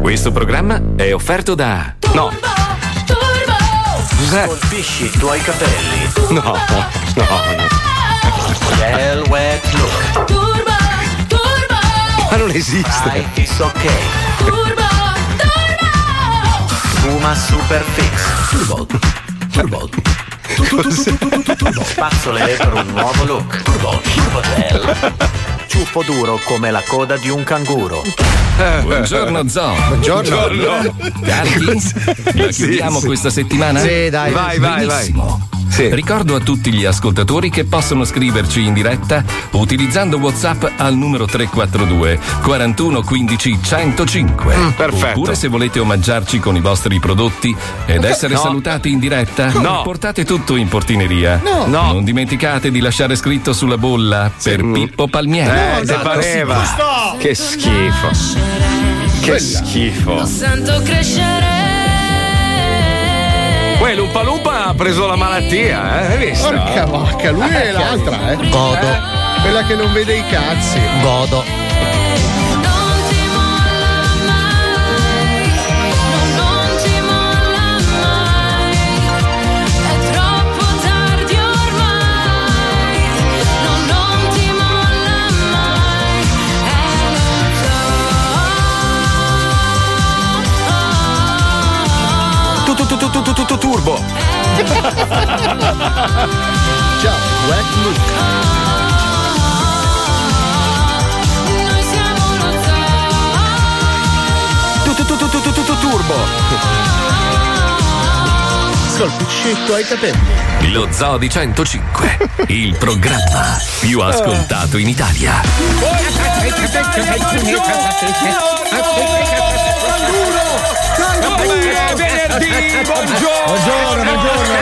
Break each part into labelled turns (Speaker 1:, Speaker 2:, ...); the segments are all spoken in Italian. Speaker 1: Questo programma è offerto da... No, Cos'è?
Speaker 2: Colpisci i tuoi capelli.
Speaker 1: No, no, no.
Speaker 2: Gel wet look.
Speaker 3: Turbo, turbo,
Speaker 1: Ma non esiste.
Speaker 2: Dai, it's ok.
Speaker 3: turbo,
Speaker 2: Fuma super fix. Turbo. Turbo. Spazzole per un nuovo look. Turbo. Turbo gel. Ciuffo duro come la coda di un canguro.
Speaker 1: Buongiorno Zo.
Speaker 2: Buongiorno.
Speaker 1: Carichi? La chiudiamo
Speaker 2: sì.
Speaker 1: questa settimana?
Speaker 4: Sì, dai. Vai, vai, vai.
Speaker 1: Benissimo. Ricordo a tutti gli ascoltatori che possono scriverci in diretta utilizzando WhatsApp al numero 342 41 15 105.
Speaker 5: Mm,
Speaker 1: perfetto. Oppure se volete omaggiarci con i vostri prodotti ed essere
Speaker 5: No.
Speaker 1: salutati in diretta,
Speaker 5: No.
Speaker 1: portate tutto in portineria.
Speaker 5: No. No. Mm.
Speaker 1: Non dimenticate di lasciare scritto sulla bolla per Pippo Palmieri. Esatto.
Speaker 5: Eh, te pareva. Che schifo. Che schifo.
Speaker 3: sento crescere.
Speaker 5: Uè, Lumpa Lumpa ha preso la malattia, eh? Hai visto?
Speaker 4: Porca vacca, lui è l'altra, eh. Godo. Quella che non vede i cazzi. Godo.
Speaker 5: Tu, tu, tu, tu, tu, tu, tu, tu, turbo.
Speaker 4: Ciao, wet look.
Speaker 5: Tu, tu, tu, tu, tu, tu, tu, tu, turbo.
Speaker 4: Colpisci i tuoi capelli.
Speaker 1: Lo Zoo di 105, il programma più ascoltato in Italia.
Speaker 5: È venerdì, buongiorno.
Speaker 4: Buongiorno, buongiorno,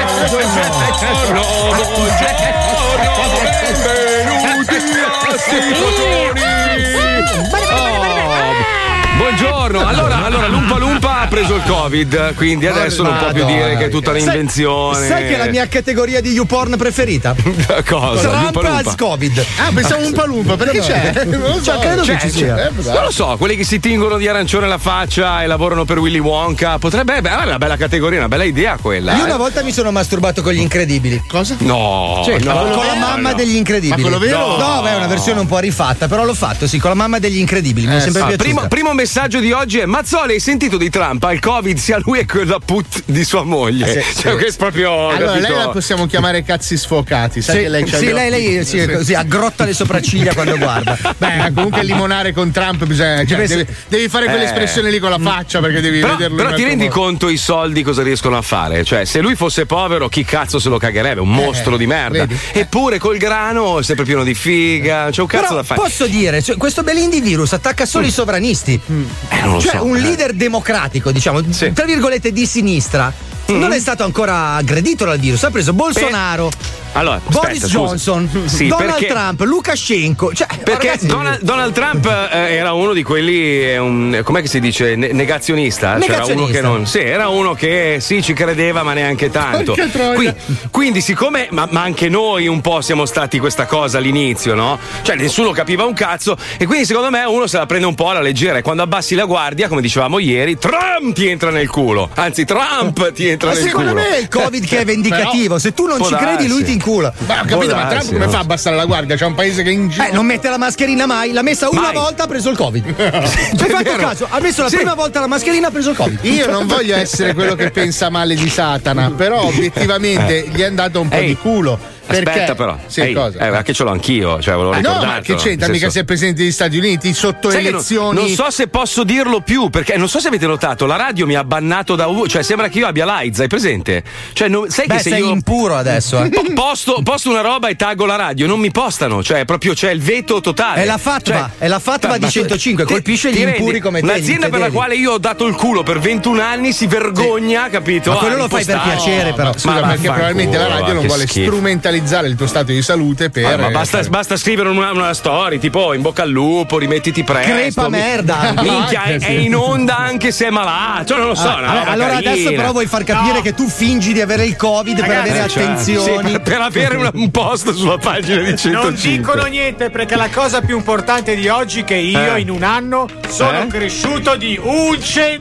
Speaker 5: Buongiorno, allora, allora Lumpa Lumpa ha preso il Covid, quindi adesso non può più
Speaker 6: Madonna,
Speaker 5: dire che è tutta
Speaker 6: sai-
Speaker 5: un'invenzione.
Speaker 6: Sai che è la mia categoria di YouPorn preferita?
Speaker 5: Cosa?
Speaker 6: Trump
Speaker 5: Lumpa Lumpa?
Speaker 6: al Covid.
Speaker 4: Ah, pensavo un palumpa, perché c'è? Non lo so.
Speaker 6: Cioè, credo
Speaker 5: Cioè,
Speaker 6: che
Speaker 4: Eh,
Speaker 6: ci
Speaker 5: cioè,
Speaker 6: sia.
Speaker 5: non lo so, quelli che si tingono di arancione la faccia e lavorano per Willy Wonka, potrebbe, eh, beh, è una bella categoria, una bella idea quella.
Speaker 6: Io
Speaker 5: eh.
Speaker 6: una volta mi sono masturbato con gli incredibili. Cosa?
Speaker 5: No,
Speaker 6: Cioè,
Speaker 5: no,
Speaker 6: con la
Speaker 5: no,
Speaker 6: mamma
Speaker 5: no.
Speaker 6: degli incredibili.
Speaker 5: Ma quello vero?
Speaker 6: No,
Speaker 5: No.
Speaker 6: beh, è una versione un po' rifatta, però l'ho fatto, sì, con la mamma degli incredibili. mi è
Speaker 5: Eh,
Speaker 6: sempre
Speaker 5: sì.
Speaker 6: piaciuta.
Speaker 5: primo, primo messaggio di oggi è Mazzoli hai sentito di Trump al covid sia lui e quella put di sua moglie
Speaker 4: Eh, sì,
Speaker 5: cioè
Speaker 4: sì.
Speaker 5: che è proprio
Speaker 4: Allora,
Speaker 5: capito?
Speaker 4: lei la possiamo chiamare cazzi sfocati, sai
Speaker 6: Sì,
Speaker 4: che lei c'ha
Speaker 6: sì,
Speaker 4: gli
Speaker 6: lei,
Speaker 4: occhi-
Speaker 6: lei sì, così aggrotta le sopracciglia quando guarda.
Speaker 4: Beh, ma comunque limonare con Trump bisogna. cioè,
Speaker 6: Deve-
Speaker 4: devi, devi fare
Speaker 5: Eh.
Speaker 4: quell'espressione lì con la faccia perché devi
Speaker 5: però,
Speaker 4: vederlo.
Speaker 5: però
Speaker 4: in un
Speaker 5: ti
Speaker 4: altro
Speaker 5: rendi
Speaker 4: modo.
Speaker 5: conto i soldi cosa riescono a fare? Cioè, se lui fosse povero, chi cazzo se lo cagherebbe? Un mostro di merda.
Speaker 4: Eh, vedi?
Speaker 5: Eppure col grano è sempre pieno di figa. C'è un cazzo
Speaker 6: Però
Speaker 5: da fare.
Speaker 6: posso dire, cioè, questo Belindi virus attacca solo i sovranisti.
Speaker 5: Mm. Eh, non lo
Speaker 6: cioè,
Speaker 5: so,
Speaker 6: un
Speaker 5: eh.
Speaker 6: leader democratico, diciamo,
Speaker 5: Sì. Mm.
Speaker 6: tra virgolette di sinistra, non è stato ancora aggredito dal virus. Ha preso Bolsonaro,
Speaker 5: Allora,
Speaker 6: Boris
Speaker 5: aspetta, scusa.
Speaker 6: Johnson,
Speaker 5: Sì,
Speaker 6: Donald
Speaker 5: perché-
Speaker 6: Trump, Lukashenko. Cioè,
Speaker 5: Perché
Speaker 6: ragazzi,
Speaker 5: Donald, Donald Trump eh, era uno di quelli, eh, un- com'è che si dice, Ne- negazionista? Cioè, era uno
Speaker 6: Negazionista.
Speaker 5: che non, sì, era uno che sì ci credeva ma neanche tanto.
Speaker 4: Porca troia.
Speaker 5: Qui- quindi siccome, ma, ma anche noi un po' siamo stati questa cosa all'inizio, no? Cioè nessuno capiva un cazzo e quindi secondo me uno se la prende un po' alla leggera e quando abbassi la guardia, come dicevamo ieri, Trump ti entra nel culo, anzi Trump ti entra
Speaker 6: Ma
Speaker 5: nel
Speaker 6: secondo
Speaker 5: culo.
Speaker 6: me è il Covid che è vendicativo.
Speaker 4: Però-
Speaker 6: Se tu non
Speaker 5: può
Speaker 6: ci credi, lui
Speaker 5: darsi.
Speaker 6: ti incula.
Speaker 4: Ma ho capito,
Speaker 5: Può
Speaker 4: ma
Speaker 5: darsi,
Speaker 4: Trump come
Speaker 5: non
Speaker 4: fa a
Speaker 5: so.
Speaker 4: abbassare la guardia? C'è un paese che è in giro.
Speaker 6: Eh, non mette la mascherina mai, l'ha messa una
Speaker 5: Mai.
Speaker 6: volta, ha preso il Covid. Ci hai
Speaker 5: è
Speaker 6: fatto
Speaker 5: vero.
Speaker 6: caso? Ha messo la
Speaker 5: Sì.
Speaker 6: prima volta la mascherina, ha preso il Covid.
Speaker 4: Io non voglio essere quello che pensa male di Satana, però obiettivamente gli è andato un po'
Speaker 5: Ehi.
Speaker 4: di culo. Perché?
Speaker 5: Aspetta, però.
Speaker 4: Sì,
Speaker 5: Ehi,
Speaker 4: cosa?
Speaker 5: eh, ma che ce l'ho anch'io, cioè, volevo
Speaker 4: Ah, no,
Speaker 5: ricordartelo.
Speaker 4: ma che c'entra?
Speaker 5: Nel
Speaker 4: Mica
Speaker 5: senso-
Speaker 4: sei presidente degli Stati Uniti sotto
Speaker 5: Sai che non-
Speaker 4: elezioni.
Speaker 5: Non, so se posso dirlo più, perché non so se avete notato, la radio mi ha bannato da ovunque, cioè sembra che io abbia l'AIDS, hai presente? Cioè, non- sai
Speaker 6: Beh,
Speaker 5: che se
Speaker 6: sei
Speaker 5: io
Speaker 6: impuro adesso, eh.
Speaker 5: po- posto, posto una roba e taggo la radio, non mi postano, cioè proprio c'è il veto totale.
Speaker 6: È la fatwa,
Speaker 5: Cioè,
Speaker 6: è la fatwa
Speaker 5: ma-
Speaker 6: di 105,
Speaker 5: ti-
Speaker 6: colpisce
Speaker 5: ti
Speaker 6: gli
Speaker 5: rendi?
Speaker 6: impuri come te. gli
Speaker 5: Un'azienda per la
Speaker 6: infedeli.
Speaker 5: quale io ho dato il culo per 21 anni si vergogna, capito?
Speaker 6: Ma quello
Speaker 5: a
Speaker 6: lo fai per
Speaker 5: ripostare.
Speaker 6: piacere, però.
Speaker 4: Scusa,
Speaker 5: Ma
Speaker 4: perché
Speaker 5: vaffanculo, eh,
Speaker 4: probabilmente la radio non
Speaker 5: che
Speaker 4: vuole
Speaker 5: schifo.
Speaker 4: strumentalizzare il tuo stato di salute per.
Speaker 5: Ah, ma basta, basta scrivere una, una story tipo in bocca al lupo, rimettiti presto.
Speaker 6: Crepa
Speaker 5: mi-
Speaker 6: merda. anche.
Speaker 5: Minchia, è, è in onda anche se è malato. Cioè, non lo so.
Speaker 6: Ah,
Speaker 5: una
Speaker 6: allora
Speaker 5: roba
Speaker 6: allora
Speaker 5: carina.
Speaker 6: adesso però vuoi far capire che tu fingi di avere il covid
Speaker 7: Ragazzi,
Speaker 6: per avere
Speaker 5: Cioè,
Speaker 6: attenzioni.
Speaker 5: sì, per, per avere una- un post sulla pagina di 105.
Speaker 7: Non dicono niente perché la cosa più importante di oggi è che io
Speaker 5: Eh.
Speaker 7: in un anno sono
Speaker 5: Eh?
Speaker 7: cresciuto di un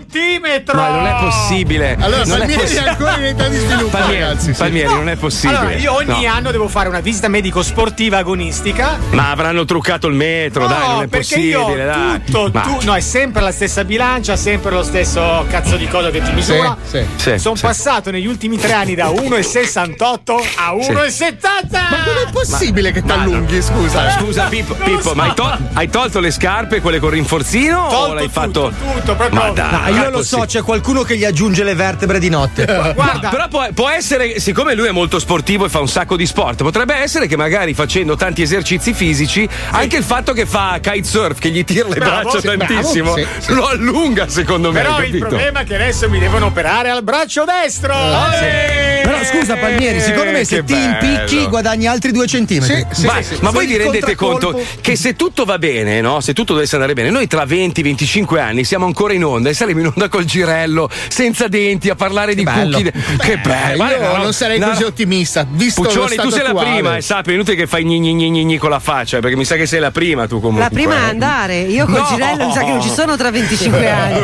Speaker 7: centimetro.
Speaker 5: Ma non è possibile.
Speaker 4: Allora,
Speaker 5: non è
Speaker 4: Palmieri è
Speaker 5: possibile.
Speaker 4: ancora in età di sviluppo, ragazzi. sì.
Speaker 5: Palmieri, non è possibile.
Speaker 7: Allora, io ogni
Speaker 5: No.
Speaker 7: anno devo fare una visita medico-sportiva agonistica.
Speaker 5: Ma avranno truccato il metro, dai, non è
Speaker 7: perché
Speaker 5: possibile.
Speaker 7: io
Speaker 5: dai.
Speaker 7: tutto,
Speaker 5: Ma-
Speaker 7: tu, no, è sempre la stessa bilancia, sempre lo stesso cazzo di cosa che ti misura.
Speaker 4: Sì, sì.
Speaker 5: Sì,
Speaker 7: sono
Speaker 5: sì.
Speaker 7: passato negli ultimi tre anni da 1,68 a 1,70.
Speaker 4: Ma com'è possibile che ti allunghi?
Speaker 5: Ma
Speaker 4: Scusa.
Speaker 5: Scusa Pippo,
Speaker 7: eh. Non lo
Speaker 5: Pippo,
Speaker 7: so.
Speaker 5: ma hai, tol- hai tolto le scarpe, quelle con rinforzino? o
Speaker 7: Tolto
Speaker 5: l'hai
Speaker 7: tutto,
Speaker 5: fatto
Speaker 7: tutto, proprio-
Speaker 5: Ma dai,
Speaker 6: Ah,
Speaker 5: non
Speaker 6: io
Speaker 5: è
Speaker 6: lo so,
Speaker 5: possibile.
Speaker 6: c'è qualcuno che gli aggiunge le vertebre di notte.
Speaker 7: Guarda,
Speaker 5: Però può, può essere, siccome lui è molto sportivo e fa un sacco di sport, potrebbe essere che magari facendo tanti esercizi fisici, anche il fatto che fa kitesurf, che gli tira le
Speaker 7: Bravo,
Speaker 5: braccia
Speaker 7: sì, bravo,
Speaker 5: tantissimo,
Speaker 4: sì, sì.
Speaker 5: lo allunga secondo me.
Speaker 7: però
Speaker 5: hai
Speaker 7: il
Speaker 5: capito?
Speaker 7: problema è che adesso mi devono operare al braccio destro. Eh.
Speaker 5: Eh,
Speaker 6: Però scusa Palmieri, secondo me se
Speaker 5: che
Speaker 6: ti
Speaker 5: bello.
Speaker 6: impicchi guadagni altri due centimetri.
Speaker 4: Sì, sì,
Speaker 5: Vai,
Speaker 4: sì, sì.
Speaker 5: ma
Speaker 6: Sul
Speaker 5: voi vi rendete
Speaker 6: contraccolpo-
Speaker 5: conto che se tutto va bene, no? se tutto dovesse andare bene, noi tra 20-25 anni siamo ancora in onda e saremo in onda col girello, senza denti, a parlare di
Speaker 6: bello.
Speaker 5: cookie. che
Speaker 4: Eh,
Speaker 5: bello!
Speaker 4: io
Speaker 5: guarda, no,
Speaker 4: non sarei
Speaker 5: no,
Speaker 4: così ottimista, visto lo
Speaker 5: Puccioni,
Speaker 4: stato
Speaker 5: tu sei la
Speaker 4: attuale.
Speaker 5: prima e sappi, è inutile che fai gni gni gni gni gni con la faccia, perché mi sa che sei la prima tu comunque. eh.
Speaker 8: La prima a andare, io col
Speaker 5: No!
Speaker 8: girello mi sa che non ci sono tra 25 anni.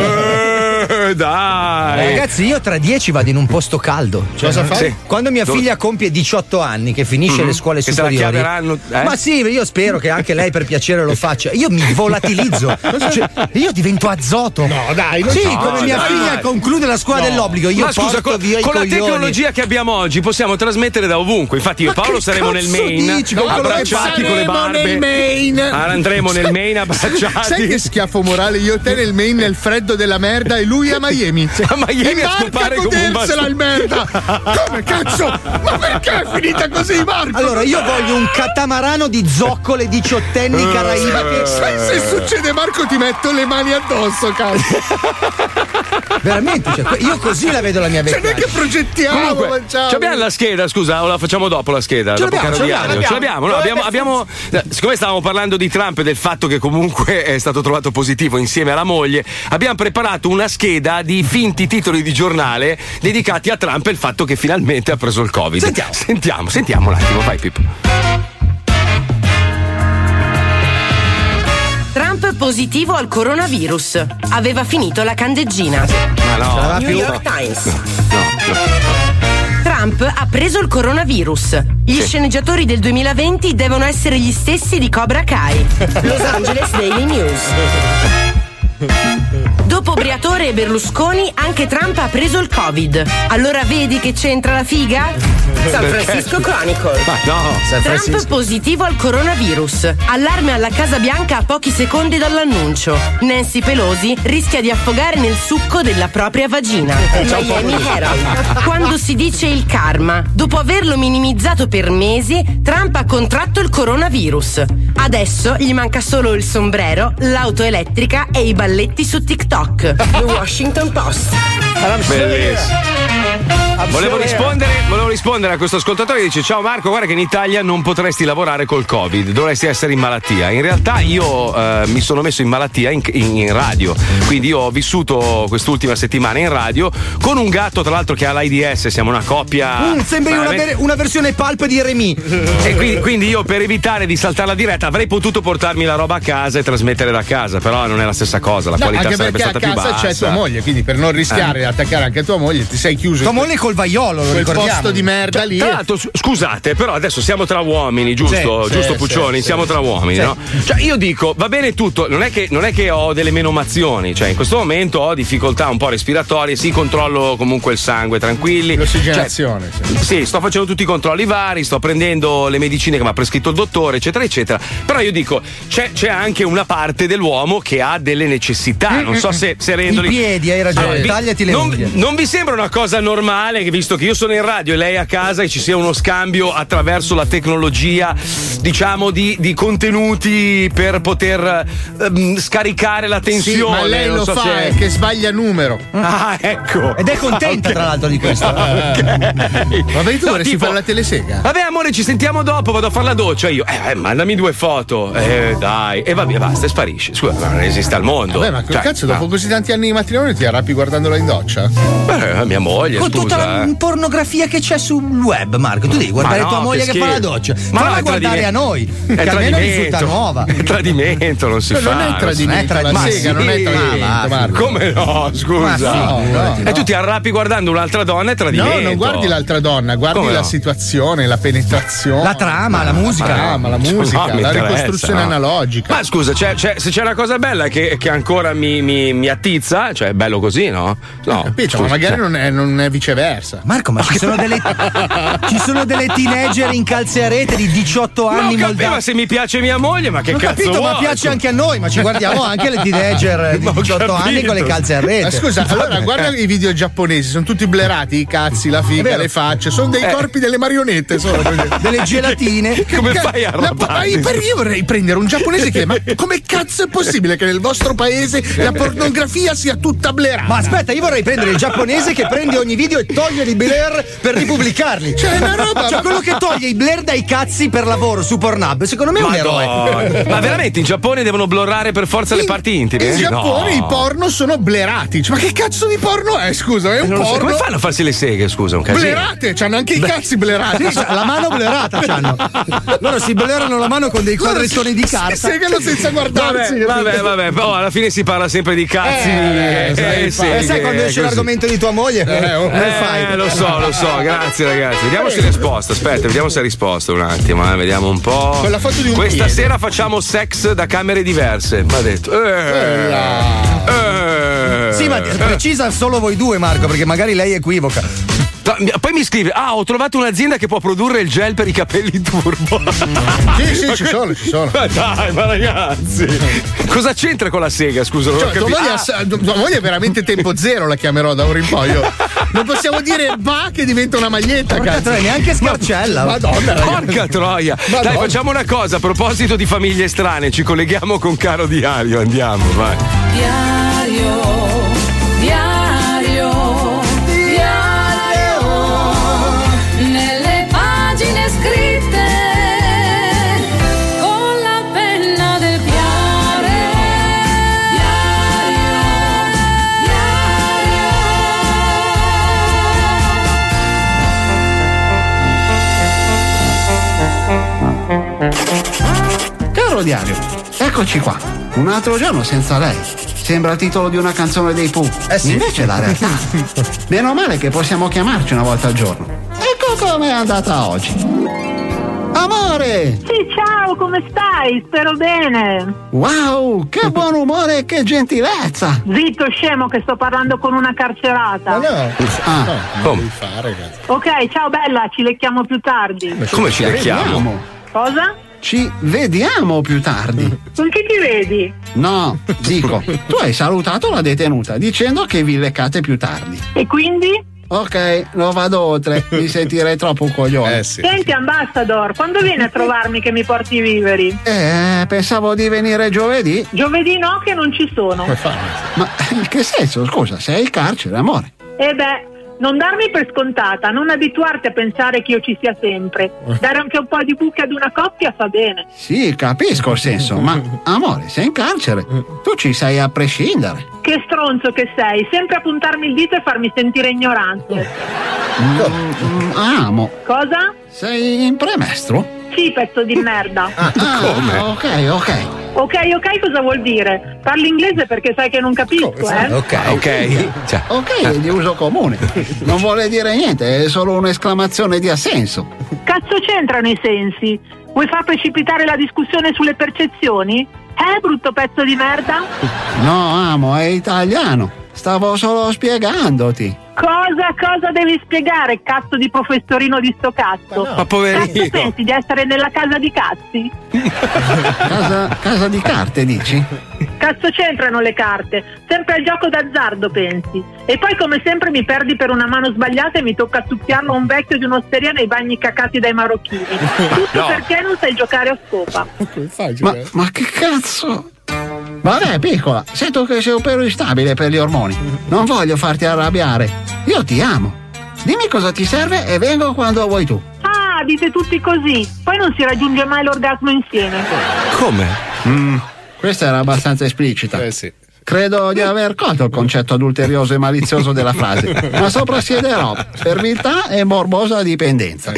Speaker 5: Eh, dai!
Speaker 6: Ragazzi, io tra dieci vado in un posto caldo. Cioè,
Speaker 4: Cosa
Speaker 6: non-
Speaker 4: fai?
Speaker 5: Sì. Mhm.
Speaker 6: Quando mia figlia compie 18 anni, che finisce le scuole
Speaker 5: Che se la
Speaker 6: superiori,
Speaker 5: chiaveranno, eh?
Speaker 6: ma sì, io spero che anche lei per piacere lo faccia. Io mi volatilizzo, Cioè, io divento azoto.
Speaker 4: No, dai, non
Speaker 6: sì,
Speaker 4: ci-
Speaker 6: come
Speaker 4: no,
Speaker 6: mia
Speaker 5: dai.
Speaker 6: figlia conclude la scuola dell'obbligo, io
Speaker 5: Ma scusa,
Speaker 6: porto
Speaker 5: con,
Speaker 6: via i
Speaker 5: con la
Speaker 6: coglioni.
Speaker 5: tecnologia che abbiamo oggi possiamo trasmettere da ovunque. Infatti, io e
Speaker 6: Ma
Speaker 5: Paolo
Speaker 6: che
Speaker 5: saremo nel
Speaker 6: cazzo
Speaker 5: Maine,
Speaker 6: dici? Con quello che
Speaker 5: abbracciati
Speaker 4: saremo
Speaker 5: con le barbe.
Speaker 4: nel Maine.
Speaker 5: Ah, andremo nel Maine abbracciati.
Speaker 4: Sai che schiaffo morale io te nel Maine nel freddo della merda e lui a Miami.
Speaker 5: A Miami
Speaker 4: In barca
Speaker 5: a scopare
Speaker 4: a
Speaker 5: come
Speaker 4: godersela
Speaker 5: un bastone.
Speaker 4: il merda. Come cazzo? Ma perché è finita così Marco?
Speaker 6: Allora, io voglio un catamarano di zoccole diciottenni
Speaker 4: Eh.
Speaker 6: caraibiche.
Speaker 4: Sai se succede Marco ti metto le mani addosso, cazzo.
Speaker 6: Veramente, cioè, io così la vedo la mia
Speaker 4: Cioè
Speaker 6: vecchia.
Speaker 4: noi che progettiamo,
Speaker 5: Comunque,
Speaker 4: facciamo.
Speaker 5: ci abbiamo la scheda, scusa, o la facciamo dopo la scheda?
Speaker 6: Ce
Speaker 5: dopo
Speaker 6: l'abbiamo,
Speaker 5: Caro
Speaker 6: ce
Speaker 5: Diario?
Speaker 7: l'abbiamo,
Speaker 5: Ce l'abbiamo, no,
Speaker 7: l'abbiamo.
Speaker 5: abbiamo, abbiamo- eh, siccome stavamo parlando di Trump e del fatto che comunque è stato trovato positivo insieme alla moglie, abbiamo preparato una scheda di finti titoli di giornale dedicati a Trump e il fatto che finalmente ha preso il Covid.
Speaker 6: Sentiamo.
Speaker 5: sentiamo, sentiamo un attimo, vai Pippo.
Speaker 8: Trump positivo al coronavirus. Aveva finito la candeggina.
Speaker 5: Ma no,
Speaker 8: New
Speaker 6: più.
Speaker 8: York Times.
Speaker 5: no, no.
Speaker 8: Trump ha preso il coronavirus. Gli sceneggiatori del 2020 devono essere gli stessi di Cobra Kai. Los Angeles Daily News. Dopo Briatore e Berlusconi, anche Trump ha preso il Covid. Allora vedi che c'entra la figa? San Francisco Chronicle.
Speaker 5: Ma no.
Speaker 8: Trump positivo al coronavirus. Allarme alla Casa Bianca a pochi secondi dall'annuncio. Nancy Pelosi rischia di affogare nel succo della propria vagina.
Speaker 5: Eh,
Speaker 8: Miami Herald. Quando si dice il karma, dopo averlo minimizzato per mesi, Trump ha contratto il coronavirus. Adesso gli manca solo il sombrero, l'auto elettrica e i balletti su TikTok. The Washington Post.
Speaker 5: Bellissimo. Volevo rispondere, volevo rispondere a questo ascoltatore che dice: Ciao Marco, guarda che in Italia non potresti lavorare col Covid, dovresti essere in malattia. In realtà io eh, mi sono messo in malattia in, in- in radio, quindi io ho vissuto quest'ultima settimana in radio con un gatto, tra l'altro, che ha l'AIDS. Siamo una coppia.
Speaker 6: Mm, sembri una,
Speaker 5: veramente-
Speaker 6: ver- una versione pulp di Remy.
Speaker 5: e quindi, quindi io per evitare di saltare la diretta avrei potuto portarmi la roba a casa e trasmettere da casa, però non è la stessa cosa, la
Speaker 4: No,
Speaker 5: qualità
Speaker 4: anche
Speaker 5: sarebbe
Speaker 4: perché a
Speaker 5: stata più
Speaker 4: casa
Speaker 5: bassa. Eh.
Speaker 4: c'è tua moglie, quindi per non rischiare di attaccare anche tua moglie ti sei chiuso.
Speaker 6: Tua
Speaker 4: in-
Speaker 6: moglie col Polvaiolo, lo
Speaker 4: Quel
Speaker 6: ricordiamo.
Speaker 4: posto di merda lì.
Speaker 5: Tra l'altro, s- scusate, però adesso siamo tra uomini, giusto?
Speaker 4: Sì,
Speaker 5: giusto,
Speaker 4: sì,
Speaker 5: Puccioni?
Speaker 4: sì,
Speaker 5: siamo
Speaker 4: sì,
Speaker 5: tra
Speaker 4: sì.
Speaker 5: uomini,
Speaker 4: Sì.
Speaker 5: no? Cioè, io dico, va bene tutto, non è, che, non è che ho delle menomazioni, cioè, in questo momento ho difficoltà un po' respiratorie, sì, controllo comunque il sangue, tranquilli.
Speaker 4: L'ossigenazione,
Speaker 5: Cioè, sì, sto facendo tutti i controlli vari, sto prendendo le medicine che mi ha prescritto il dottore, eccetera, eccetera. Però io dico, c'è, c'è anche una parte dell'uomo che ha delle necessità. Non so se, se
Speaker 6: Mm, I
Speaker 5: rendoli.
Speaker 6: piedi, hai ragione,
Speaker 5: Allora, vi-
Speaker 6: tagliati le
Speaker 5: non,
Speaker 6: unghie.
Speaker 5: non vi sembra una cosa normale che visto che io sono in radio e lei è a casa e ci sia uno scambio attraverso la tecnologia, diciamo, di, di contenuti per poter ehm, scaricare la
Speaker 4: Sì,
Speaker 5: tensione?
Speaker 4: ma lei
Speaker 5: non
Speaker 4: lo
Speaker 5: so
Speaker 4: fa,
Speaker 5: se-
Speaker 6: eh.
Speaker 4: è che sbaglia numero.
Speaker 5: Ah, ecco.
Speaker 6: Ed è contenta, tra l'altro, di questo.
Speaker 4: Vabbè, tu
Speaker 5: No,
Speaker 4: vorresti
Speaker 5: tipo-
Speaker 4: fare la telesega?
Speaker 5: Vabbè, amore, ci sentiamo dopo. Vado a fare la doccia io. Eh, eh, mandami due foto. Eh, dai. E va via, basta, e sparisce. Scusa, ma non esiste al mondo.
Speaker 4: Vabbè, ma che
Speaker 5: Cioè,
Speaker 4: cazzo, dopo
Speaker 5: ah,
Speaker 4: così tanti anni di matrimonio ti arrabbi guardandola in doccia?
Speaker 5: beh, mia moglie,
Speaker 6: Con
Speaker 5: scusa.
Speaker 6: tutta la
Speaker 5: eh.
Speaker 6: pornografia che c'è sul web, Marco. Tu devi guardare
Speaker 5: Ma no,
Speaker 6: tua moglie che,
Speaker 5: che
Speaker 6: fa la
Speaker 5: schifo.
Speaker 6: doccia.
Speaker 5: Ma
Speaker 6: Ma
Speaker 5: no,
Speaker 6: a
Speaker 5: è
Speaker 6: guardare
Speaker 5: tradimento.
Speaker 6: a noi,
Speaker 5: È
Speaker 6: che almeno risulta
Speaker 5: tradimento.
Speaker 6: nuova.
Speaker 5: È tradimento, non si
Speaker 4: No,
Speaker 5: fa.
Speaker 4: non è
Speaker 5: non si-
Speaker 4: tradimento,
Speaker 6: non è
Speaker 4: la
Speaker 6: tradimento.
Speaker 4: sega non è
Speaker 5: Ma sì,
Speaker 4: tradimento,
Speaker 6: ma-
Speaker 4: Marco.
Speaker 5: Come no,
Speaker 6: Ma
Speaker 5: scusa.
Speaker 6: sì,
Speaker 4: no,
Speaker 5: E tu ti arrabbi guardando un'altra donna è tradimento.
Speaker 4: No, non guardi l'altra donna, guardi
Speaker 5: Come
Speaker 4: la
Speaker 5: no?
Speaker 4: situazione, la penetrazione.
Speaker 6: La trama, la musica.
Speaker 4: La trama, Ah, la musica,
Speaker 5: No, mi
Speaker 4: la
Speaker 5: interessa,
Speaker 4: ricostruzione
Speaker 5: no.
Speaker 4: analogica.
Speaker 5: Ma scusa, c'è- c'è- se c'è una cosa bella che, che ancora mi, mi- mi attizza, cioè è bello così, no? No,
Speaker 4: Capito?
Speaker 5: scusa,
Speaker 4: ma magari
Speaker 5: cioè-
Speaker 4: non, è, non è viceversa.
Speaker 6: Marco, ma ci sono delle, ci sono delle teenager in calze a rete di 18
Speaker 5: Ma
Speaker 6: anni
Speaker 5: non
Speaker 6: moldavi.
Speaker 5: capiva se mi piace mia moglie, ma che
Speaker 6: Ho
Speaker 5: cazzo
Speaker 6: capito, ma
Speaker 5: vuoi?
Speaker 6: piace anche a noi, ma ci guardiamo anche le teenager di
Speaker 5: Ma ho
Speaker 6: 18 anni
Speaker 5: capito.
Speaker 6: con le calze a rete.
Speaker 4: Ma scusa, allora guarda i video giapponesi, sono tutti blerati, i cazzi, la figa,
Speaker 6: vero.
Speaker 4: le facce, sono
Speaker 5: Eh.
Speaker 4: dei corpi delle marionette solo.
Speaker 6: delle gelatine.
Speaker 5: Come
Speaker 4: Che-
Speaker 5: fai a
Speaker 4: la- ma
Speaker 5: arrabbiarti?
Speaker 4: io, per- io vorrei prendere un giapponese che ma come cazzo è possibile che nel vostro paese la pornografia sia tutta blerata?
Speaker 6: Ma aspetta, io vorrei prendere il giapponese che prende ogni video e toglie i blur per ripubblicarli.
Speaker 4: Cioè, è una roba-
Speaker 6: Cioè, quello che toglie i blur dai cazzi per lavoro su Pornhub, secondo me è un eroe.
Speaker 5: Madonna. Ma veramente in Giappone devono blorrare per forza le parti intime?
Speaker 4: In
Speaker 5: No.
Speaker 4: Giappone i porno sono blerati. Cioè, ma che cazzo di porno è? Scusa, è un
Speaker 5: Non lo so,
Speaker 4: porno.
Speaker 5: Come fanno a farsi le seghe, scusa, un casino?
Speaker 4: Blerate, c'hanno anche i cazzi blerati.
Speaker 6: Sì, c'ha la mano blerata c'hanno. Loro si blerano la mano con dei quadrettoni di carta.
Speaker 4: Si segano senza guardarsi.
Speaker 5: Vabbè, vabbè, vabbè, però alla fine si parla sempre di cazzi.
Speaker 4: Eh,
Speaker 5: eh,
Speaker 4: sai,
Speaker 5: sì,
Speaker 6: E sai
Speaker 5: che
Speaker 6: quando
Speaker 5: è
Speaker 6: esce
Speaker 5: così.
Speaker 6: l'argomento di tua moglie?
Speaker 4: Eh, oh.
Speaker 6: come fai?
Speaker 5: Eh, lo so, lo so, grazie ragazzi. Vediamo se ha risposto. Aspetta, vediamo se ha risposto un attimo, eh, vediamo un po'.
Speaker 4: Con la foto di un
Speaker 5: Questa
Speaker 4: piede.
Speaker 5: sera facciamo sex da camere diverse. Mi ha detto. Eh, eh,
Speaker 6: Sì, ma
Speaker 5: eh.
Speaker 6: precisa solo voi due, Marco, perché magari lei equivoca.
Speaker 5: Ta- mi- Poi mi scrive: Ah, ho trovato un'azienda che può produrre il gel per i capelli turbo.
Speaker 4: Sì, sì, ci sono, ci sono.
Speaker 5: ma dai, ma ragazzi, cosa c'entra con la sega? Scusa, non ho
Speaker 4: Cioè, tua,
Speaker 5: capito.
Speaker 4: moglie
Speaker 5: Ah,
Speaker 4: ha sa- tua moglie è veramente tempo zero, la chiamerò da ora in poi. io. Non possiamo dire va che diventa una maglietta,
Speaker 6: Porca
Speaker 4: cazzo.
Speaker 6: troia, neanche scarcella.
Speaker 4: Madonna, ragazzi.
Speaker 5: Ah, Porca troia!
Speaker 4: Madonna.
Speaker 5: Dai, facciamo una cosa. A proposito di famiglie strane, ci colleghiamo con Caro Diario. Andiamo, vai.
Speaker 3: Diario, diario, diario. Nelle pagine scritte con la penna del piare. Diario, diario.
Speaker 9: Caro diario, eccoci qua. Un altro giorno senza lei. Sembra il titolo di una canzone dei Pooh.
Speaker 6: Eh sì.
Speaker 9: Invece è la realtà.
Speaker 10: Ah.
Speaker 9: Meno male che possiamo chiamarci una volta al giorno. Ecco com'è andata oggi. Amore!
Speaker 11: Sì, ciao, come stai? Spero bene.
Speaker 9: Wow, che buon umore e che gentilezza!
Speaker 11: Zitto, scemo, che sto parlando con una carcerata.
Speaker 4: No,
Speaker 9: Ah,
Speaker 4: non devi fare, cazzo.
Speaker 11: Ok, ciao bella, ci lecchiamo più tardi.
Speaker 5: Come ci becchiamo?
Speaker 9: vediamo.
Speaker 11: Cosa?
Speaker 9: Ci vediamo più tardi.
Speaker 11: Con chi ti vedi?
Speaker 9: No, dico, tu hai salutato la detenuta dicendo che vi leccate più tardi.
Speaker 11: E quindi?
Speaker 12: Eh,
Speaker 9: Ok, non vado oltre, mi sentirei troppo un coglione.
Speaker 4: Eh sì.
Speaker 11: Senti, ambassador, quando vieni a trovarmi che mi porti i viveri?
Speaker 9: Eh, pensavo di venire giovedì.
Speaker 11: Giovedì no, che non ci sono.
Speaker 9: Ma in che senso? Scusa, sei in carcere, amore.
Speaker 11: E Eh beh, non darmi per scontata, non abituarti a pensare che io ci sia sempre. Dare anche un po' di buche ad una coppia fa bene.
Speaker 9: Sì, capisco il senso, ma amore, sei in carcere. Tu ci sei a prescindere.
Speaker 11: Che stronzo che sei, sempre a puntarmi il dito e farmi sentire
Speaker 9: Oh.
Speaker 11: ignorante.
Speaker 9: Mm, amo.
Speaker 11: Cosa?
Speaker 9: Sei in premestro?
Speaker 11: Sì, pezzo di merda.
Speaker 9: Ah, ok, ok.
Speaker 13: Ok, ok, cosa vuol dire? Parli inglese perché sai che non capisco, eh?
Speaker 5: ok. Cioè,
Speaker 9: Ok, è di uso comune. Non vuole dire niente, è solo un'esclamazione di assenso.
Speaker 13: Cazzo c'entrano i sensi? Vuoi far precipitare la discussione sulle percezioni? Eh, brutto pezzo di merda?
Speaker 9: No, amo, è italiano. Stavo solo spiegandoti.
Speaker 13: Cosa, cosa devi spiegare, cazzo di professorino di sto cazzo?
Speaker 9: Ma poverino.
Speaker 13: Cazzo pensi di essere nella casa di cazzi?
Speaker 9: Casa, casa di carte, dici?
Speaker 13: Cazzo c'entrano le carte? Sempre al gioco d'azzardo, pensi? E poi come sempre mi perdi per una mano sbagliata e mi tocca succhiarlo a un vecchio di un'osteria nei bagni cacati dai marocchini. Tutto
Speaker 9: No.
Speaker 13: perché non sai giocare a scopa.
Speaker 9: Ma, ma che cazzo? Vabbè, piccola, sento che sei un pelo instabile per gli ormoni. Non voglio farti arrabbiare. Io ti amo. Dimmi cosa ti serve e vengo quando vuoi tu.
Speaker 13: Ah, dite tutti così. Poi non si raggiunge mai l'orgasmo insieme.
Speaker 9: Come? Mm, questa era abbastanza esplicita. Credo di aver colto il concetto adulterioso e malizioso della frase, ma sopra siederò per viltà e morbosa dipendenza.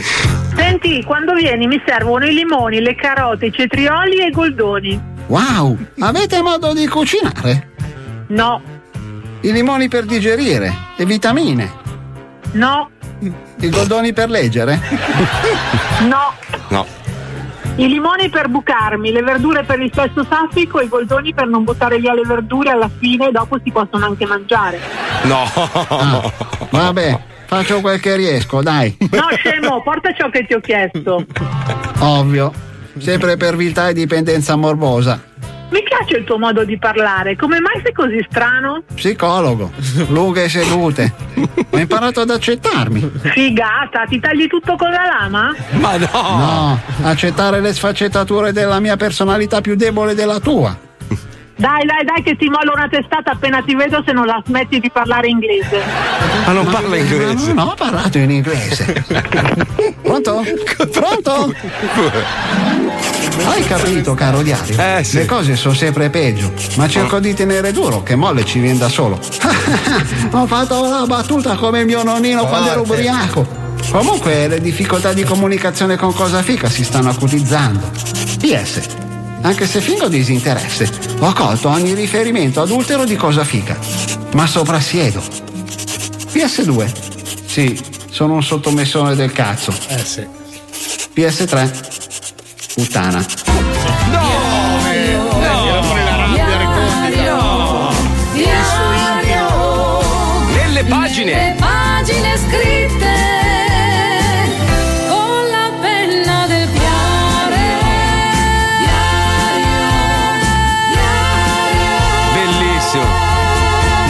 Speaker 13: Senti, quando vieni mi servono i limoni, le carote, i cetrioli e i goldoni.
Speaker 9: Wow, avete modo di cucinare?
Speaker 13: No.
Speaker 9: I limoni per digerire, le vitamine.
Speaker 13: No.
Speaker 9: I goldoni per leggere?
Speaker 13: No,
Speaker 5: No.
Speaker 13: i limoni per bucarmi, le verdure per il sesso saffico e i goldoni per non buttare via le verdure alla fine dopo si possono anche mangiare.
Speaker 5: No.
Speaker 9: Vabbè, faccio quel che riesco, dai.
Speaker 13: No, scemo, porta ciò che ti ho chiesto.
Speaker 9: Ovvio. Sempre per viltà e dipendenza morbosa.
Speaker 13: Mi piace il tuo modo di parlare, come mai sei così strano?
Speaker 9: Psicologo, lunghe sedute. Ho imparato ad accettarmi.
Speaker 13: Figata, ti tagli tutto con la lama?
Speaker 5: Ma Ah, no!
Speaker 9: No, accettare le sfaccettature della mia personalità più debole della tua.
Speaker 13: Dai, dai, dai, che ti mollo una testata appena ti vedo se non la smetti di parlare inglese.
Speaker 5: Ma Ah, non parla inglese.
Speaker 9: No, ho parlato in inglese. Pronto? Pronto? Hai capito, caro diario?
Speaker 5: Eh,
Speaker 9: Le cose sono sempre peggio, ma cerco di tenere duro, che molle ci viene da solo. ho fatto la battuta come mio nonnino quando ero
Speaker 4: Forte.
Speaker 9: ubriaco. Comunque le difficoltà di comunicazione con cosa fica si stanno acutizzando. PS. Anche se fingo disinteresse, ho colto ogni riferimento adultero di cosa fica. Ma soprassiedo. PS2. Sì, sono un sottomessone del cazzo. Eh sì. PS3. Puttana.
Speaker 5: Nelle pagine.
Speaker 14: Le pagine scritte con la penna del piare.
Speaker 5: Bellissimo,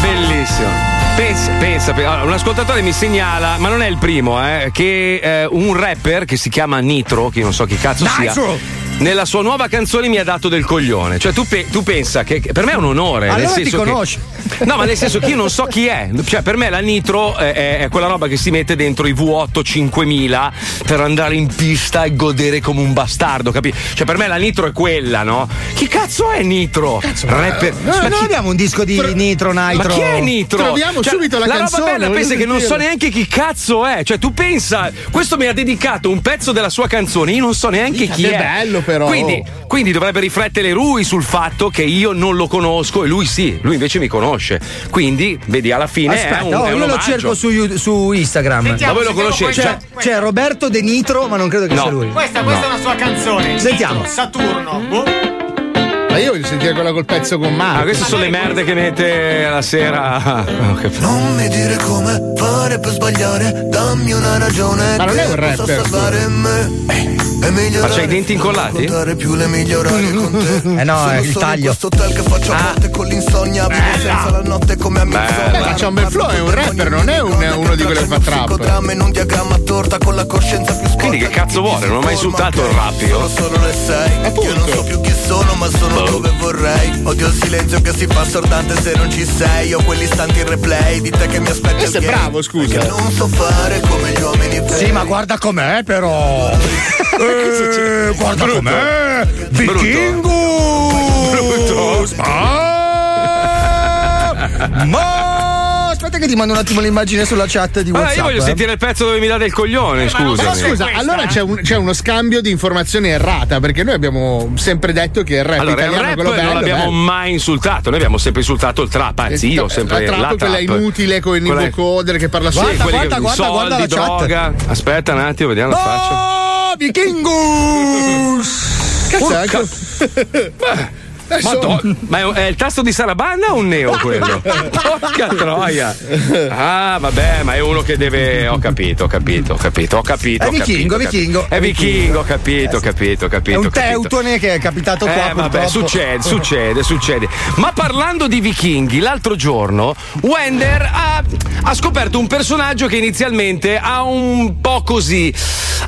Speaker 5: bellissimo. Pensa, pensa, pe- allora, un ascoltatore mi segnala, ma non è il primo, eh, che eh, un rapper che si chiama Nitro, che io non so chi cazzo
Speaker 15: Nitro!
Speaker 5: sia. Nella sua nuova canzone mi ha dato del coglione. Cioè, tu, pe- tu pensa che che per me è un onore. nel
Speaker 15: Allora ti
Speaker 5: senso che-
Speaker 15: conosci.
Speaker 5: No, ma nel senso che io non so chi è. Cioè, per me la Nitro eh, è, è quella roba che si mette dentro i V8 5000 per andare in pista e godere come un bastardo, capi? Cioè, per me la Nitro è quella, no? Chi cazzo è Nitro? Rapper.
Speaker 6: No,
Speaker 5: Ma
Speaker 6: non
Speaker 5: chi-
Speaker 6: abbiamo un disco di Nitro Nitro.
Speaker 5: ma chi è Nitro?
Speaker 6: Troviamo
Speaker 5: Cioè,
Speaker 6: subito la, canzone.
Speaker 5: roba bella
Speaker 6: voglio
Speaker 5: pensa che non so
Speaker 6: sentire.
Speaker 5: neanche chi cazzo è. Cioè, tu pensa, questo mi ha dedicato un pezzo della sua canzone, io non so neanche
Speaker 15: Minchia,
Speaker 5: chi
Speaker 15: che
Speaker 5: è.
Speaker 15: bello, però.
Speaker 5: Quindi, quindi dovrebbe riflettere lui sul fatto che io non lo conosco e lui sì, lui invece mi conosce. Quindi, vedi, alla fine eh,
Speaker 6: Aspetta,
Speaker 5: è un,
Speaker 6: oh,
Speaker 5: è un
Speaker 6: io lo
Speaker 5: omaggio.
Speaker 6: cerco su, You- su Instagram.
Speaker 5: Sentiamo, Ma voi lo sentiamo conoscete?
Speaker 6: C'è,
Speaker 5: questa-
Speaker 6: c'è Cioè, Roberto De Nitro, ma non credo che
Speaker 5: No.
Speaker 6: sia lui.
Speaker 7: Questa, questa è una sua canzone.
Speaker 6: Sentiamo.
Speaker 7: Titolo, Saturno. Boh.
Speaker 4: Ma io voglio sentire quella col pezzo con Marco.
Speaker 5: Ah, queste sono le merde che mette la sera. Oh, che
Speaker 10: Non mi dire come fare per sbagliare, dammi una ragione.
Speaker 5: Ma non è un
Speaker 10: che possa
Speaker 5: rapper, tu.
Speaker 10: salvare me. E migliorare
Speaker 5: Ma c'hai i denti incollati?
Speaker 10: contare più le
Speaker 6: Ah.
Speaker 10: migliorare con te.
Speaker 6: Eh no,
Speaker 10: Sono
Speaker 6: è il
Speaker 10: solo in
Speaker 6: taglio. Eh,
Speaker 10: questo hotel che faccio a notte con l'insonnia, vivo senza la notte come a mezz'ora.
Speaker 4: Beh, ma c'è un bel flow, Cioè, è un rapper, non è un- uno di quelli che fa trap.
Speaker 10: Dramma in un diagramma torta con la coscienza più
Speaker 5: Quindi che cazzo vuole? Non ho mai insultato il rap io.
Speaker 10: Sono le sei, io non so più chi sono ma sono
Speaker 16: Boh.
Speaker 10: dove vorrei Odio il silenzio che si fa sordante se non ci sei Ho quell'istante in replay di te che mi aspetta Questo è bravo,
Speaker 4: scusa
Speaker 10: Che non so fare come gli uomini
Speaker 15: Sì, ma guarda com'è, però. Eh, guarda
Speaker 10: Brutto.
Speaker 15: com'è.
Speaker 6: Oh,
Speaker 15: Vichingo. Brutto. Ma. Ma.
Speaker 17: aspetta che ti mando un attimo l'immagine sulla chat di
Speaker 5: Allora,
Speaker 17: WhatsApp.
Speaker 5: io voglio
Speaker 17: eh.
Speaker 5: sentire eh. il pezzo dove mi date il coglione, scusa.
Speaker 4: Però scusa, allora c'è, un- c'è uno scambio di informazioni errata, perché noi abbiamo sempre detto che il rap
Speaker 5: Allora, il
Speaker 4: italiano è
Speaker 5: rap
Speaker 4: quello
Speaker 5: non
Speaker 4: bello.
Speaker 5: l'abbiamo
Speaker 4: bello.
Speaker 5: mai insultato, noi abbiamo sempre insultato il trap, anzi io ho sempre
Speaker 4: la trap,
Speaker 5: la
Speaker 4: quella
Speaker 5: trap.
Speaker 4: inutile con il
Speaker 5: Quella-
Speaker 4: Nico Coder che parla
Speaker 5: Sì,
Speaker 4: solo
Speaker 5: quelli che- soldi, droga. Aspetta un attimo, vediamo la faccia.
Speaker 4: Oh, Vichingus! Cazzo,
Speaker 5: Porca-
Speaker 4: anche- Beh,
Speaker 5: Madonna,
Speaker 4: insomma.
Speaker 5: ma è, è il tasto di Sarabanda o un neo quello? Porca troia! Ah, vabbè, ma è uno che deve. Ho capito, ho capito, ho capito, ho capito.
Speaker 17: È
Speaker 5: ho capito,
Speaker 17: vichingo,
Speaker 5: ho capito.
Speaker 17: vichingo.
Speaker 5: È vichingo, ho capito, ho capito, ho
Speaker 17: È
Speaker 5: capito. ho
Speaker 17: un
Speaker 5: capito.
Speaker 17: teutone che è capitato qua.
Speaker 5: Eh, vabbè,
Speaker 17: purtroppo.
Speaker 5: succede, succede, succede. Ma parlando di vichinghi, l'altro giorno Wender ha, ha scoperto un personaggio che inizialmente ha un po' così,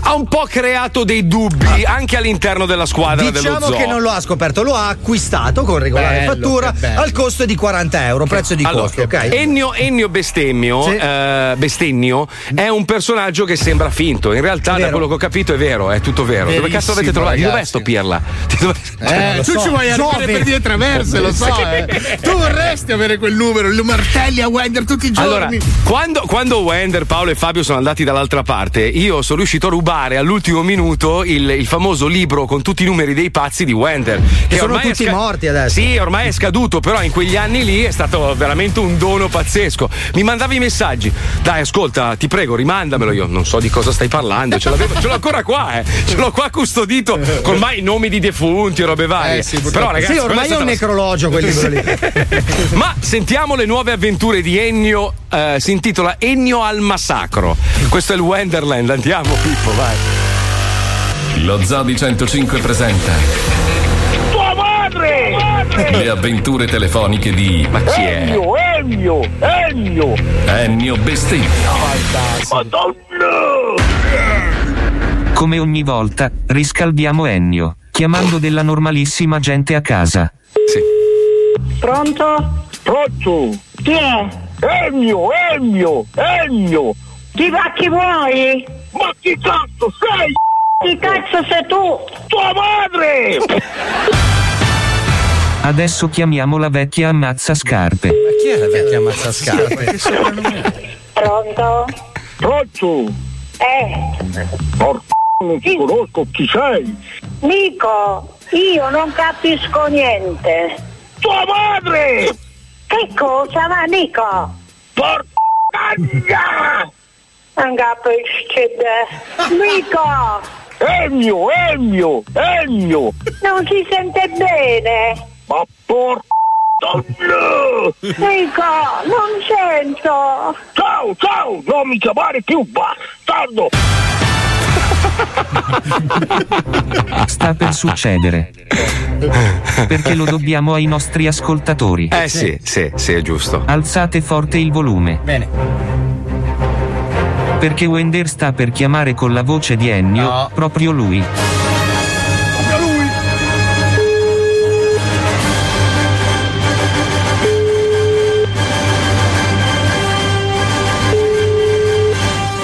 Speaker 5: ha un po' creato dei dubbi anche all'interno della squadra dello
Speaker 6: Ah. Diciamo
Speaker 5: zoo.
Speaker 6: che non lo ha scoperto, lo ha acquistato con regolare
Speaker 5: Bello,
Speaker 6: fattura
Speaker 5: che bello.
Speaker 6: al costo di 40 euro, prezzo di
Speaker 5: Allora,
Speaker 6: costo, ok?
Speaker 5: Ennio, Ennio Bestemmio,
Speaker 6: Sì.
Speaker 5: eh, Bestennio è un personaggio che sembra finto. In realtà, da quello che ho capito, è vero, è tutto vero. Dove cazzo
Speaker 4: Verissimo,
Speaker 5: avete trovato? Di
Speaker 4: ragazzi.
Speaker 5: dov'è sto Pirla? Di dove-
Speaker 4: Eh, tu ci vuoi arrivare per dire traverse, lo so. eh. Tu vorresti avere quel numero, lo martelli a Wender tutti i giorni.
Speaker 5: Allora, quando, quando Wender, Paolo e Fabio sono andati dall'altra parte, io sono riuscito a rubare all'ultimo minuto il, il famoso libro con tutti i numeri dei pazzi di Wender.
Speaker 6: Che sono
Speaker 5: ormai è
Speaker 6: tutti
Speaker 5: sca-
Speaker 6: morti adesso.
Speaker 5: Sì, ormai è scaduto, però in quegli anni lì è stato veramente un dono pazzesco. Mi mandavi i messaggi, dai, ascolta, ti prego, rimandamelo. Io non so di cosa stai parlando, ce, l'avevo- ce l'ho ancora qua, eh. ce l'ho qua custodito con ormai nomi di defunti e robe varie. però, ragazzi,
Speaker 6: Eh sì,
Speaker 5: quella
Speaker 6: ormai è
Speaker 5: stata
Speaker 6: un
Speaker 5: la-
Speaker 6: necrologio quel libro lì.
Speaker 5: ma sentiamo le nuove avventure di Ennio. eh, si intitola Ennio al massacro. Questo è il Wonderland. Andiamo, Pippo, vai.
Speaker 1: Lo Zoo di 105 presenta
Speaker 15: Tua madre!
Speaker 1: le avventure telefoniche di. Ma chi è?
Speaker 15: Ennio, Ennio, Ennio!
Speaker 1: Ennio Bestemmio.
Speaker 16: Come ogni volta, riscaldiamo Ennio, chiamando della normalissima gente a casa.
Speaker 15: Pronto? Pronto? Chi è? Ennio, Ennio, Ennio! Chi va chi vuoi? Ma chi cazzo sei? Chi cazzo sei tu? Tua madre!
Speaker 16: Adesso chiamiamo la vecchia ammazza scarpe. Ma
Speaker 6: chi è la vecchia ammazza
Speaker 15: Pronto? Pronto? Eh? Porco, non ti conosco, chi sei?
Speaker 13: Nico, io non capisco niente.
Speaker 15: Tua madre!
Speaker 13: Che
Speaker 15: Ecco,
Speaker 13: cosa, ma Nico?
Speaker 15: Porcagna!
Speaker 13: Non capisci bene. Nico,
Speaker 15: Ennio, Ennio, Ennio!
Speaker 13: non si sente bene.
Speaker 15: Ma porco!
Speaker 13: Nico, non sento.
Speaker 15: Ciao, ciao! Non mi chiamare più bastardo!
Speaker 16: Sta per succedere. Perché lo dobbiamo ai nostri ascoltatori.
Speaker 5: Eh sì, sì, sì, è giusto.
Speaker 16: Alzate forte il volume.
Speaker 6: Bene.
Speaker 16: Perché Wender sta per chiamare con la voce di Ennio, proprio lui.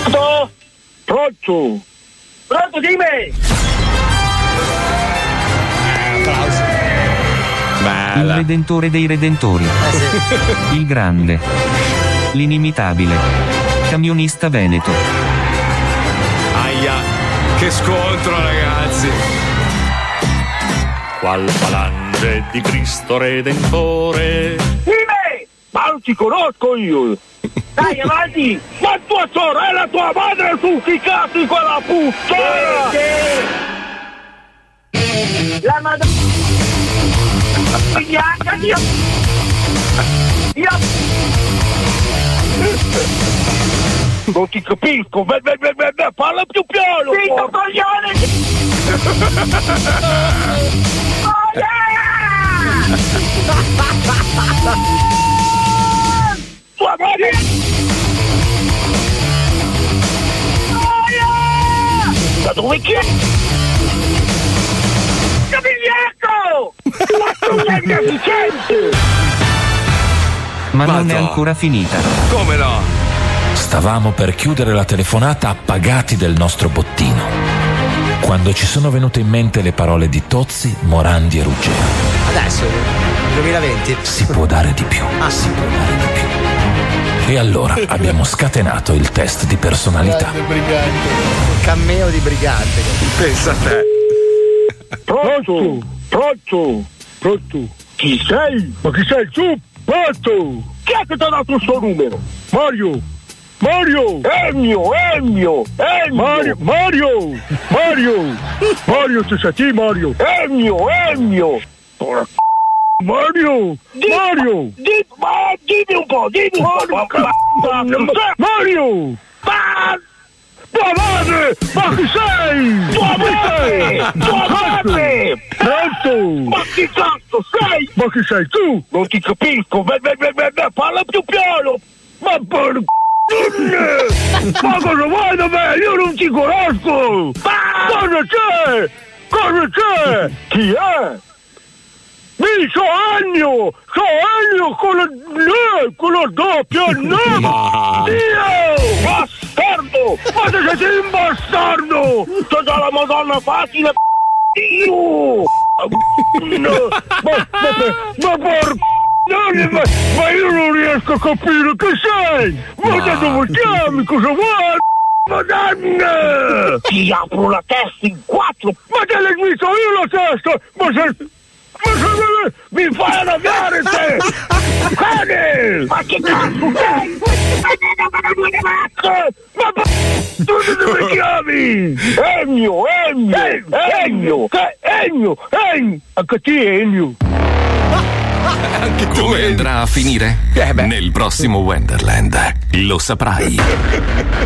Speaker 15: Pronto? Pronto? Pronto, dimmi!
Speaker 16: Il redentore dei redentori. Il grande. L'inimitabile. Camionista veneto.
Speaker 5: Aia, che scontro, ragazzi.
Speaker 10: Qual falange di Cristo Redentore?
Speaker 15: Dimmi! Ma non ti conosco io! Dai, avanti! Ma tua sorella, tua madre, tutti i cazzi quella puttana! La madonna! Io! Non ti capisco! Beh, beh, beh, beh, beh, parla più piano! Zitto, coglione! Oh, Tua madre! Da dove chi? Capigliacco! Quattro magnificenti!
Speaker 14: Ah.
Speaker 16: Ma non è ancora finita.
Speaker 5: Come no?
Speaker 18: Stavamo per chiudere la telefonata appagati del nostro bottino, quando ci sono venute in mente le parole di Tozzi, Morandi e Ruggero.
Speaker 6: Adesso, Ah, 2020.
Speaker 18: Si può dare di più. Si può dare di più. E allora abbiamo scatenato il test di personalità.
Speaker 17: Grande brigante. Cammeo di brigante.
Speaker 5: Pensa a te.
Speaker 15: Pronto? Pronto? Pronto? Chi sei? Ma chi sei tu? Pronto? Chi è che ti ha dato il suo numero? Mario! Mario! Ennio! Ennio! Ennio! Mario! Mario! Mario! Mario, tu sei chi Mario? Ennio! Ennio! Porca c***o, Mario! Mario! Di, ma, dimmi un po', dimmi un po'! Mario! Tua madre! Ma chi sei? Tua madre! Tua madre! Pronto! Ma chi cazzo sei? Ma chi sei tu? Non ti capisco! Beh, beh, beh, beh, beh, parla più piano! Ma porco! Ma cosa vuoi da me? Io non ti conosco! Cosa c'è? Cosa c'è? Chi è? Mi sono Ennio! Sono Ennio con la... eh, con la doppia N!
Speaker 5: Ma-
Speaker 15: Dio! Bastardo! Ma te sei un bastardo! Ti do la madonna facile, c***o! Dio! No! Ma, ma, ma, ma por... no, ma, ma io non riesco a capire che sei! Ma da dove chiami? Cosa vuoi? Madonna! Ti apro la testa in quattro! Ma te l'hai visto io la testa! Ma sei... Ma sei... Mi fai arrabbiare te! Cane! Ma che cazzo sei? Ma tu dove chiami? Ennio, Ennio, Ennio, Ennio, Ennio, anche ti Ennio.
Speaker 1: Come andrà a finire?
Speaker 6: Eh,
Speaker 1: Nel prossimo Wonderland. Lo saprai.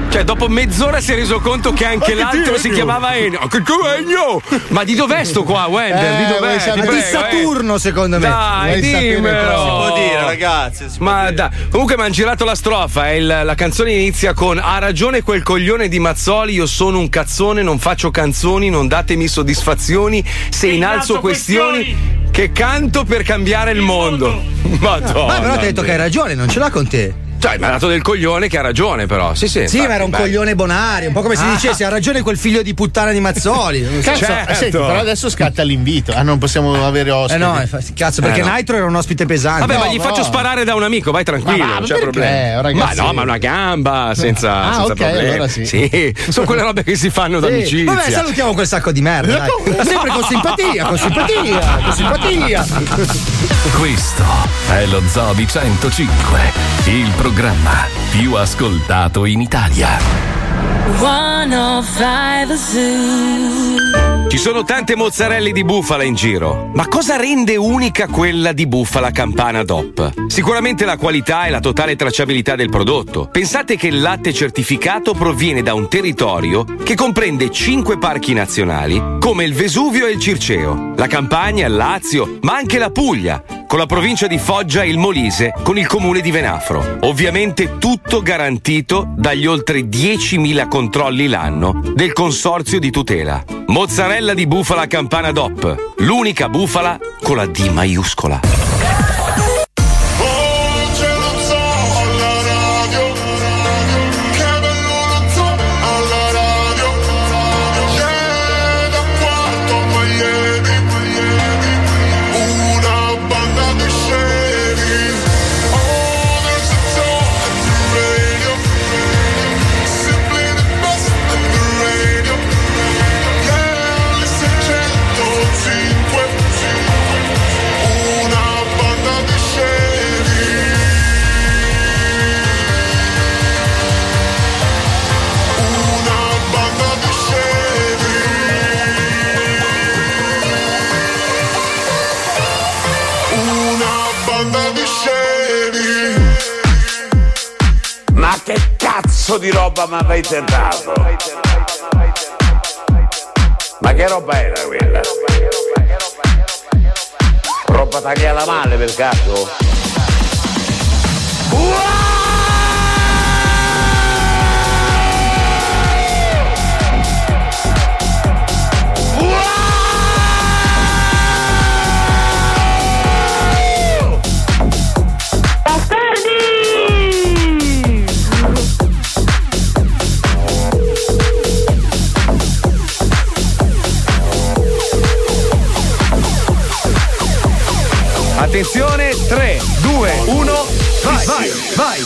Speaker 5: Cioè, dopo mezz'ora si è reso conto che anche
Speaker 1: Ma che
Speaker 5: l'altro
Speaker 1: genio!
Speaker 5: si chiamava Enio. Che genio! Ma di dov'è sto qua, Wender? di
Speaker 17: Eh,
Speaker 5: dov'è?
Speaker 17: vuoi sapere-
Speaker 5: Ti
Speaker 17: Ma di
Speaker 5: prego, eh.
Speaker 17: Saturno, secondo me.
Speaker 5: Dai,
Speaker 17: Vuoi sapere
Speaker 5: dimmelo.
Speaker 17: cosa?
Speaker 5: Si può dire, ragazzi. Ma dai, comunque mi hanno girato la strofa. eh, il- la canzone inizia con Ha ragione quel coglione di Mazzoli. Io sono un cazzone, non faccio canzoni, non datemi soddisfazioni. Se inalzo
Speaker 17: innalzo
Speaker 5: questioni, che canto per cambiare il, mondo. Madonna.
Speaker 6: Ma però ti ha detto che hai ragione, non ce l'ha con te.
Speaker 5: Cioè, mi ha dato del coglione che ha ragione, però. Sì, sì.
Speaker 6: Sì,
Speaker 5: infatti,
Speaker 6: ma era un
Speaker 5: bello.
Speaker 6: coglione bonario, un po' come si
Speaker 5: Ah.
Speaker 6: dicesse, ha ragione quel figlio di puttana di Mazzoli. Cioè, Non lo so.
Speaker 19: Cazzo,
Speaker 4: Cioè,
Speaker 5: certo.
Speaker 19: eh, senti,
Speaker 4: certo.
Speaker 19: però adesso scatta l'invito. Ah, non possiamo avere
Speaker 6: Eh
Speaker 19: ospiti.
Speaker 6: no, inf- cazzo, perché
Speaker 19: Eh, no.
Speaker 6: Nitro era un ospite pesante.
Speaker 5: Vabbè, ma
Speaker 6: No,
Speaker 5: gli
Speaker 6: no.
Speaker 5: faccio sparare da un amico, vai tranquillo,
Speaker 6: Ma va,
Speaker 5: non c'è
Speaker 6: perché,
Speaker 5: problema.
Speaker 6: ragazzi?
Speaker 5: Ma no, ma una gamba senza,
Speaker 6: Ah,
Speaker 5: senza
Speaker 6: ok,
Speaker 5: problemi.
Speaker 6: allora sì.
Speaker 5: sì. sono quelle robe che si fanno da
Speaker 6: Sì.
Speaker 5: amicizia.
Speaker 6: Vabbè, salutiamo quel sacco di merda. dai. Ma Sempre con simpatia, con simpatia, con simpatia.
Speaker 1: Questo è lo Zobi 105, il programma più ascoltato in Italia.
Speaker 3: 105 Zoo.
Speaker 5: Ci sono tante mozzarelle di bufala in giro, ma cosa rende unica quella di bufala campana DOP? Sicuramente la qualità e la totale tracciabilità del prodotto. Pensate che il latte certificato proviene da un territorio che comprende 5 parchi nazionali, come il Vesuvio e il Circeo, la Campania, il Lazio, ma anche la Puglia con la provincia di Foggia e il Molise, con il comune di Venafro. Ovviamente tutto garantito dagli oltre 10.000 controlli l'anno del consorzio di tutela. Mozzarella di bufala campana DOP, l'unica bufala con la D maiuscola.
Speaker 15: ce lo so alla radio che bello lo so alla radio c'è da quanto Miami una banda di scemi oh there's a song at the radio simply the best at the radio yeah listen 105 una banda di scemi Una banda di scemi Una banda di scemi
Speaker 12: Ma che cazzo di roba mi avete tentato? Ma che roba era quella? Roba tagliata male per caso?
Speaker 15: Bastardi!
Speaker 5: Attenzione, 3, 2, 1, vai, vai, vai.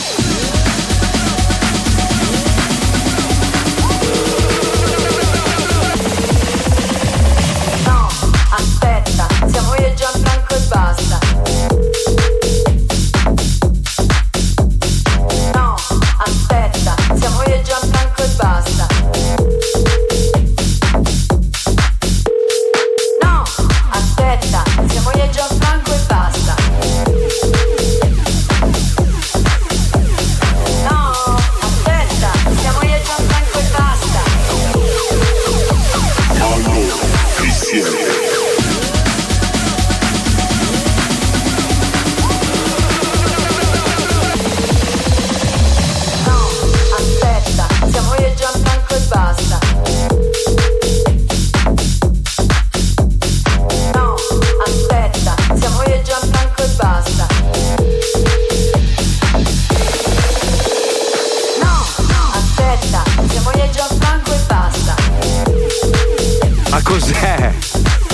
Speaker 5: Cos'è?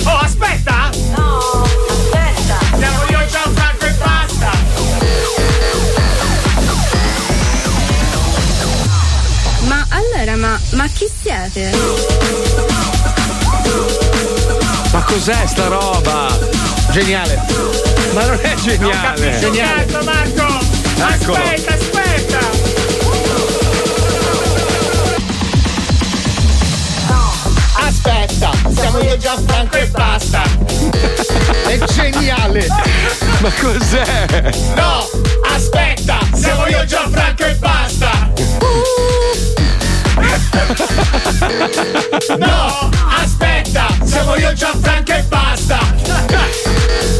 Speaker 7: Oh, aspetta! No, aspetta! Devo io già un franco e basta!
Speaker 20: Ma allora, ma, ma chi siete?
Speaker 5: Ma cos'è sta roba? Geniale. Ma non è
Speaker 7: Non
Speaker 5: geniale.
Speaker 7: capisci un cazzo, Marco!
Speaker 5: Eccolo.
Speaker 7: Aspetta, aspetta!
Speaker 19: Aspetta, siamo io Gianfranco e basta. È geniale.
Speaker 5: Ma cos'è?
Speaker 19: No, aspetta, siamo io Gianfranco e basta.
Speaker 7: No, aspetta! Siamo io Gianfranco e basta!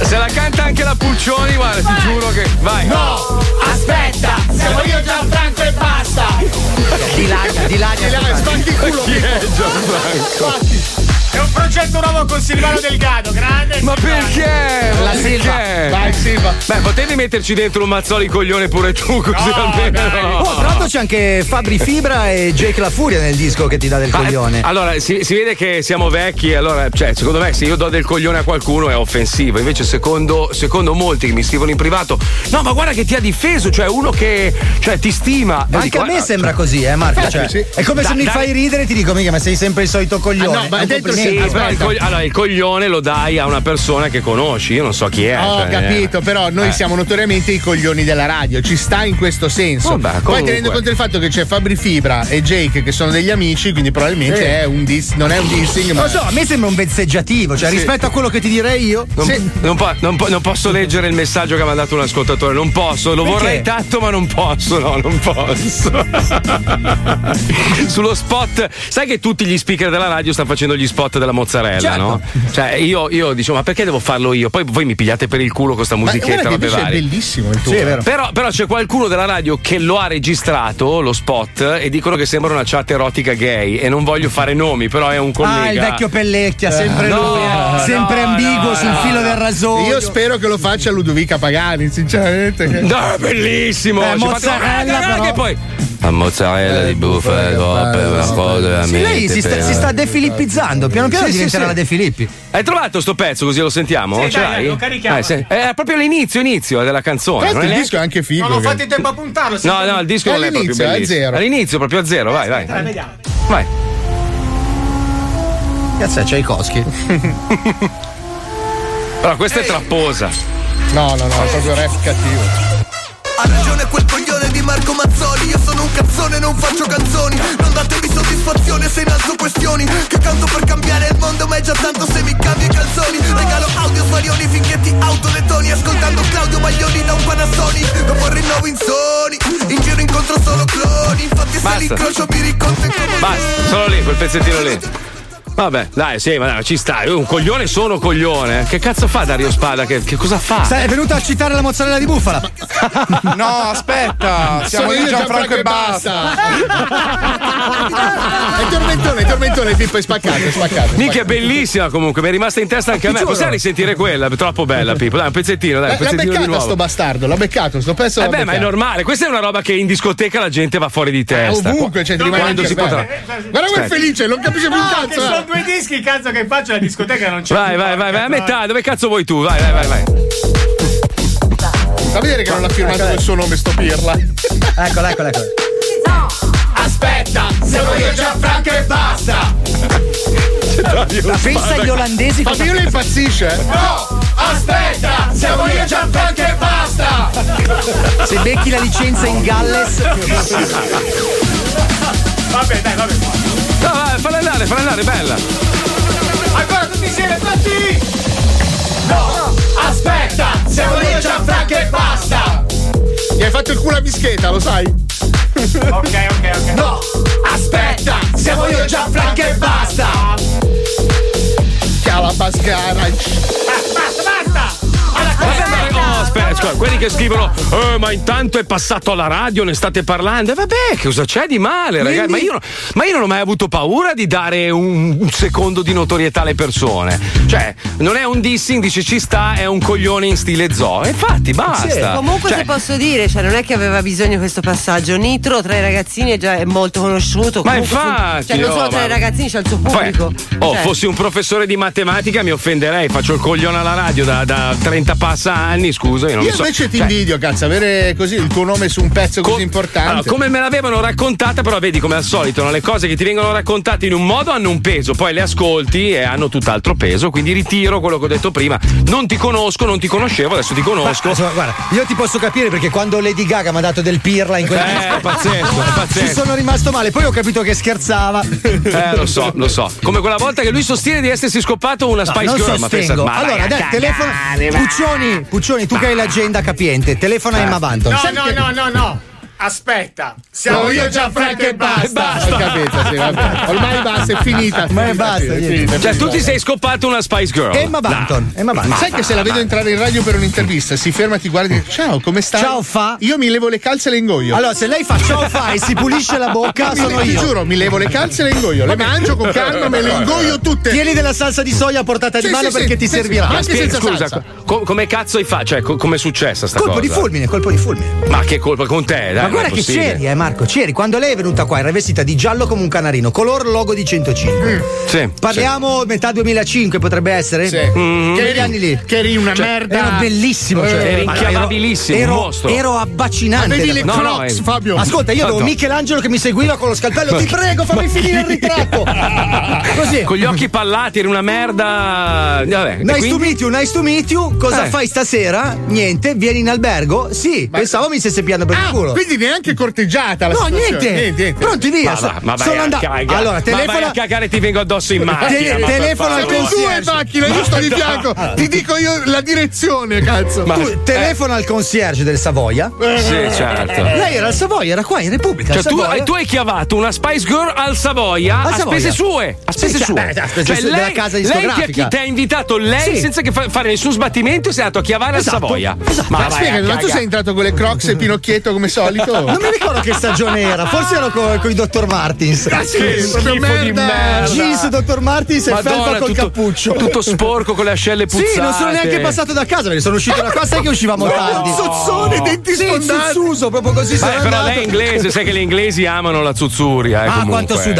Speaker 5: Se la canta anche la Puccioni, guarda, ti giuro che. Vai!
Speaker 7: No, aspetta! Siamo io Gianfranco e basta!
Speaker 17: Dilagna, dilagna,
Speaker 19: dilagna,
Speaker 7: spacchi il culo!
Speaker 5: Chi è Gianfranco?
Speaker 7: È un progetto nuovo con Silvano Delgado, grande!
Speaker 5: Ma
Speaker 7: Silvano.
Speaker 5: perché? Ma perché? Beh, potevi metterci dentro un mazzoli coglione pure tu, così almeno.
Speaker 6: Oh, tra l'altro c'è anche Fabri Fibra e Jake La Furia nel disco che ti dà del
Speaker 5: Ah,
Speaker 6: coglione.
Speaker 5: Allora, si, si vede che siamo vecchi, allora, cioè, secondo me se io do del coglione a qualcuno è offensivo, invece secondo, secondo molti che mi scrivono in privato, no, ma guarda che ti ha difeso, cioè uno che cioè, ti stima.
Speaker 6: Ma
Speaker 5: Io
Speaker 6: anche
Speaker 5: dico,
Speaker 6: a me
Speaker 5: guarda,
Speaker 6: sembra
Speaker 5: cioè-
Speaker 6: così, eh, Marco. Cioè,
Speaker 5: Sì.
Speaker 6: È come se
Speaker 5: Da-
Speaker 6: mi
Speaker 5: da-
Speaker 6: fai ridere e ti dico, mica, ma sei sempre il solito coglione.
Speaker 4: Ah, no, ma
Speaker 6: È un
Speaker 4: dentro sì,
Speaker 6: complimento.
Speaker 5: Sì, però il, cogl- allora, il coglione lo dai a una persona che conosci, io non so chi
Speaker 6: Ah,
Speaker 5: è.
Speaker 4: Ho
Speaker 5: cioè,
Speaker 4: capito,
Speaker 5: eh.
Speaker 4: però noi
Speaker 5: Eh.
Speaker 4: siamo notoriamente i coglioni della radio, ci sta in questo senso.
Speaker 5: Vabbè,
Speaker 4: Poi
Speaker 5: comunque.
Speaker 4: tenendo conto del fatto che c'è Fabri Fibra e Jake che sono degli amici, quindi probabilmente
Speaker 6: Sì.
Speaker 4: è un dis- non è un dissing, ma
Speaker 6: Lo so, a me sembra un vezzeggiativo, cioè
Speaker 4: Sì.
Speaker 6: rispetto a quello che ti direi io.
Speaker 5: Non,
Speaker 6: Sì.
Speaker 5: non po- non po- non posso leggere il messaggio che mi ha mandato un ascoltatore, non posso, lo
Speaker 6: Perché?
Speaker 5: vorrei tanto ma non posso, no, non posso. Sullo spot, sai che tutti gli speaker della radio stanno facendo gli spot della mozzarella,
Speaker 4: Certo.
Speaker 5: no? Cioè io, io dico, ma perché devo farlo io? Poi voi mi pigliate per il culo con sta
Speaker 4: Ma
Speaker 5: musichetta,
Speaker 4: guarda che
Speaker 5: vabbè
Speaker 4: invece è
Speaker 5: varie.
Speaker 4: bellissimo il tuo.
Speaker 5: Però, però c'è qualcuno della radio che lo ha registrato, lo spot, e dicono che sembra una chat erotica gay. E non voglio fare nomi, però è un collega.
Speaker 6: Ah, il vecchio Pellecchia, sempre
Speaker 5: No,
Speaker 6: lui,
Speaker 5: no,
Speaker 6: sempre ambiguo sul filo del rasoio.
Speaker 4: Io spero che lo faccia Ludovica Pagani, sinceramente. che-
Speaker 5: No, è bellissimo!
Speaker 4: Eh,
Speaker 5: Ci fa-
Speaker 4: mozzarella,
Speaker 5: guarda, guarda
Speaker 4: però.
Speaker 5: che poi. La mozzarella di bufala per una cosa
Speaker 6: Sì, lei si sta, si sta defilippizzando, piano piano
Speaker 5: Sì, sì,
Speaker 6: diventerà
Speaker 5: sì.
Speaker 6: la De Filippi.
Speaker 5: Hai trovato sto pezzo così lo sentiamo?
Speaker 6: Sì,
Speaker 5: Ce
Speaker 6: dai,
Speaker 5: l'hai?
Speaker 6: dai, lo
Speaker 7: carichiamo.
Speaker 5: Eh, sì. Era proprio l'inizio, inizio della canzone.
Speaker 4: Tra l'altro
Speaker 5: non è
Speaker 4: il
Speaker 5: neanche-
Speaker 4: disco è anche figo.
Speaker 7: Non ho
Speaker 4: che-
Speaker 7: fatto in tempo a puntarlo!
Speaker 5: No, no, il disco non è proprio
Speaker 4: All'inizio, è a
Speaker 5: bellissimo.
Speaker 4: zero.
Speaker 5: All'inizio, proprio a zero, vai, vai.
Speaker 7: Dai, vediamo.
Speaker 5: Vai.
Speaker 6: Cazzo, c'è i coschi.
Speaker 5: Però questa è trapposa.
Speaker 4: No, no, no, è proprio rap cattivo.
Speaker 21: Ha ragione quel coglione di Marco Mazzoli Io sono un cazzone, non faccio canzoni Non datemi soddisfazione se innalzo questioni Che canto per cambiare il mondo ma è già tanto se mi cambio i calzoni Regalo audio svarioni finché ti autoletoni Ascoltando Claudio Maglioni da un Panasonic Dopo il rinnovo in Sony In giro incontro solo cloni Infatti se
Speaker 5: Basta.
Speaker 21: li incrocio mi ricontro
Speaker 5: Basta, solo lì, quel pezzettino lì. Vabbè, dai, sì, ma dai, ci sta. Io un coglione sono coglione. Che cazzo fa Dario Spada? Che, che cosa fa?
Speaker 6: Sta- è venuto a citare la mozzarella di bufala.
Speaker 22: No, aspetta,
Speaker 5: Eh,
Speaker 22: siamo
Speaker 4: Sono
Speaker 22: io
Speaker 4: io
Speaker 22: Gianfranco e basta.
Speaker 4: È tormentone, è tormentone, Pippo, è spaccato, è spaccato. è
Speaker 5: Mica è
Speaker 4: spaccato.
Speaker 5: bellissima comunque, mi è rimasta in testa anche a
Speaker 4: Ti
Speaker 5: me.
Speaker 4: giuro.
Speaker 5: Possiamo risentire quella? È troppo bella, Pippo. Dai, un pezzettino, dai,
Speaker 4: L'ha
Speaker 5: un
Speaker 4: l'ha
Speaker 5: pezzettino di
Speaker 4: beccato
Speaker 5: nuovo.
Speaker 4: sto bastardo, l'ha beccato, sto pezzo
Speaker 5: Eh
Speaker 4: l'ha
Speaker 5: beh, ma è
Speaker 4: beccato.
Speaker 5: normale, questa è una roba che in discoteca la gente va fuori di testa.
Speaker 4: ovunque, cioè, ti rimane
Speaker 5: quando
Speaker 4: anche
Speaker 5: si
Speaker 4: il
Speaker 5: potrà.
Speaker 4: bello. Guarda quel
Speaker 5: Aspetta.
Speaker 4: felice, non capisce più un
Speaker 7: No, che
Speaker 4: cazzo. eh.
Speaker 7: sono due dischi, cazzo, che faccio alla discoteca, non c'è.
Speaker 5: Vai,
Speaker 7: più,
Speaker 5: vai, vai, vai, a
Speaker 7: porca troia.
Speaker 5: metà, dove cazzo vuoi tu? Vai, vai, vai, vai.
Speaker 4: Fa vedere che non ha
Speaker 5: Eh.
Speaker 4: firmato il suo nome, sto pirla.
Speaker 6: Eccola, eccola, eccola.
Speaker 7: Aspetta, siamo io Gianfranco e basta!
Speaker 6: Ma pensa agli olandesi
Speaker 4: Ma
Speaker 6: cosa-
Speaker 4: io impazzisce. eh.
Speaker 7: No! Aspetta! Siamo io Gianfranco e basta!
Speaker 6: Se becchi la licenza in Galles.
Speaker 7: Vabbè, dai, vabbè.
Speaker 5: No, vai, falla andare, falla andare, bella.
Speaker 7: Ancora tutti insieme, fatti! No! Aspetta! Siamo io Gianfranco e basta!
Speaker 4: Gli hai fatto il culo a bischetta, lo sai?
Speaker 7: Ok, ok, ok. No! Aspetta! Siamo io Gianfranco e basta!
Speaker 4: Chiala Bascara.
Speaker 7: Basta, basta!
Speaker 5: Oh, aspetta, scusa, quelli che scrivono "Eh, ma intanto è passato alla radio, ne state parlando". E vabbè, che cosa c'è di male, ragazzi? Ma io, non- ma io non ho mai avuto paura di dare un, un secondo di notorietà alle persone. Cioè, non è un dissing, dice ci sta, è un coglione in stile zoo. E Infatti, basta.
Speaker 2: Comunque
Speaker 5: Cioè,
Speaker 2: ti posso dire, cioè, non è che aveva bisogno di questo passaggio. Nitro tra i ragazzini è già molto conosciuto.
Speaker 5: Ma
Speaker 2: comunque fun-
Speaker 5: infatti,
Speaker 2: cioè, non
Speaker 5: oh,
Speaker 2: solo tra
Speaker 5: ma-
Speaker 2: i ragazzini, c'è il suo
Speaker 5: Poi,
Speaker 2: pubblico.
Speaker 5: oh,
Speaker 2: Cioè,
Speaker 5: fossi un professore di matematica mi offenderei, faccio il coglione alla radio da, da 30 passa anni, scusa, io non
Speaker 4: Io
Speaker 5: so.
Speaker 4: invece ti
Speaker 5: Cioè,
Speaker 4: invidio, cazzo, avere così il tuo nome su un pezzo così importante.
Speaker 5: allora, come me l'avevano raccontata, però vedi come al solito, no? le cose che ti vengono raccontate in un modo hanno un peso, poi le ascolti e hanno tutt'altro peso, quindi ritiro quello che ho detto prima. Non ti conosco, non ti conoscevo, adesso ti conosco.
Speaker 6: Insomma, Cioè, guarda, io ti posso capire perché quando Lady Gaga mi ha dato del pirla in quella
Speaker 5: Eh, è pazzesco, è
Speaker 6: ci
Speaker 5: pazzesco.
Speaker 6: sono rimasto male, poi ho capito che scherzava.
Speaker 5: Eh, lo so, lo so. Come quella volta che lui sostiene di essersi scoppato una
Speaker 6: No,
Speaker 5: Spice
Speaker 6: non
Speaker 5: Girl, ma pensa,
Speaker 6: sostengo.
Speaker 5: ma
Speaker 6: allora,
Speaker 5: vai a
Speaker 6: Eh, dai,
Speaker 5: cagare,
Speaker 6: telefono.
Speaker 5: va.
Speaker 6: Puccioni, Puccioni, tu che hai l'agenda capiente, telefona
Speaker 4: Eh.
Speaker 6: in Mavanto.
Speaker 19: No,
Speaker 6: Sai
Speaker 19: no,
Speaker 6: che-
Speaker 19: no, no, no. Aspetta, siamo
Speaker 4: No,
Speaker 19: io,
Speaker 4: no.
Speaker 19: Gianfranco e basta.
Speaker 4: Ho capito, sì, vabbè. Ormai basta, è finita.
Speaker 6: Ma è
Speaker 4: finita,
Speaker 6: basta,
Speaker 4: finita,
Speaker 6: niente.
Speaker 4: finita,
Speaker 5: Cioè, tu
Speaker 4: finita.
Speaker 5: ti sei scoppato una Spice Girl.
Speaker 4: Emma
Speaker 5: Banton.
Speaker 4: Sai che se la vedo entrare in radio per un'intervista, si ferma, ti guarda e dice: Ciao, come stai? Ciao, fa. Io mi levo le calze e le ingoio.
Speaker 6: Allora, se lei fa ciao fa e si pulisce la bocca,
Speaker 4: Mi-
Speaker 6: sono
Speaker 4: ti
Speaker 6: io.
Speaker 4: giuro, mi levo le calze e le ingoio. Le
Speaker 6: Vabbè.
Speaker 4: mangio con calma, me le ingoio tutte.
Speaker 6: Tieni della salsa di soia a portata di
Speaker 4: Sì,
Speaker 6: mano
Speaker 4: sì,
Speaker 6: perché
Speaker 4: sì,
Speaker 6: ti
Speaker 4: sì, sì.
Speaker 6: servirà.
Speaker 5: Ma spiega- scusa, co- come cazzo hai fatto? Cioè, co- come è successa sta
Speaker 6: Colpo
Speaker 5: cosa?
Speaker 6: di fulmine, colpo di fulmine.
Speaker 5: Ma che colpa con te, dai.
Speaker 6: Ma
Speaker 5: non
Speaker 6: guarda
Speaker 5: è
Speaker 6: che
Speaker 5: possibile.
Speaker 6: c'eri, eh Marco, c'eri. Quando lei è venuta qua era vestita di giallo come un canarino, color logo di 105.
Speaker 5: Sì,
Speaker 6: Parliamo metà 2005 potrebbe essere?
Speaker 4: Mm. Sì. Mhm.
Speaker 6: Che eri anni lì?
Speaker 4: Che eri una
Speaker 6: Cioè,
Speaker 4: merda.
Speaker 6: Era bellissimo, cioè,
Speaker 4: Eh,
Speaker 6: ero-
Speaker 4: eri inchiavabilissimo, un
Speaker 6: ero,
Speaker 4: mostro.
Speaker 6: ero abbacinante.
Speaker 4: Avevi le
Speaker 6: No,
Speaker 4: Crocs,
Speaker 6: no, eh.
Speaker 4: Fabio.
Speaker 6: Ascolta, io avevo
Speaker 4: Tanto-
Speaker 6: Michelangelo che mi seguiva con lo scalpello. Ti prego, fammi finire il ritratto. Ah, Così.
Speaker 5: Con gli occhi pallati, eri una merda. Vabbè.
Speaker 6: Nice
Speaker 5: quindi-
Speaker 6: to meet you, nice to meet you. Cosa
Speaker 5: Eh.
Speaker 6: fai stasera? Niente, vieni in albergo? Sì, pensavo mi stesse piano per il culo.
Speaker 4: Ah, Quindi neanche corteggiata la
Speaker 6: No,
Speaker 4: situazione.
Speaker 6: niente. Pronti via.
Speaker 5: Ma,
Speaker 6: so-
Speaker 5: va- ma vai
Speaker 6: sono
Speaker 5: a
Speaker 6: andato.
Speaker 5: cagare.
Speaker 6: Allora,
Speaker 5: Ma vai
Speaker 6: telefona.
Speaker 5: a cagare e ti vengo addosso in macchina.
Speaker 6: Te-
Speaker 5: ma per
Speaker 6: telefono al
Speaker 5: favore.
Speaker 4: Con tu e
Speaker 6: concierge.
Speaker 4: macchina, io sto di fianco. Ti dico io la direzione, cazzo.
Speaker 6: Tu telefona al concierge del Savoia. Eh.
Speaker 5: Sì, certo.
Speaker 6: Lei era al Savoia, era qua in Repubblica.
Speaker 5: Cioè,
Speaker 6: al
Speaker 5: tu,
Speaker 6: Savoia.
Speaker 5: hai- tu hai chiavato una Spice Girl al Savoia
Speaker 6: Al
Speaker 5: a
Speaker 6: Savoia.
Speaker 5: spese sue. A
Speaker 6: Sì,
Speaker 5: spese
Speaker 6: cioè,
Speaker 5: sue.
Speaker 6: beh, a spese su- della casa
Speaker 5: lei ti ha,
Speaker 6: discografica.
Speaker 5: chi- ti ha invitato lei
Speaker 6: Sì.
Speaker 5: senza che fa- fare nessun sbattimento e sei andato a chiavare
Speaker 4: Esatto,
Speaker 5: al Savoia.
Speaker 4: esatto. Ma,
Speaker 5: vai a
Speaker 4: spiegami, ma tu
Speaker 5: cagare.
Speaker 4: sei entrato con le Crocs e Pinocchietto come solito?
Speaker 6: Non mi ricordo che stagione era, forse ero co- con i Dr. Martins.
Speaker 4: Ah, sì, Che proprio schifo di merda. merda.
Speaker 6: Jeans, Dr. Martins e
Speaker 5: Madonna,
Speaker 6: felpa col
Speaker 5: tutto-
Speaker 6: cappuccio.
Speaker 5: Tutto sporco con le ascelle puzzate.
Speaker 6: Sì, non sono neanche passato da casa perché sono uscito da qua, sai che uscivamo
Speaker 5: No.
Speaker 6: tardi.
Speaker 5: Zozzone, denti
Speaker 6: sì,
Speaker 5: sfondati.
Speaker 6: zuzzuso, proprio così sono
Speaker 5: Beh, però
Speaker 6: andato.
Speaker 5: lei è inglese, sai che gli inglesi amano la
Speaker 6: Ah,
Speaker 5: zuzzuria. Eh, comunque.
Speaker 4: Sì,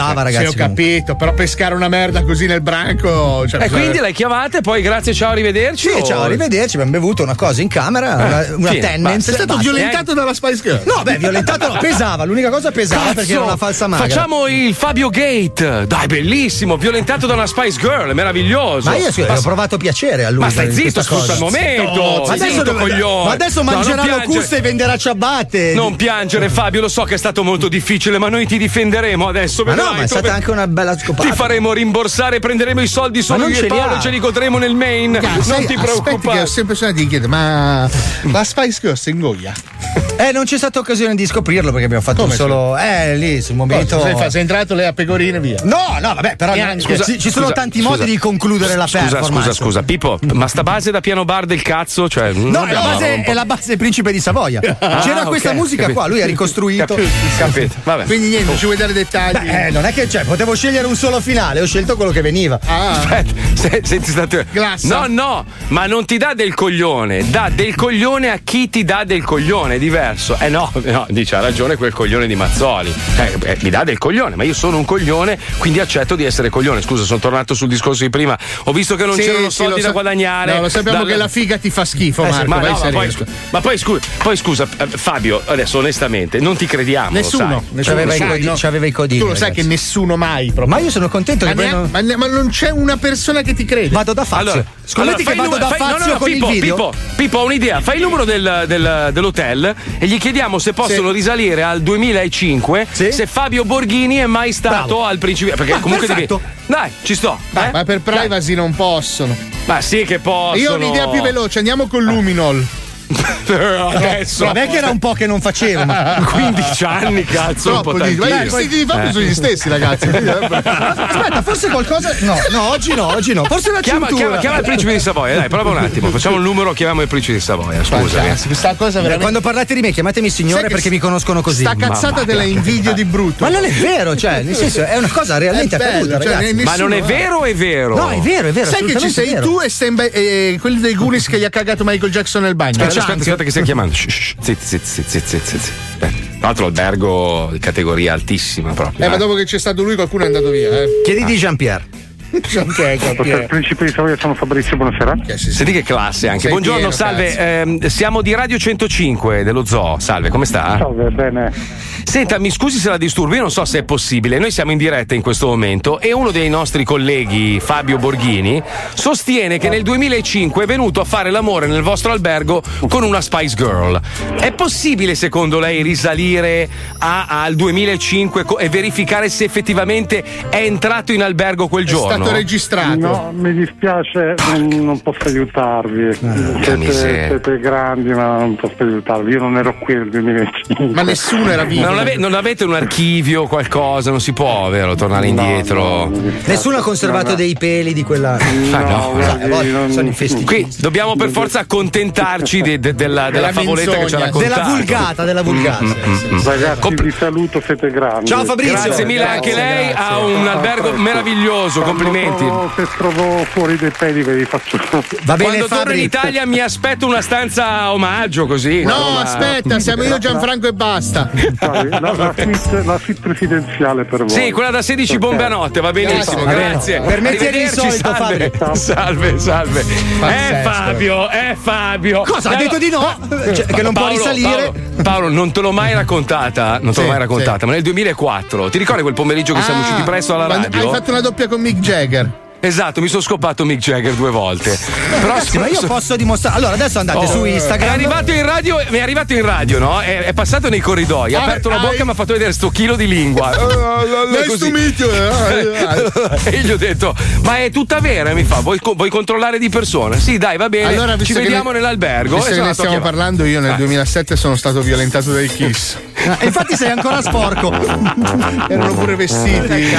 Speaker 4: ho capito, però pescare una merda così nel branco. Cioè,
Speaker 5: E Eh, quindi l'hai chiavata e poi grazie, ciao, arrivederci.
Speaker 6: Sì,
Speaker 5: o-
Speaker 6: ciao, arrivederci, abbiamo bevuto una cosa in camera, una, una
Speaker 5: Eh, fine,
Speaker 6: Tennent's,
Speaker 5: basta. È stato
Speaker 6: basta.
Speaker 5: violentato
Speaker 4: dalla Spice Girl.
Speaker 6: No, beh, violentato no, pesava, l'unica cosa pesava
Speaker 5: Cazzo,
Speaker 6: perché era una falsa magra.
Speaker 5: Facciamo il Fabio Gate. Dai, bellissimo, violentato da una Spice Girl, è meraviglioso.
Speaker 6: Ma io sì, ho provato piacere a lui.
Speaker 5: Ma stai
Speaker 6: in
Speaker 5: zitto,
Speaker 6: questa
Speaker 5: scusa,
Speaker 6: cosa.
Speaker 5: al momento.
Speaker 6: ma
Speaker 5: Zitto,
Speaker 6: adesso,
Speaker 5: coglione.
Speaker 6: ma adesso
Speaker 5: No, non
Speaker 6: mangerà
Speaker 5: piangere.
Speaker 6: locuste e venderà ciabatte.
Speaker 5: Non piangere, Fabio, lo so che è stato molto difficile, ma noi ti difenderemo adesso.
Speaker 6: ma no,
Speaker 5: vedrai,
Speaker 6: ma è
Speaker 5: tu
Speaker 6: stata
Speaker 5: ve-
Speaker 6: anche una bella scopata.
Speaker 5: Ti faremo rimborsare, prenderemo i soldi
Speaker 6: Ma
Speaker 5: solo
Speaker 6: non
Speaker 5: io
Speaker 6: ce
Speaker 5: e
Speaker 6: li
Speaker 5: Paolo,
Speaker 6: ha.
Speaker 5: ce li godremo nel main. non ti
Speaker 4: Aspetti
Speaker 5: preoccupare.
Speaker 4: che ho sempre sognato di chiedere, ma la Spice Girl si ingoia?
Speaker 6: Eh, non c'è stata occasione di scoprirlo perché abbiamo fatto
Speaker 4: Come
Speaker 6: solo. Eh, lì sul momento.
Speaker 4: Cosa sei fa- sei entrato lei a pecorine e via.
Speaker 6: No, no, vabbè, però
Speaker 4: Neanche.
Speaker 6: scusa, ci, ci sono
Speaker 5: Eh, Scusa,
Speaker 6: tanti
Speaker 5: scusa.
Speaker 6: modi di concludere la
Speaker 5: Scusa,
Speaker 6: performance.
Speaker 5: scusa, scusa, Pippo, ma sta base da piano bar del cazzo? Cioè,
Speaker 6: No, è la, base, è la base del principe di Savoia.
Speaker 5: Ah,
Speaker 6: C'era
Speaker 5: ok,
Speaker 6: questa musica
Speaker 5: capito.
Speaker 6: qua, lui ha ricostruito.
Speaker 5: Capito, capito, vabbè.
Speaker 4: Quindi niente,
Speaker 6: Oh.
Speaker 4: ci vuoi dare dettagli?
Speaker 6: Beh, eh, non è che c'è, potevo scegliere un solo finale, ho scelto quello che veniva.
Speaker 5: Aspetta, se- senti sta te- No, no, ma non ti dà del coglione, dà del coglione a chi ti dà del coglione, è diverso. Eh no, no, dice ha ragione quel coglione di Mazzoli. Eh, eh, mi dà del coglione, ma io sono un coglione, quindi accetto di essere coglione. Scusa, sono tornato sul discorso di prima. Ho visto che non
Speaker 4: Sì,
Speaker 5: c'erano
Speaker 4: sì,
Speaker 5: soldi
Speaker 4: lo
Speaker 5: da
Speaker 4: sa-
Speaker 5: guadagnare.
Speaker 4: No, lo sappiamo
Speaker 5: da-
Speaker 4: che la figa ti fa schifo,
Speaker 5: eh sì,
Speaker 4: Marco.
Speaker 5: ma,
Speaker 4: vai
Speaker 5: no, ma
Speaker 4: sereno.
Speaker 5: poi, scu- ma poi scu- poi scusa, eh, Fabio, adesso onestamente, non ti
Speaker 6: Ah,
Speaker 5: crediamo. lo
Speaker 4: Nessuno,
Speaker 5: sai.
Speaker 4: nessuno
Speaker 6: C'aveva i
Speaker 4: sai,
Speaker 6: codi- c'aveva i codini,
Speaker 4: Tu lo sai
Speaker 6: ragazzi.
Speaker 4: che nessuno mai proprio.
Speaker 6: Ma io sono contento
Speaker 4: Ma,
Speaker 6: che poi
Speaker 4: neanche-
Speaker 6: non-
Speaker 4: ma ne- ma non c'è una persona che ti crede.
Speaker 6: Vado da Fazio.
Speaker 5: Allora,
Speaker 6: Scommetti
Speaker 5: allora,
Speaker 6: Cioè, che
Speaker 5: fai il
Speaker 6: vado da
Speaker 5: numero- fai-
Speaker 6: Fazio
Speaker 5: no, no, no,
Speaker 6: con
Speaker 5: Pippo,
Speaker 6: il video.
Speaker 5: Pippo, Pippo, ho un'idea. Fai il numero del, del- dell'hotel e gli chiediamo se possono risalire al 2005 se Fabio Borghini è mai stato al principe. Perché
Speaker 6: Ah,
Speaker 4: Ma
Speaker 5: comunque devi-
Speaker 4: perfetto.
Speaker 5: Dai, ci sto. eh?
Speaker 4: Ma per privacy non possono.
Speaker 5: Ma sì che possono.
Speaker 4: Io ho un'idea più veloce, andiamo con Luminol.
Speaker 5: Adesso.
Speaker 6: Non è che era un po' che non facevo, ma
Speaker 5: 15 anni, cazzo,
Speaker 4: Troppo,
Speaker 5: un po'
Speaker 4: dici, ma i
Speaker 5: tantino.
Speaker 4: vestiti di fabbrica
Speaker 5: Eh.
Speaker 4: sono gli stessi, ragazzi. quindi, eh,
Speaker 6: Aspetta, forse qualcosa. No, no, oggi no, oggi no. Forse la
Speaker 5: Chiama,
Speaker 6: cintura.
Speaker 5: chiama, chiama il principe di Savoia, dai, prova un attimo. Facciamo un numero, chiamiamo il principe di Savoia. Scusami.
Speaker 6: Questa cosa
Speaker 5: veramente-
Speaker 6: Quando parlate di me, chiamatemi signore
Speaker 5: Sai che
Speaker 6: perché mi conoscono così.
Speaker 5: sta cazzata della
Speaker 4: invidia di brutto.
Speaker 6: Ma non è vero, cioè, nel senso, è una cosa realmente
Speaker 4: È bello,
Speaker 6: accaduta.
Speaker 4: cioè,
Speaker 6: ragazzi.
Speaker 4: ne-
Speaker 5: Ma non è
Speaker 4: nessuno, eh.
Speaker 5: vero o è vero?
Speaker 6: No, è vero, è vero.
Speaker 4: Sai che ci
Speaker 6: assolutamente
Speaker 4: sei
Speaker 6: vero.
Speaker 4: tu e, Stan Ba- e quelli dei Goonies che gli ha cagato Michael Jackson nel bagno.
Speaker 5: Aspetta, aspetta, aspetta che stai chiamando. Shh, shh, Zitti, zitti, zitti, zitti, zitti, zitti. Aspetta. Tra l'altro albergo di categoria altissima proprio.
Speaker 4: Eh, ma dopo che c'è stato lui, qualcuno è andato via. Eh.
Speaker 6: Chiedi di Jean-Pierre.
Speaker 4: Jean-Pierre, Jean-Pierre.
Speaker 23: principe di Savoia, sono Fabrizio, buonasera.
Speaker 5: Senti che classe anche.
Speaker 23: Sei
Speaker 5: Buongiorno,
Speaker 23: pieno,
Speaker 5: salve.
Speaker 23: cazzo.
Speaker 5: ehm, siamo di Radio 105 dello Zoo. Salve, come sta?
Speaker 23: Salve, bene.
Speaker 5: Senta, mi scusi se la disturbo, io non so se è possibile. Noi siamo in diretta in questo momento e uno dei nostri colleghi, Fabio Borghini, sostiene che nel 2005 è venuto a fare l'amore nel vostro albergo con una Spice Girl. È possibile, secondo lei, risalire a- al 2005 co- e verificare se effettivamente è entrato in albergo quel giorno?
Speaker 4: registrato.
Speaker 23: No, mi dispiace, non, non posso aiutarvi.
Speaker 4: Ah,
Speaker 23: Siete,
Speaker 5: miseria.
Speaker 23: siete grandi, ma non posso aiutarvi. Io non ero qui nel 2005.
Speaker 4: Ma nessuno era
Speaker 5: Ma non, ave- non avete un archivio o qualcosa? Non si può, vero? Tornare indietro.
Speaker 6: Nessuno ha conservato dei peli di quella.
Speaker 5: Ah, no,
Speaker 6: Sai, a volte sono infestiti.
Speaker 5: Qui dobbiamo per forza accontentarci de- de- della, della
Speaker 6: Della
Speaker 5: favoletta che ci ha
Speaker 6: menzogna.
Speaker 5: raccontato.
Speaker 6: Della vulgata, della vulgata.
Speaker 5: Mm-hmm.
Speaker 23: Ragazzi, vi saluto, siete grandi.
Speaker 5: Ciao Fabrizio. Grazie mille anche lei, ha un albergo meraviglioso, complimenti.
Speaker 23: Trovo- se trovo fuori dei peli ve li faccio.
Speaker 5: Va bene, Quando torno in Italia mi aspetto una stanza a omaggio così.
Speaker 4: No,
Speaker 5: Ma-
Speaker 4: aspetta, siamo io, Gianfranco e basta.
Speaker 23: Sai, la, la, suite, la suite presidenziale per voi.
Speaker 5: Sì, quella da 16 bombe a notte, va benissimo,
Speaker 23: Va bene.
Speaker 5: grazie.
Speaker 23: Per me tieni
Speaker 5: Arrivederci,
Speaker 23: insolito,
Speaker 5: salve. Salve, salve. Eh Fabio, eh Fabio.
Speaker 6: Cosa, ha
Speaker 5: Dai,
Speaker 6: detto di no?
Speaker 5: pa-
Speaker 6: Cioè, che non può risalire?
Speaker 5: Eh, Paolo, Paolo, non te l'ho mai raccontata, non te l'ho
Speaker 4: Sì,
Speaker 5: mai raccontata, ma nel 2004, ti ricordi quel pomeriggio che siamo
Speaker 4: Ah,
Speaker 5: usciti presto alla
Speaker 4: ma
Speaker 5: radio?
Speaker 4: Hai fatto una doppia con Mick Jagger.
Speaker 5: Esatto, mi sono scopato Mick Jagger due volte. Però
Speaker 6: Ragazzi, ma io
Speaker 5: so-
Speaker 6: posso dimostrare. Allora, adesso andate
Speaker 5: Oh,
Speaker 6: su Instagram.
Speaker 5: È arrivato in radio, mi è arrivato in radio, no? È, è passato nei corridoi, ha
Speaker 6: Ah,
Speaker 5: aperto la
Speaker 6: ah,
Speaker 5: bocca e mi ha fatto vedere sto chilo di lingua.
Speaker 15: Eh,
Speaker 4: Nice
Speaker 5: Così.
Speaker 4: to meet you.
Speaker 5: e gli ho detto, ma è tutta vera? E Mi fa, vuoi, co- vuoi controllare di persona? Sì, dai, va bene,
Speaker 4: Allora,
Speaker 5: ci
Speaker 4: visto che
Speaker 5: vediamo
Speaker 4: ne-
Speaker 5: nell'albergo.
Speaker 4: Visto che ne
Speaker 5: Esatto,
Speaker 4: stiamo
Speaker 5: chiama-
Speaker 4: parlando, io nel
Speaker 5: Eh.
Speaker 4: 2007 sono stato violentato dai Kiss.
Speaker 6: Ah, Infatti sei ancora sporco.
Speaker 4: Erano pure vestiti.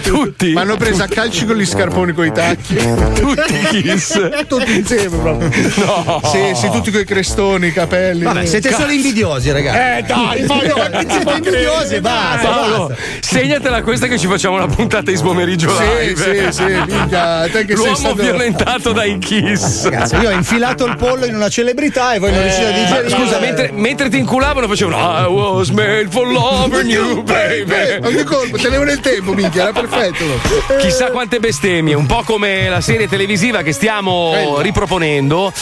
Speaker 5: Tutti.
Speaker 4: Ma hanno preso a calci con gli scarponi coi tacchi.
Speaker 5: Tutti Kiss.
Speaker 4: tutti insieme proprio.
Speaker 5: No.
Speaker 4: Sì, sì, tutti coi crestoni, i capelli.
Speaker 6: Vabbè, siete solo invidiosi, ragazzi.
Speaker 4: Eh, dai, Fabio, ma che siete invidiosi, basta,
Speaker 5: Paolo, segnatela questa che ci facciamo la puntata di sbomeriggio
Speaker 4: Sì,
Speaker 5: live.
Speaker 4: sì, sì, minchia, te che sei
Speaker 5: L'uomo
Speaker 4: stato-
Speaker 5: violentato dai Kiss.
Speaker 6: Ragazzi, io ho infilato il pollo in una celebrità e voi non riuscite a
Speaker 5: Eh, Ma
Speaker 6: digerire.
Speaker 5: scusa, mentre, mentre ti inculavano facevano I was made for loving you,
Speaker 4: Eh,
Speaker 5: baby.
Speaker 4: Ogni colpo, tenevo nel tempo, minchia, era perfetto.
Speaker 5: Chissà quante bestemmie, un po' come la serie televisiva che stiamo riproponendo.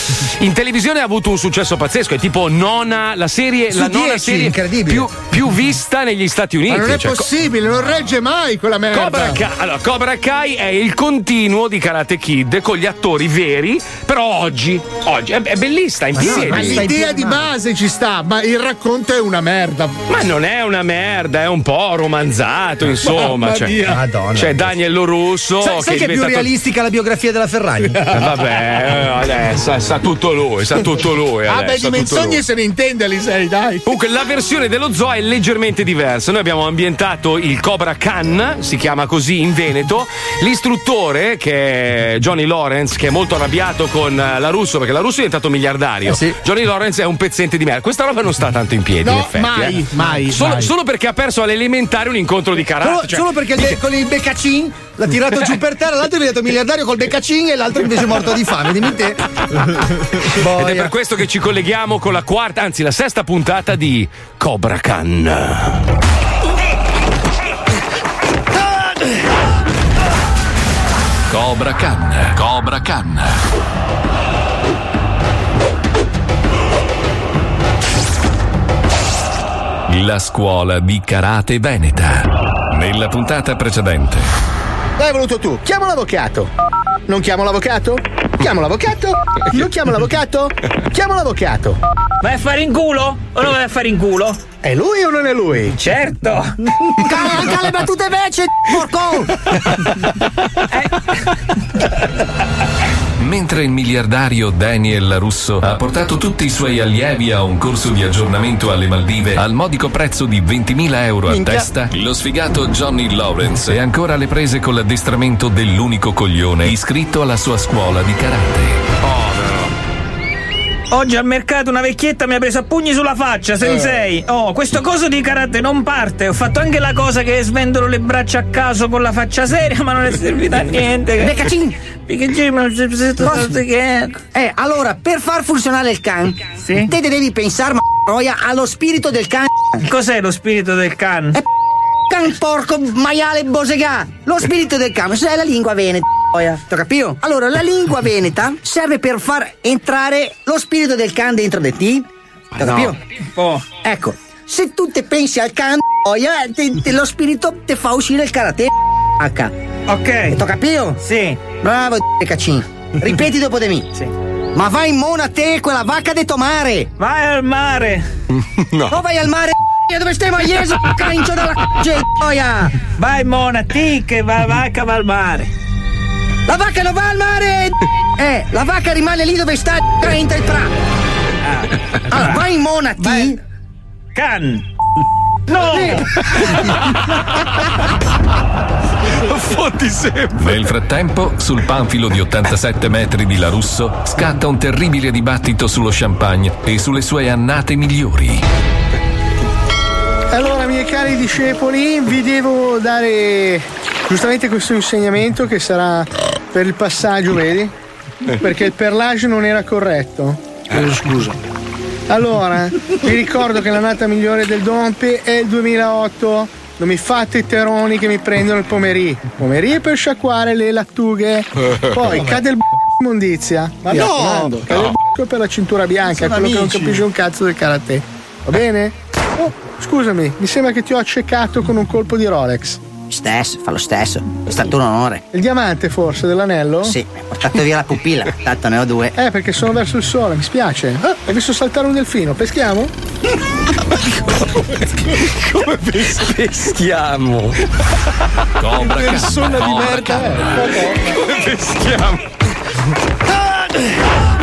Speaker 5: In televisione ha avuto un successo pazzesco, è tipo nona, la serie,
Speaker 6: Su
Speaker 5: la nona
Speaker 6: 10,
Speaker 5: serie
Speaker 6: incredibile.
Speaker 5: più, più vista negli Stati Uniti.
Speaker 4: Ma non è
Speaker 5: Cioè, co-
Speaker 4: possibile, non regge mai quella merda.
Speaker 5: Cobra Kai, allora, Cobra Kai è il continuo di Karate Kid con gli attori veri, però oggi, oggi è, è bellissima, in
Speaker 4: Ma, sì,
Speaker 5: piedi.
Speaker 4: ma l'idea di base ci sta, ma il racconto è una merda.
Speaker 5: Ma non è una merda, è un po' romanzato, insomma.
Speaker 6: Mamma
Speaker 5: Cioè,
Speaker 6: mia. Madonna.
Speaker 5: c'è Daniello Russo.
Speaker 6: sai, sai che,
Speaker 5: che
Speaker 6: è più
Speaker 5: diventato-
Speaker 6: realistica la biografia della Ferragni?
Speaker 5: Eh, Vabbè, eh, adesso sa, sa tutto lui, sa tutto lui.
Speaker 4: Ah, beh, di
Speaker 5: adesso, sa tutto
Speaker 4: menzogne
Speaker 5: lui. Uh,
Speaker 4: se ne intende, Alisei, dai.
Speaker 5: Comunque, la versione dello zoo è leggermente diversa. Noi abbiamo ambientato il Cobra Khan, si chiama così in Veneto. L'istruttore, che è Johnny Lawrence, che è molto arrabbiato con eh, la Russo, perché la Russo è diventato
Speaker 1: Eh,
Speaker 6: Eh
Speaker 5: miliardario. Johnny Lawrence è un pezzente di merda. Questa roba non sta tanto in piedi,
Speaker 4: No,
Speaker 5: in effetti.
Speaker 4: mai,
Speaker 5: eh.
Speaker 4: mai,
Speaker 5: solo,
Speaker 4: mai.
Speaker 5: solo perché ha perso all'elementare un incontro di karate.
Speaker 6: Solo,
Speaker 5: cioè-
Speaker 6: solo perché il- con il beccacin l'ha tirato giù per terra, l'altro è diventato miliardario col beccacin e l'altro invece è morto di fame. Dimmi te.
Speaker 5: Ed è per questo che ci colleghiamo con la quarta, anzi la sesta puntata di Cobra Khan.
Speaker 1: Cobra Khan, Cobra Khan. La scuola di karate veneta. Nella puntata precedente.
Speaker 19: L'hai voluto tu. Chiamo l'avvocato. Non chiamo l'avvocato? Chiamo l'avvocato? Non chiamo l'avvocato? Chiamo l'avvocato.
Speaker 24: Vai a fare in culo? O non vai a fare in culo?
Speaker 19: È lui o non è lui?
Speaker 24: Certo!
Speaker 19: Cala anche le battute vece, porco!
Speaker 1: Mentre il miliardario Daniel Russo ha portato tutti i suoi allievi a un corso di aggiornamento alle Maldive al modico prezzo di 20.000 euro a
Speaker 25: Minchia.
Speaker 1: testa, lo sfigato Johnny Lawrence è ancora alle prese con l'addestramento dell'unico coglione iscritto alla sua scuola di karate.
Speaker 24: Oggi al mercato una vecchietta mi ha preso a pugni sulla faccia,
Speaker 19: Eh.
Speaker 24: sensei. Oh, questo coso di karate non parte. Ho fatto anche la cosa che svendolo le braccia a caso con la faccia seria, ma non è servita a niente.
Speaker 18: Beccacin!
Speaker 24: Perché non c'è
Speaker 18: Posso- Eh, allora, per far funzionare il can, te devi pensare, ma roia, allo spirito del can.
Speaker 24: Cos'è lo spirito del can?
Speaker 18: È can porco maiale bosegà! Lo spirito del can, se è la lingua veneta. roia, T'ho capito? Allora, la lingua veneta serve per far entrare lo spirito del can dentro di te. T'ho capito?
Speaker 24: Oh.
Speaker 18: Ecco, se tu te pensi al can, roia, eh, te- te- lo spirito ti fa uscire il karate. H.
Speaker 24: Ok.
Speaker 18: T'ho capito?
Speaker 24: Sì.
Speaker 18: Bravo, cacin. Ripeti dopo di me. Sì. Ma vai in mona te, quella vacca detto mare!
Speaker 24: Vai al mare!
Speaker 18: No, vai al mare! Dove stai maieso, cancio della gioia!
Speaker 24: Vai mona, ti che va vacca va al mare!
Speaker 18: La vacca non va al mare! Eh, la vacca rimane lì dove sta e entra il pra! Allora, Ah, vai in mona ti!
Speaker 24: Can! No!
Speaker 15: Fotti sempre.
Speaker 1: Nel frattempo, sul panfilo di 87 metri di La Russo, scatta un terribile dibattito sullo champagne e sulle sue annate migliori.
Speaker 4: Allora, miei cari discepoli, vi devo dare giustamente questo insegnamento che sarà per il passaggio, vedi? Perché il perlage non era corretto.
Speaker 11: scusa.
Speaker 4: Allora, vi ricordo che la nata migliore del Dompe è il 2008. Non mi fate i teroni che mi prendono il pomerì. Pomerì per sciacquare le lattughe. Poi cade il b***o di immondizia.
Speaker 11: Ma
Speaker 4: Mi
Speaker 11: no!
Speaker 4: raccomando, Cade il
Speaker 11: No.
Speaker 4: b***o per la cintura bianca,
Speaker 11: Sono
Speaker 4: quello che non
Speaker 11: amici.
Speaker 4: capisce un cazzo del karate. Va bene? Oh, scusami, mi sembra che ti ho accecato con un colpo di Rolex.
Speaker 18: Stesso, fa lo stesso. È stato un onore.
Speaker 4: Il diamante forse dell'anello?
Speaker 18: Sì, mi ha portato via la pupilla, tanto ne ho due.
Speaker 4: Eh, perché sono verso il sole, mi spiace. Ah, hai visto saltare un delfino? Peschiamo?
Speaker 5: Come pes- peschiamo?
Speaker 1: Cobra
Speaker 15: Persona di merda.
Speaker 5: Come peschiamo?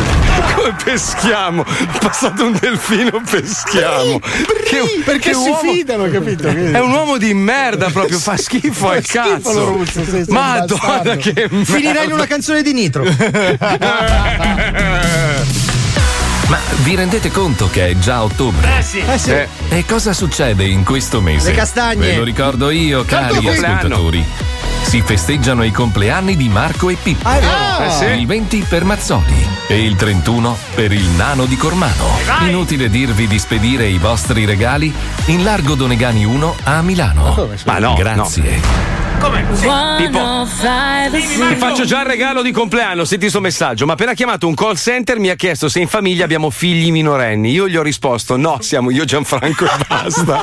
Speaker 5: Come peschiamo? È passato un delfino, peschiamo. Che-
Speaker 4: perché
Speaker 5: che
Speaker 4: si
Speaker 5: uomo-
Speaker 4: fidano, capito?
Speaker 5: È un uomo di merda proprio, fa schifo al
Speaker 4: Schifo
Speaker 5: cazzo.
Speaker 4: lo russo, sì, sì,
Speaker 5: Madonna
Speaker 4: bastardo.
Speaker 5: che merda.
Speaker 6: Finirà in una canzone di Nitro.
Speaker 1: Ma vi rendete conto che è già ottobre?
Speaker 6: Eh sì. Eh sì.
Speaker 1: E cosa succede in questo mese?
Speaker 6: Le castagne.
Speaker 1: Ve lo ricordo io,
Speaker 6: Tanto
Speaker 1: cari
Speaker 6: qui-
Speaker 1: ascoltatori. Si festeggiano i compleanni di Marco e Pippo.
Speaker 6: Ah, è vero. Eh sì.
Speaker 1: Il 20 per Mazzoli e il 31 per il nano di Cormano. Inutile dirvi di spedire i vostri regali in largo Donegani 1 a Milano. Ma no, grazie.
Speaker 24: Come?
Speaker 5: Tipo, ti faccio già il regalo di compleanno, senti sto messaggio. Ma appena chiamato un call center mi ha chiesto se in famiglia abbiamo figli minorenni. Io gli ho risposto: no, siamo io Gianfranco e basta.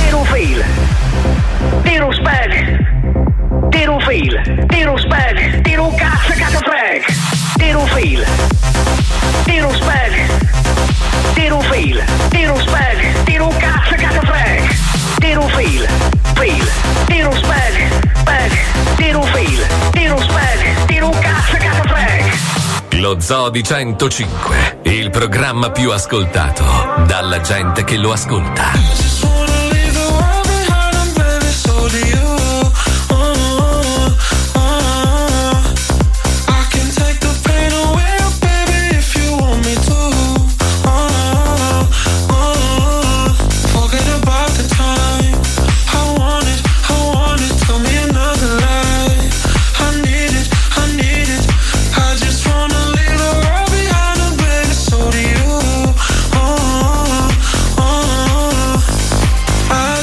Speaker 14: Tiro fail. Tiro spag. Tiro fail. Tiro spag. Tiro cazzo cazzo frag. Tiro fail. Tiro spag. Tiro fail. Tiro spag. Tiro cazzo cazzo frag. Tiro fail. Fail. Tiro spag. Spag. Tiro fail. Tiro spag. Tiro cazzo cazzo frag.
Speaker 1: Lo Zoo di 105, il programma più ascoltato dalla gente che lo ascolta.
Speaker 9: Uh,
Speaker 14: I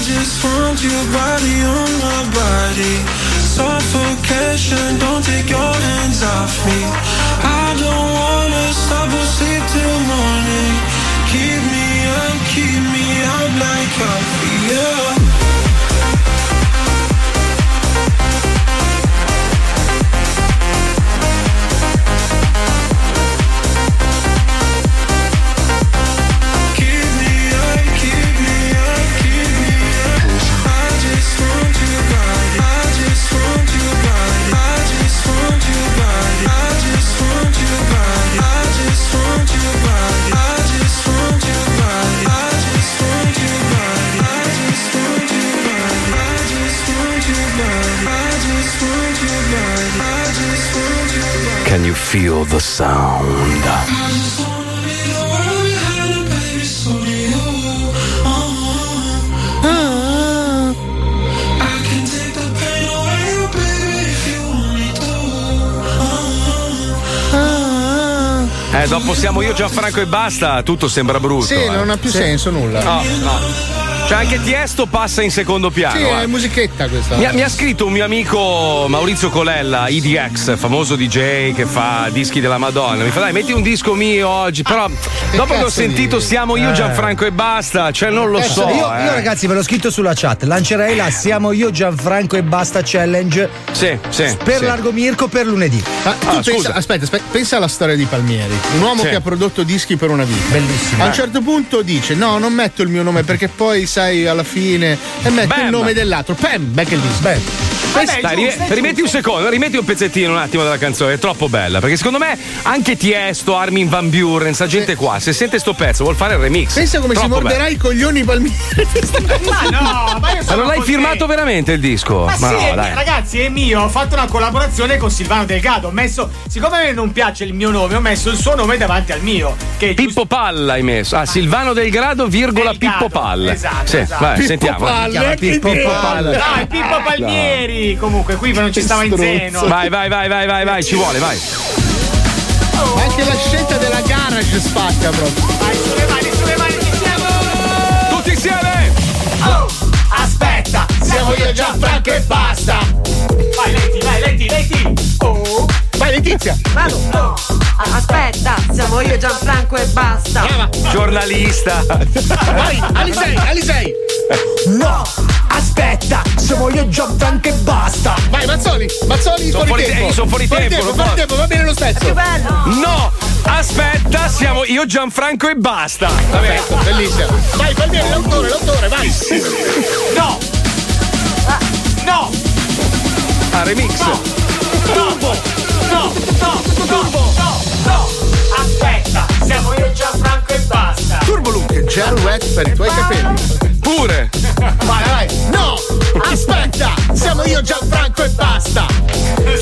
Speaker 14: just want your body on my body
Speaker 9: suffocation. Don't take your hands off me. I don't wanna stop or sleep till morning. Keep me up, keep me up like coffee. Yeah. Keep me up, keep me up, keep me up. I just want you body. I just want you body. I just want you body. I just want you body. I just want you body. I just want you body. I just want you body. I just want you body. I just want you body. I just want you body. I just want you body.
Speaker 5: Can you feel the sound? Eh, dopo siamo io, Gianfranco e basta, tutto sembra brutto.
Speaker 4: Sì,
Speaker 5: eh.
Speaker 4: non ha più
Speaker 5: Sì.
Speaker 4: senso nulla.
Speaker 5: No, no. Cioè anche Tiesto passa in secondo piano.
Speaker 4: Sì,
Speaker 5: eh.
Speaker 4: è musichetta questa.
Speaker 5: Mi ha, mi ha scritto un mio amico Maurizio Colella, IDX, famoso DJ che fa dischi della Madonna. Mi fa dai, metti un disco mio oggi. Però dopo che ho
Speaker 6: cazzo
Speaker 5: sentito
Speaker 6: dici?
Speaker 5: siamo io,
Speaker 6: Eh.
Speaker 5: Gianfranco e basta, cioè non lo
Speaker 6: Cazzo,
Speaker 5: so.
Speaker 6: Io,
Speaker 5: eh.
Speaker 6: io, ragazzi ve l'ho scritto sulla chat, lancerei la Siamo io Gianfranco e basta challenge
Speaker 5: Sì, sì. Ah,
Speaker 6: per
Speaker 4: Sì.
Speaker 6: Largo Mirko per lunedì.
Speaker 4: Ma tu pensa, aspetta, aspetta, pensa alla storia di Palmieri, un uomo
Speaker 6: Sì.
Speaker 4: che ha prodotto dischi per una vita.
Speaker 6: Bellissimo.
Speaker 4: A un certo punto dice: No, non metto il mio nome perché poi sai alla fine. E metto
Speaker 5: Bam.
Speaker 4: il nome dell'altro. Pam, becca il disco.
Speaker 5: Dai, ri- rimetti un secondo, rimetti un pezzettino un attimo della canzone, è troppo bella. Perché secondo me anche Tiesto, Armin Van Buren, sta gente qua, se sente sto pezzo vuol fare il remix.
Speaker 4: Pensa come si
Speaker 5: Troppo
Speaker 4: morderà
Speaker 5: bello.
Speaker 4: i coglioni Palmieri.
Speaker 7: Ma no, ma io
Speaker 5: Ma
Speaker 7: sono
Speaker 5: non l'hai
Speaker 7: così.
Speaker 5: firmato veramente il disco?
Speaker 7: Ma sì,
Speaker 5: no,
Speaker 7: è-
Speaker 5: dai.
Speaker 7: ragazzi, è mio. Ho fatto una collaborazione con Silvano Delgado. Ho messo, siccome a me non piace il mio nome, ho messo il suo nome davanti al mio. Che
Speaker 5: Pippo Palla hai messo. Ah, Silvano Delgrado, virgola Pippo Palla.
Speaker 7: Esatto,
Speaker 5: Sì,
Speaker 7: esatto.
Speaker 5: vai, sentiamo.
Speaker 7: Pippo Palla,
Speaker 5: Chiama Pippo
Speaker 7: che idea.
Speaker 5: Palla.
Speaker 7: Dai, Pippo Palmieri. Comunque, qui non ci stava in zeno.
Speaker 5: Vai, vai, vai, vai, vai, vai, ci vuole, vai.
Speaker 4: Anche la scelta della garage spacca proprio.
Speaker 5: Tutti insieme!
Speaker 7: Oh, aspetta, siamo io Gianfranco e basta. Vai, lenti, vai, lenti, lenti. Oh.
Speaker 4: Vai, Letizia.
Speaker 2: Vado. Aspetta, siamo io Gianfranco e basta.
Speaker 5: Giornalista.
Speaker 7: Vai,
Speaker 4: Alisei, Alisei.
Speaker 7: No, aspetta, se voglio Gianfranco e basta.
Speaker 4: Vai, Mazzoli, Mazzoli,
Speaker 5: Sono fuori te- io sono fuori tempo, non
Speaker 4: fuori
Speaker 5: posso.
Speaker 4: tempo, va bene lo stesso. Che
Speaker 2: bello.
Speaker 5: No! Aspetta, siamo io Gianfranco e basta. Va bene.
Speaker 4: Bellissimo. Vai, Palmieri, l'autore, l'autore, vai.
Speaker 7: No. No.
Speaker 5: Ah, remix.
Speaker 7: Turbo. No, no, turbo. No, no. Aspetta, siamo io Gianfranco e basta.
Speaker 4: Turbo Look, gel wet per i tuoi capelli.
Speaker 5: Pure.
Speaker 4: Vai, vai. No, aspetta, siamo io Gianfranco e basta.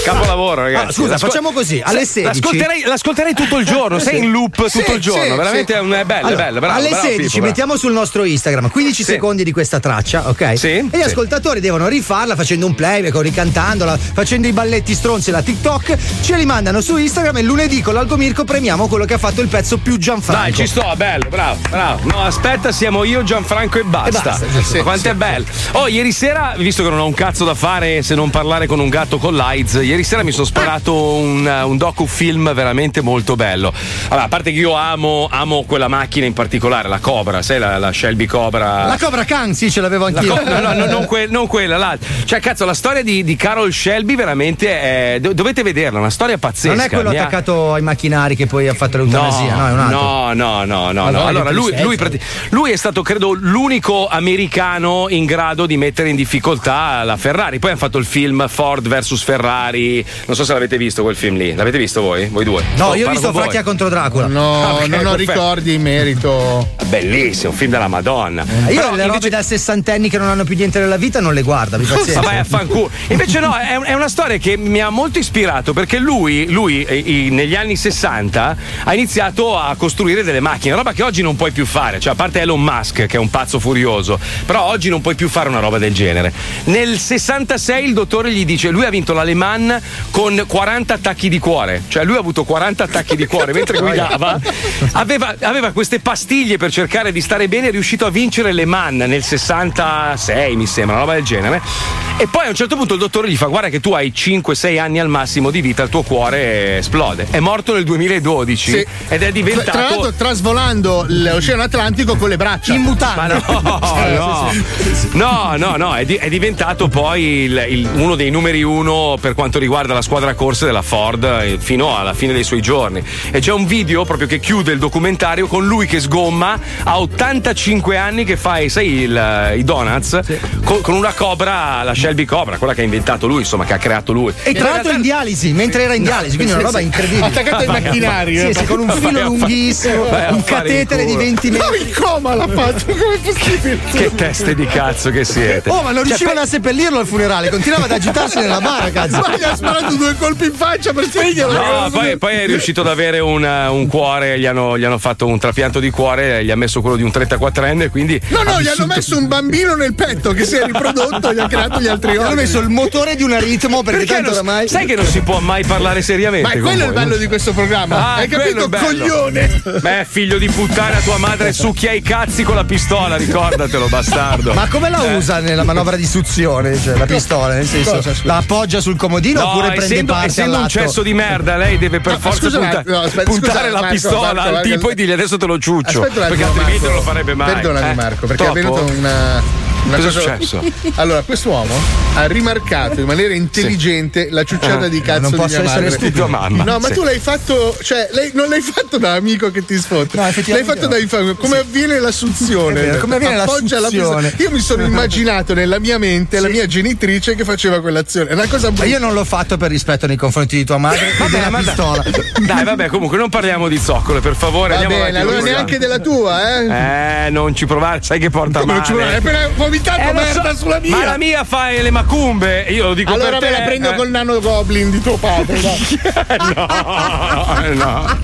Speaker 5: Capolavoro, ragazzi.
Speaker 6: Ah, scusa,
Speaker 5: L'ascol-
Speaker 6: facciamo così, alle 16.
Speaker 5: L'ascolterei, l'ascolterei tutto il giorno, sei
Speaker 6: Sì.
Speaker 5: in loop
Speaker 6: Sì,
Speaker 5: tutto il giorno.
Speaker 6: sì,
Speaker 5: Veramente
Speaker 6: sì.
Speaker 5: è un- è bello, è
Speaker 6: Allora,
Speaker 5: bello, bravo.
Speaker 6: Alle
Speaker 5: bravo,
Speaker 6: 16
Speaker 5: Pippo, bravo.
Speaker 6: mettiamo sul nostro Instagram 15 secondi di questa traccia, ok? e gli
Speaker 5: sì.
Speaker 6: ascoltatori devono rifarla facendo un playback o ricantandola, facendo i balletti stronzi e la TikTok, ce li mandano su Instagram e lunedì con l'Algomirco premiamo quello che ha fatto il pezzo più Gianfranco.
Speaker 5: Dai, ci sto, bello, bravo, bravo. No, aspetta, siamo io, Gianfranco e basta.
Speaker 6: E basta, sì, sì,
Speaker 5: Ma Quanto è bello. Oh, ieri sera, visto che non ho un cazzo da fare se non parlare con un gatto con l'AIDS, ieri sera mi sono sparato un, un docufilm veramente molto bello. Allora, a parte che io amo, amo quella macchina in particolare, la Cobra, sai, la, la Shelby Cobra.
Speaker 6: La Cobra Khan, sì, ce l'avevo
Speaker 5: Ah. La
Speaker 6: anch'io.
Speaker 5: co- no, no, no, non, que- non quella, l'altra. Cioè, cazzo, la storia di, di Carol Shelby veramente è. do- dovete vederla, è una storia pazzesca.
Speaker 6: Non è quello
Speaker 5: Mi ha-
Speaker 6: attaccato ai macchinari che poi ha fatto l'eutanasia, Ah, no, è un altro.
Speaker 5: Ah, No, no, no, no.
Speaker 6: Madonna,
Speaker 5: no.
Speaker 6: che eh,
Speaker 5: Allora, lui,
Speaker 6: tristezza.
Speaker 5: lui prati- lui è stato, credo, l'unico americano in grado di mettere in difficoltà la Ferrari. Poi hanno fatto il film Ford vs Ferrari. Non so se l'avete visto quel film lì. L'avete visto voi? Voi due?
Speaker 6: No,
Speaker 5: Oh,
Speaker 6: io ho
Speaker 5: parlo
Speaker 6: visto
Speaker 5: con voi.
Speaker 6: Fracchia contro Dracula.
Speaker 4: No,
Speaker 5: Ah, ok,
Speaker 4: non ho
Speaker 5: perfetto.
Speaker 4: ricordi in merito.
Speaker 5: Bellissimo, film della Madonna.
Speaker 6: Eh. Io
Speaker 5: Però
Speaker 6: le robe da sessantenni che non hanno più niente nella vita non le guardo, mi
Speaker 5: Ma
Speaker 6: pazienza.
Speaker 5: vai a fanculo. Invece no, è, è una storia che mi ha molto ispirato perché lui, lui, eh, i- negli anni 60 ha iniziato a costruire delle macchine, roba che oggi non puoi più fare, cioè a parte Elon Musk che è un pazzo meraviglioso. Però oggi non puoi più fare una roba del genere. Nel 66 il dottore gli dice: Lui ha vinto l'Aleman con 40 attacchi di cuore. Cioè, lui ha avuto 40 attacchi di cuore mentre guidava. Aveva, aveva queste pastiglie per cercare di stare bene. È riuscito a vincere Le Man nel 66, mi sembra, una roba del genere. E poi a un certo punto il dottore gli fa: Guarda, che tu hai 5-6 anni al massimo di vita, il tuo cuore esplode. È morto nel 2012
Speaker 4: Sì.
Speaker 5: ed è diventato.
Speaker 4: Tra tra l'altro, trasvolando l'Oceano Atlantico con le braccia. In
Speaker 5: Ma no, no, no, no, no, è, di- è diventato poi il- il- uno dei numeri uno per quanto riguarda la squadra corse della Ford eh, fino alla fine dei suoi giorni. E c'è un video proprio che chiude il documentario con lui che sgomma a 85 anni che fa, eh, sai, il- i donuts con, con una cobra, la Shelby Cobra, quella che ha inventato lui, insomma, che ha creato lui.
Speaker 6: E tra l'altro in dialisi, mentre era in
Speaker 5: No,
Speaker 6: dialisi, quindi è una
Speaker 5: sì,
Speaker 6: roba
Speaker 5: sì.
Speaker 6: incredibile.
Speaker 5: Attaccato ai
Speaker 6: Vai a
Speaker 5: macchinari,
Speaker 6: fare-
Speaker 5: eh.
Speaker 6: Sì, sì, con un
Speaker 5: Vai
Speaker 6: filo
Speaker 5: a fare-
Speaker 6: lunghissimo,
Speaker 5: vai a
Speaker 6: un
Speaker 5: fare in
Speaker 6: catetere di
Speaker 5: culo.
Speaker 6: 20 metri.
Speaker 4: No, in coma l'ha fatto, com'è possibile?
Speaker 5: Che teste di cazzo che siete.
Speaker 6: Oh, ma non
Speaker 5: Cioè,
Speaker 6: riuscivano a seppellirlo al funerale, continuava ad agitarsi nella bara, cazzo.
Speaker 4: Ma gli ha sparato due colpi in faccia per spegnerlo.
Speaker 5: No, poi, poi è riuscito ad avere un, eh, un cuore, gli hanno, gli hanno fatto un trapianto di cuore, eh, gli ha messo quello di un 34enne, quindi.
Speaker 4: No, no,
Speaker 5: ha
Speaker 4: gli hanno
Speaker 5: vissuto-
Speaker 4: messo un bambino nel petto che si è riprodotto e gli ha creato gli altri
Speaker 6: Gli hanno
Speaker 4: organi.
Speaker 6: messo il motore di un aritmo perché,
Speaker 4: Perché
Speaker 6: tanto
Speaker 4: non-
Speaker 6: oramai.
Speaker 5: Sai che non si può mai parlare seriamente.
Speaker 4: Ma è
Speaker 5: con
Speaker 4: quello il
Speaker 5: voi,
Speaker 4: bello
Speaker 5: no?
Speaker 4: di questo programma.
Speaker 5: Ah,
Speaker 4: Hai capito,
Speaker 5: quello è bello.
Speaker 4: coglione?
Speaker 5: Beh, figlio di puttana, tua madre succhia i cazzi con la pistola, ricordatelo, bastardo.
Speaker 6: Ma come la
Speaker 5: Eh.
Speaker 6: usa nella manovra di suzione? Cioè, la pistola, nel senso,
Speaker 5: Cosa,
Speaker 6: la appoggia sul comodino
Speaker 5: No,
Speaker 6: oppure prende
Speaker 5: essendo,
Speaker 6: parte
Speaker 5: essendo un
Speaker 6: all'atto?
Speaker 5: cesso di merda, lei deve per
Speaker 4: Ma
Speaker 5: forza
Speaker 4: Ah, scusa un
Speaker 5: punta-
Speaker 4: attimo, no, aspetta,
Speaker 5: puntare
Speaker 4: scusa,
Speaker 5: la
Speaker 4: Marco,
Speaker 5: pistola
Speaker 4: Marco,
Speaker 5: al
Speaker 4: Marco,
Speaker 5: tipo e dirgli adesso te lo ciuccio.
Speaker 4: Aspetta un
Speaker 5: perché
Speaker 4: attimo,
Speaker 5: altrimenti
Speaker 4: Marco.
Speaker 5: non lo farebbe mai.
Speaker 4: Perdonami,
Speaker 5: eh.
Speaker 4: Marco, perché è
Speaker 5: Troppo?
Speaker 4: venuto una. una
Speaker 5: Cosa è
Speaker 4: cosa-
Speaker 5: successo?
Speaker 4: Allora, quest'uomo ha rimarcato in maniera intelligente la ciucciata
Speaker 5: Ah,
Speaker 4: di cazzo
Speaker 5: non
Speaker 4: di
Speaker 5: posso
Speaker 4: mia
Speaker 5: essere
Speaker 4: madre.
Speaker 5: stupido. Di tua mamma,
Speaker 4: No, ma
Speaker 5: sì.
Speaker 4: tu l'hai fatto, cioè, lei- non l'hai fatto da amico che ti sfotte. l'hai fatto da infame. Come avviene la
Speaker 6: È
Speaker 4: suzione?
Speaker 6: vero, come avviene la
Speaker 4: Appoggia
Speaker 6: suzione.
Speaker 4: presa- Io mi sono immaginato nella mia mente la mia genitrice che faceva quell'azione. È una cosa
Speaker 6: Ma
Speaker 4: brutta.
Speaker 6: io non l'ho fatto per rispetto nei confronti di tua madre e della pistola.
Speaker 5: Dai, vabbè, comunque non parliamo di zoccole, per favore.
Speaker 4: Va
Speaker 5: andiamo
Speaker 4: bene,
Speaker 5: avanti
Speaker 4: allora
Speaker 5: col
Speaker 4: neanche della tua, eh?
Speaker 5: programma. Eh, non ci provare, sai che porta
Speaker 4: Come non
Speaker 5: male.
Speaker 4: ci vuole? Hai appena vomitato
Speaker 5: Eh, lo so,
Speaker 4: merda sulla mia.
Speaker 5: Ma la mia fa le macumbe, io lo dico
Speaker 4: allora
Speaker 5: per te.
Speaker 4: me la prendo
Speaker 5: eh.
Speaker 4: col nano goblin di tuo padre. dai.
Speaker 5: No, no.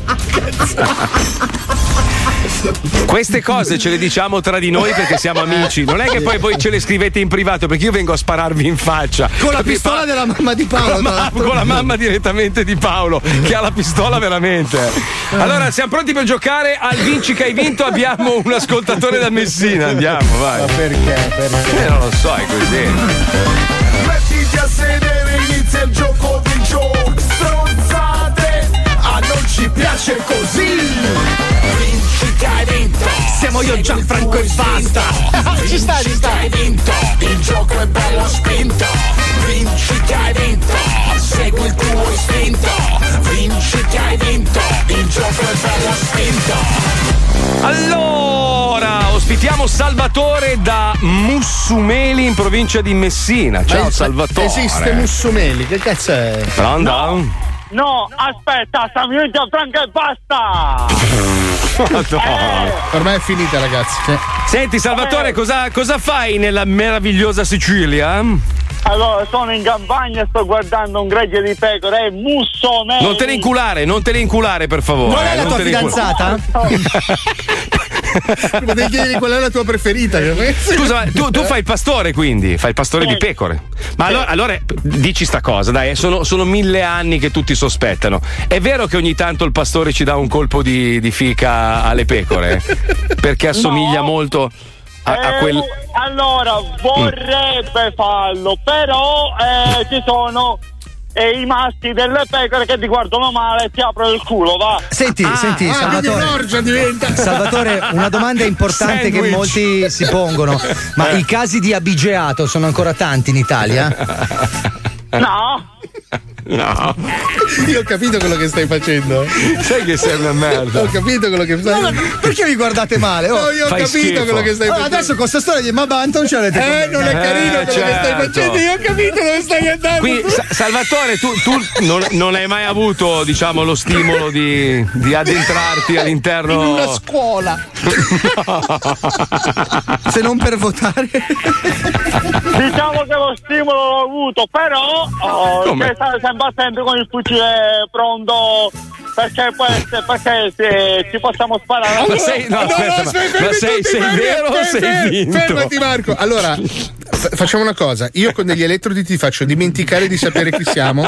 Speaker 5: Queste cose ce le diciamo tra di noi perché siamo amici. Non è che poi voi ce le scrivete in privato perché io vengo a spararvi in faccia.
Speaker 6: Con la
Speaker 5: Capito?
Speaker 6: pistola della mamma di
Speaker 5: Con la
Speaker 6: Paolo. tra
Speaker 5: ma-
Speaker 6: l'altro.
Speaker 5: con la mamma direttamente di Paolo che ha la pistola veramente allora siamo pronti per giocare al vinci che hai vinto abbiamo un ascoltatore da Messina andiamo vai ma
Speaker 4: perché,
Speaker 5: Eh, non lo so è così
Speaker 7: Mettiti a sedere, inizia il gioco di gioco. Stronzate, a non ci piace così. Vinci che hai vinto. Siamo io, Gianfranco e basta. ci sta, ci sta. hai vinto. Il gioco è bello spinto. Vinci che hai vinto. Segui il tuo istinto. Vinci che hai vinto. Il gioco è bello spinto.
Speaker 5: allora ospitiamo Salvatore da Mussumeli in provincia di Messina ciao
Speaker 4: Ma es-
Speaker 5: Salvatore
Speaker 4: Esiste Mussumeli, che cazzo è?
Speaker 5: pronto?
Speaker 16: No, aspetta, sta finendo Franco e basta!
Speaker 5: Madonna.
Speaker 4: Ormai è finita, ragazzi.
Speaker 5: Senti Salvatore, cosa, cosa fai nella meravigliosa Sicilia?
Speaker 16: Allora, sono in campagna e sto guardando un gregge di pecore, è mussone!
Speaker 5: Non te ne inculare, non te ne inculare per favore.
Speaker 16: Non è la
Speaker 5: eh,
Speaker 16: tua
Speaker 5: te ne inculare.
Speaker 4: Come devi chiedere qual è la tua preferita?
Speaker 5: Scusa, ma tu, tu fai il pastore quindi, fai il pastore di pecore. Ma allora, allora, dici sta cosa, dai, eh, sono, sono mille anni che tutti sospettano. È vero che ogni tanto il pastore ci dà un colpo di, di fica alle pecore? Perché assomiglia molto a, a
Speaker 16: Eh,
Speaker 15: oh,
Speaker 5: quel...
Speaker 16: Allora, vorrebbe farlo, però eh, ci sono eh, i maschi delle pecore che ti guardano male e ti aprono il culo, va!
Speaker 6: Senti,
Speaker 4: Ah,
Speaker 6: senti, Salvatore. Salvatore, una domanda importante che
Speaker 16: Sandwich.
Speaker 6: molti si pongono. Ma i casi di abigeato sono ancora tanti in Italia?
Speaker 16: No!
Speaker 5: No.
Speaker 4: Io ho capito quello che stai facendo.
Speaker 5: Sai che sei una merda.
Speaker 4: Ho capito quello che stai facendo.
Speaker 6: Perché vi guardate male? Oh.
Speaker 4: No, io ho Fai capito schifo. quello che stai
Speaker 6: Allora,
Speaker 4: facendo.
Speaker 6: Adesso con questa storia di Mabanto non ce l'avete
Speaker 4: Eh,
Speaker 6: con me.
Speaker 4: non è carino quello
Speaker 5: Eh,
Speaker 4: che stai
Speaker 5: certo.
Speaker 4: facendo. Io ho capito dove stai andando.
Speaker 5: Qui, Sa- Salvatore, tu, tu non, non hai mai avuto, diciamo, lo stimolo di, di addentrarti all'interno.
Speaker 4: In una scuola.
Speaker 6: Se non per votare.
Speaker 16: Diciamo che lo stimolo l'ho avuto, però oh,
Speaker 5: Come?
Speaker 16: che sta- sembra sempre con il fucile pronto perché, può essere- perché se ci possiamo sparare.
Speaker 4: Allora, no, aspetta, fermi tutti, fermi, fermi, fermi, Fermati Marco. Allora, fa- facciamo una cosa. Io con degli elettrodi ti faccio dimenticare di sapere chi siamo.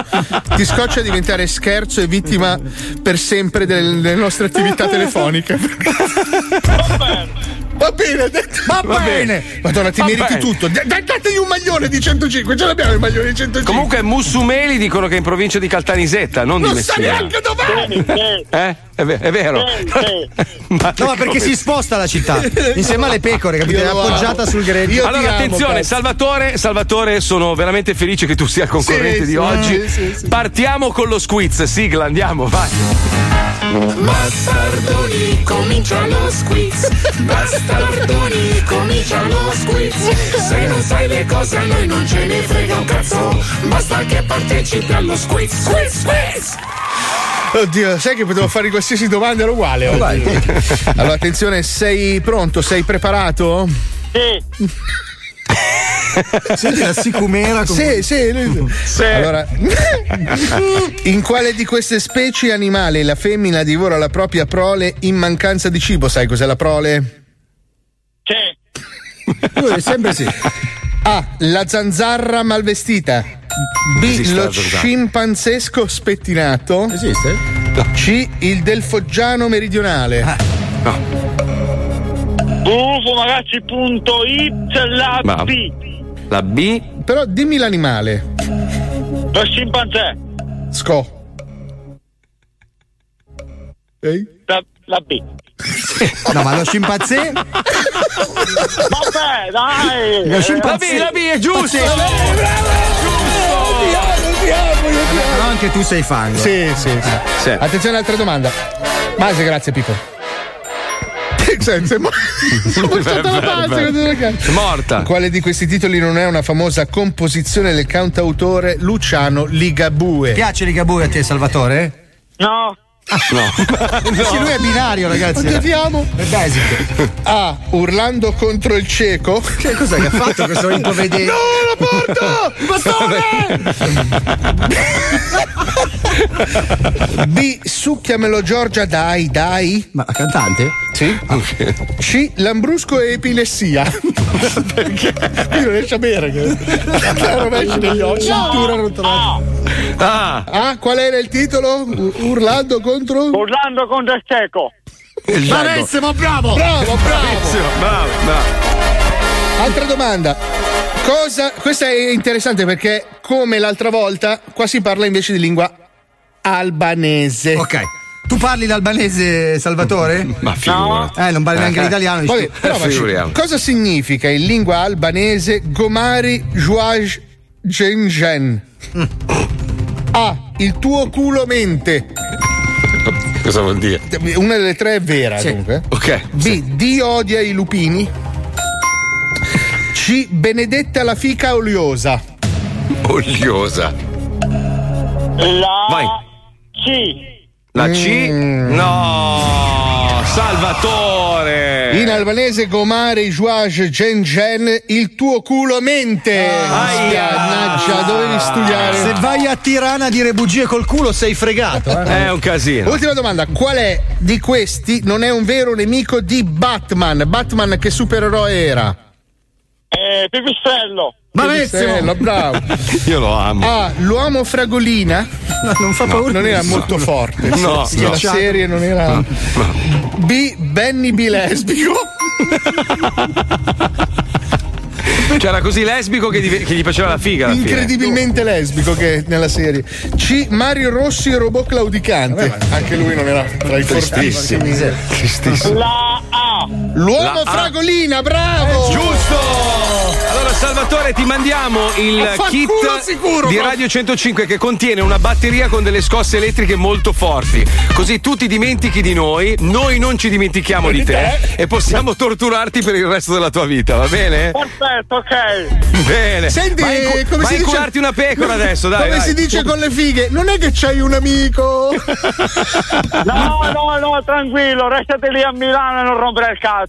Speaker 4: Ti scoccia diventare scherzo e vittima per sempre del- delle nostre attività telefoniche. Va bene, detto- va,
Speaker 5: Va
Speaker 4: bene.
Speaker 5: bene.
Speaker 4: Madonna, ti
Speaker 5: Va
Speaker 4: meriti
Speaker 5: bene.
Speaker 4: tutto. D- d- dategli un maglione di 105, ce l'abbiamo il maglione di 105.
Speaker 5: Comunque Mussumeli dicono che è in provincia di Caltanisetta, non, di
Speaker 4: non sa
Speaker 5: Messina.
Speaker 4: neanche Eh. dov'è.
Speaker 5: Eh? È, ve- è vero. Ma
Speaker 6: No, ma
Speaker 5: come-
Speaker 6: perché si sposta la città insieme alle pecore, capite? È
Speaker 4: Io lo amo.
Speaker 6: appoggiata sul greggio.
Speaker 5: allora, attenzione, Salvatore, Salvatore, sono veramente felice che tu sia il concorrente
Speaker 6: Sì,
Speaker 5: di
Speaker 6: sì,
Speaker 4: Mm,
Speaker 5: oggi.
Speaker 6: sì, sì.
Speaker 5: Partiamo con lo squiz, sigla, andiamo, vai.
Speaker 9: Bastardoni, comincia lo squiz. Bastardoni, comincia lo squiz. Se non sai le cose a noi non ce ne frega un cazzo. Basta che partecipi allo squiz, squiz, squiz.
Speaker 4: Oddio, sai che potevo fare qualsiasi domanda, era uguale. oggi. Allora, attenzione, sei pronto? Sei preparato?
Speaker 16: Sì.
Speaker 4: Senti
Speaker 6: la sicumera con-
Speaker 4: Sì, sì, lui- Allora, in quale di queste specie animali la femmina divora la propria prole in mancanza di cibo? Sai cos'è la prole? Sì. Sempre sì. A. La zanzarra malvestita. B.
Speaker 9: Esiste
Speaker 4: Lo
Speaker 9: la zanzarra.
Speaker 4: scimpanzesco spettinato. Esiste? C. Il delfoggiano meridionale.
Speaker 16: Bufomagazzi.it la
Speaker 4: Ma-
Speaker 16: B.
Speaker 5: La B.
Speaker 4: Però dimmi l'animale.
Speaker 16: Lo scimpanzé.
Speaker 4: Sco.
Speaker 16: La, la B.
Speaker 6: No, ma lo scimpanzé?
Speaker 16: Vabbè, dai.
Speaker 6: Lo scimpanzé.
Speaker 16: La B, la B, è giusto.
Speaker 6: Sì. Però anche tu sei fango.
Speaker 4: Sì, sì, sì. Attenzione, altra domanda. Base, grazie, Pippo. Senza, ma... sono stata la base,
Speaker 5: Beh, beh,
Speaker 4: guardate la
Speaker 5: beh.
Speaker 4: cara.
Speaker 5: Morta.
Speaker 4: Quale di questi titoli non è una famosa composizione del cantautore Luciano Ligabue? Ah.
Speaker 6: Piace Ligabue a te, Salvatore?
Speaker 16: No.
Speaker 4: No.
Speaker 6: Sì, lui è binario, ragazzi.
Speaker 4: Oddio, ti amo.
Speaker 6: È basic.
Speaker 4: A. Urlando contro il cieco.
Speaker 6: Che Cioè, cos'è che ha fatto questo improvedente?
Speaker 4: No, la porta! Bastone! B. Succhiamelo Giorgia, dai, dai.
Speaker 6: Ma la cantante? Ah.
Speaker 4: Sì. C. Lambrusco e epilessia. Perché? Qui non riesce a bere. Che... che Cioè, rovesci degli occhi. Cintura rotolata.
Speaker 5: Ah.
Speaker 4: Ah, qual era il titolo? U- Urlando contro?
Speaker 16: Urlando contro il cieco.
Speaker 5: Il
Speaker 4: Bravissimo, bravo! Bravo, bravo!
Speaker 5: Bravo, bravo.
Speaker 4: Altra domanda. Cosa, questa è interessante perché, come l'altra volta, qua si parla invece di lingua albanese.
Speaker 6: Ok. Tu parli l'albanese, Salvatore?
Speaker 5: Ma figurati. Eh,
Speaker 6: Eh, non parli neanche l'italiano. dici
Speaker 4: Vabbè,
Speaker 6: tu.
Speaker 4: provaci. Cosa significa in lingua albanese Gomari Juaj Gengen?
Speaker 6: Mm.
Speaker 4: A. Il tuo culo mente.
Speaker 5: Cosa vuol dire?
Speaker 4: Una delle tre è vera,
Speaker 5: Sì.
Speaker 4: dunque.
Speaker 5: Ok.
Speaker 4: B. Dio odia i lupini. C. Benedetta la fica oliosa.
Speaker 5: Oliosa.
Speaker 16: La
Speaker 5: Vai.
Speaker 16: C.
Speaker 5: La C. No. Salvatore.
Speaker 4: In albanese Gomare Juaj Gen Gen il tuo culo mente.
Speaker 5: Ah,
Speaker 4: Mannaggia, dovevi studiare.
Speaker 6: Se vai a Tirana a dire bugie col culo sei fregato. eh.
Speaker 5: È un casino.
Speaker 4: Ultima domanda, qual è di questi non è un vero nemico di Batman? Batman che supereroe era?
Speaker 16: Eh, pipistrello.
Speaker 4: Pipistrello, bravo.
Speaker 5: Io lo amo.
Speaker 4: Ah, l'uomo fragolina
Speaker 6: non fa paura
Speaker 4: Non era
Speaker 6: nessuno.
Speaker 4: molto forte.
Speaker 5: No,
Speaker 4: Sì,
Speaker 5: no.
Speaker 4: la serie non era. B. Benny B. Lesbico.
Speaker 5: C'era così lesbico che, div- che gli faceva la figa alla fine.
Speaker 4: Incredibilmente lesbico che è nella serie. C. Mario Rossi, robot claudicante. Anche lui non era tra i
Speaker 5: Tristissimo.
Speaker 4: fortissimi.
Speaker 16: La A.
Speaker 4: L'uomo
Speaker 5: La A. Eh,
Speaker 4: fragolina, bravo!
Speaker 5: Giusto! Allora Salvatore ti mandiamo il
Speaker 4: Ma fa
Speaker 5: kit
Speaker 4: culo sicuro,
Speaker 5: di
Speaker 4: ma-
Speaker 5: Radio 105 che contiene una batteria con delle scosse elettriche molto forti. Così tu ti dimentichi di noi, noi non ci dimentichiamo di te e possiamo torturarti per il resto della tua vita, va bene?
Speaker 16: Perfetto, ok.
Speaker 5: Bene.
Speaker 4: Senti,
Speaker 5: vai a incu-
Speaker 4: come
Speaker 5: vai
Speaker 4: si
Speaker 5: a
Speaker 4: dice?
Speaker 5: incularti una pecora adesso, dai.
Speaker 4: Come
Speaker 5: dai.
Speaker 4: si dice con le fighe? Non è che c'hai un amico.
Speaker 16: No, no, no, tranquillo, restate lì a Milano e non rompere il cazzo.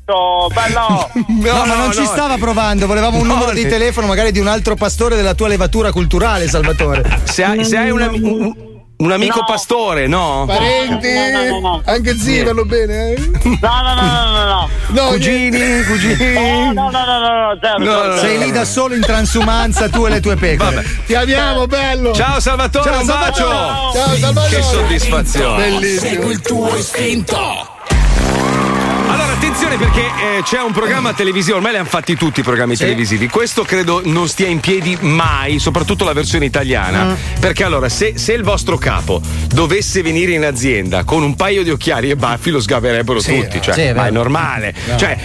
Speaker 16: Bello.
Speaker 6: No, ma non ci stava provando, volevamo un
Speaker 5: No,
Speaker 6: numero di
Speaker 5: sì.
Speaker 6: telefono magari di un altro pastore della tua levatura culturale, Salvatore.
Speaker 5: Se hai, se hai un ami- un- Un amico
Speaker 4: No.
Speaker 5: pastore, no?
Speaker 4: Parenti, anche zii vanno bene. eh?
Speaker 16: No, no, no, no, no.
Speaker 4: No,
Speaker 5: Cugini,
Speaker 16: cugini. No, no, no, no, no,
Speaker 6: certo,
Speaker 16: zero, zero,
Speaker 6: Eh, Sei
Speaker 16: zero.
Speaker 6: lì da solo in transumanza tu e le tue pecore.
Speaker 4: Ti amiamo, bello.
Speaker 5: Ciao Salvatore,
Speaker 6: Ciao,
Speaker 5: un
Speaker 6: Salvatore.
Speaker 5: bacio.
Speaker 4: Ciao, Salvatore.
Speaker 5: Che soddisfazione.
Speaker 4: Bellissimo.
Speaker 5: Segui il tuo istinto. Allora, attenzione perché eh, c'è un programma televisivo, ormai li hanno fatti tutti i programmi televisivi. Questo credo non stia in piedi mai, soprattutto la versione italiana.
Speaker 13: Mm.
Speaker 5: Perché allora, se, se il vostro capo dovesse venire in azienda con un paio di occhiali e baffi, lo sgaverebbero
Speaker 13: Sì,
Speaker 5: tutti. Cioè,
Speaker 13: sì, è vero.
Speaker 5: ma è normale.
Speaker 13: No.
Speaker 5: Cioè,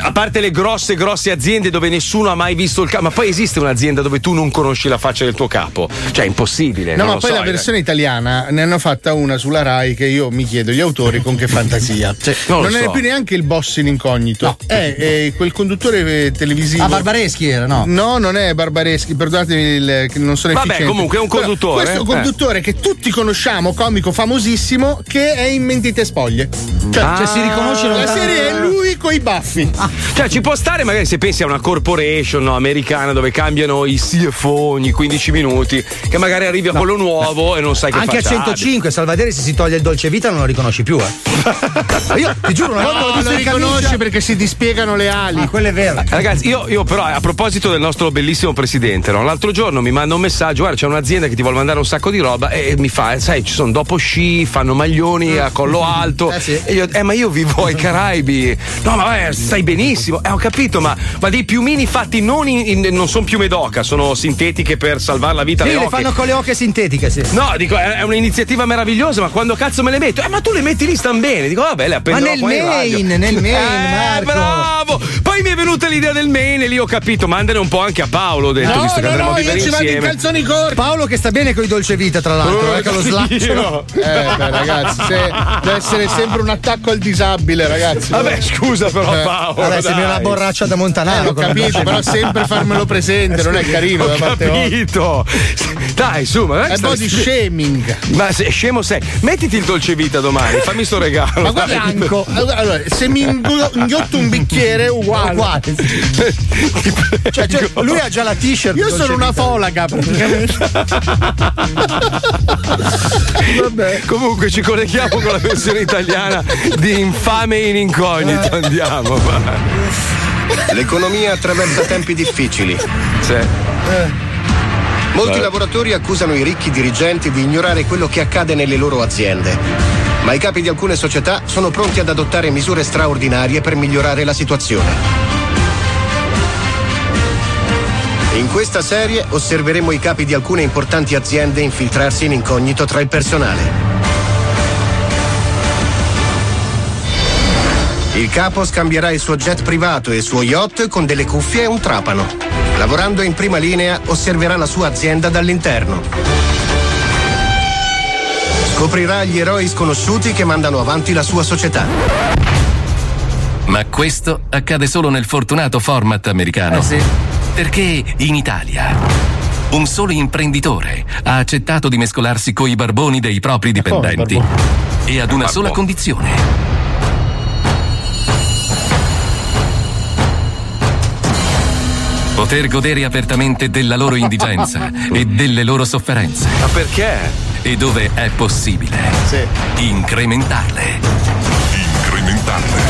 Speaker 5: a parte le grosse, grosse aziende dove nessuno ha mai visto il capo, ma poi esiste un'azienda dove tu non conosci la faccia del tuo capo. Cioè, è impossibile.
Speaker 4: No,
Speaker 5: non
Speaker 4: ma
Speaker 5: lo
Speaker 4: poi
Speaker 5: so,
Speaker 4: la
Speaker 5: eh.
Speaker 4: versione italiana ne hanno fatta una sulla Rai che io mi chiedo gli autori con che fantasia.
Speaker 5: non
Speaker 4: non
Speaker 5: lo
Speaker 4: è
Speaker 5: so.
Speaker 4: più neanche il boss in incognito. È, è quel conduttore eh, televisivo.
Speaker 6: Ah, Barbareschi era, no?
Speaker 4: No, non è Barbareschi, perdonatemi il- che non sono
Speaker 5: Vabbè,
Speaker 4: efficiente.
Speaker 5: comunque è un
Speaker 4: Però
Speaker 5: conduttore,
Speaker 4: Questo
Speaker 5: eh.
Speaker 4: conduttore che tutti conosciamo, comico famosissimo, che è in mentite spoglie. Cioè,
Speaker 5: Ah. Cioè, si riconosce
Speaker 4: La
Speaker 5: lontano.
Speaker 4: serie è lui coi baffi.
Speaker 6: Ah,
Speaker 5: Cioè, ci può stare, magari se pensi a una corporation no, americana dove cambiano i CFO ogni 15 minuti, che magari arrivi a quello nuovo e non sai che
Speaker 6: Anche a
Speaker 5: faccia abbia.
Speaker 6: 105, Salvadere, se si toglie il dolce vita non lo riconosci più. Eh. Io ti giuro, una volta
Speaker 4: No,
Speaker 6: l'ho visto
Speaker 4: lo
Speaker 6: in camicia.
Speaker 4: riconosci perché si dispiegano le ali. Ma
Speaker 6: quello è vero.
Speaker 5: Ragazzi, io, io però a proposito del nostro bellissimo presidente, no? l'altro giorno mi manda un messaggio, guarda c'è un'azienda che ti vuole mandare un sacco di roba e mi fa, sai, ci sono dopo sci, fanno maglioni a
Speaker 6: Mm.
Speaker 5: collo alto. E io, eh ma io vivo ai Caraibi. No, ma vai, stai benissimo. Eh, ho capito, ma, ma dei piumini fatti non, in- in- non sono piume d'oca, sono sintetiche per salvare la vita.
Speaker 6: Sì,
Speaker 5: alle
Speaker 6: le
Speaker 5: oche.
Speaker 6: fanno con le oche sintetiche, sì.
Speaker 5: No, dico, è è un'iniziativa meravigliosa, ma quando cazzo me le metto? Eh, ma tu le metti lì, stan bene. Dico, vabbè, le appendo
Speaker 6: Ma nel
Speaker 5: qua in radio.
Speaker 6: main, nel main,
Speaker 5: Eh,
Speaker 6: Marco.
Speaker 5: bravo! Poi mi è venuta l'idea del main e lì ho capito, mandane un po' anche a Paolo, ho detto,
Speaker 6: No,
Speaker 5: visto che
Speaker 6: no,
Speaker 5: andremo
Speaker 6: no,
Speaker 5: a vivere
Speaker 6: io ci vado in
Speaker 5: insieme.
Speaker 6: calzoni Paolo che sta bene con i dolce vita, tra l'altro,
Speaker 4: Oh,
Speaker 6: eh, che lo slaccio.
Speaker 4: Dio. Eh, beh, ragazzi, se- deve essere sempre un attacco al disabile, ragazzi. Eh.
Speaker 5: Vabbè, scusa, però, Paolo,
Speaker 6: Eh, Vabbè, sembra
Speaker 4: dai.
Speaker 6: una borraccia da Montanaro.
Speaker 4: Eh, ho
Speaker 6: con la
Speaker 4: capito,
Speaker 6: dolce
Speaker 4: però
Speaker 6: vita.
Speaker 4: sempre farmelo presente, non è carino
Speaker 5: Ho
Speaker 4: da parte
Speaker 5: capito. Dai, su, ma
Speaker 4: È body shaming.
Speaker 5: Ma se, scemo sei. Mettiti il dolce vita domani, fammi sto regalo.
Speaker 4: Ma guarda,
Speaker 5: dai.
Speaker 4: Anco, allora, se mi ingo- inghiotto un bicchiere, uguale.
Speaker 6: Cioè, cioè, lui ha già la t-shirt.
Speaker 4: Io
Speaker 6: dolce
Speaker 4: sono una
Speaker 6: vita.
Speaker 4: folaga, praticamente.
Speaker 5: Comunque ci colleghiamo con la versione italiana di Infame in incognito. Andiamo. va.
Speaker 10: L'economia attraversa tempi difficili. Molti
Speaker 5: Eh.
Speaker 10: lavoratori accusano i ricchi dirigenti di ignorare quello che accade nelle loro aziende. Ma i capi di alcune società sono pronti ad adottare misure straordinarie per migliorare la situazione. In questa serie osserveremo i capi di alcune importanti aziende infiltrarsi in incognito tra il personale. Il capo scambierà il suo jet privato e il suo yacht con delle cuffie e un trapano. Lavorando in prima linea, osserverà la sua azienda dall'interno. Scoprirà gli eroi sconosciuti che mandano avanti la sua società.
Speaker 1: Ma questo accade solo nel fortunato format americano. Perché in Italia un solo imprenditore ha accettato di mescolarsi coi barboni dei propri dipendenti. E ad una sola condizione. Poter godere apertamente della loro indigenza e delle loro sofferenze. Ma
Speaker 5: perché?
Speaker 1: E dove è possibile. Incrementarle. Incrementarle.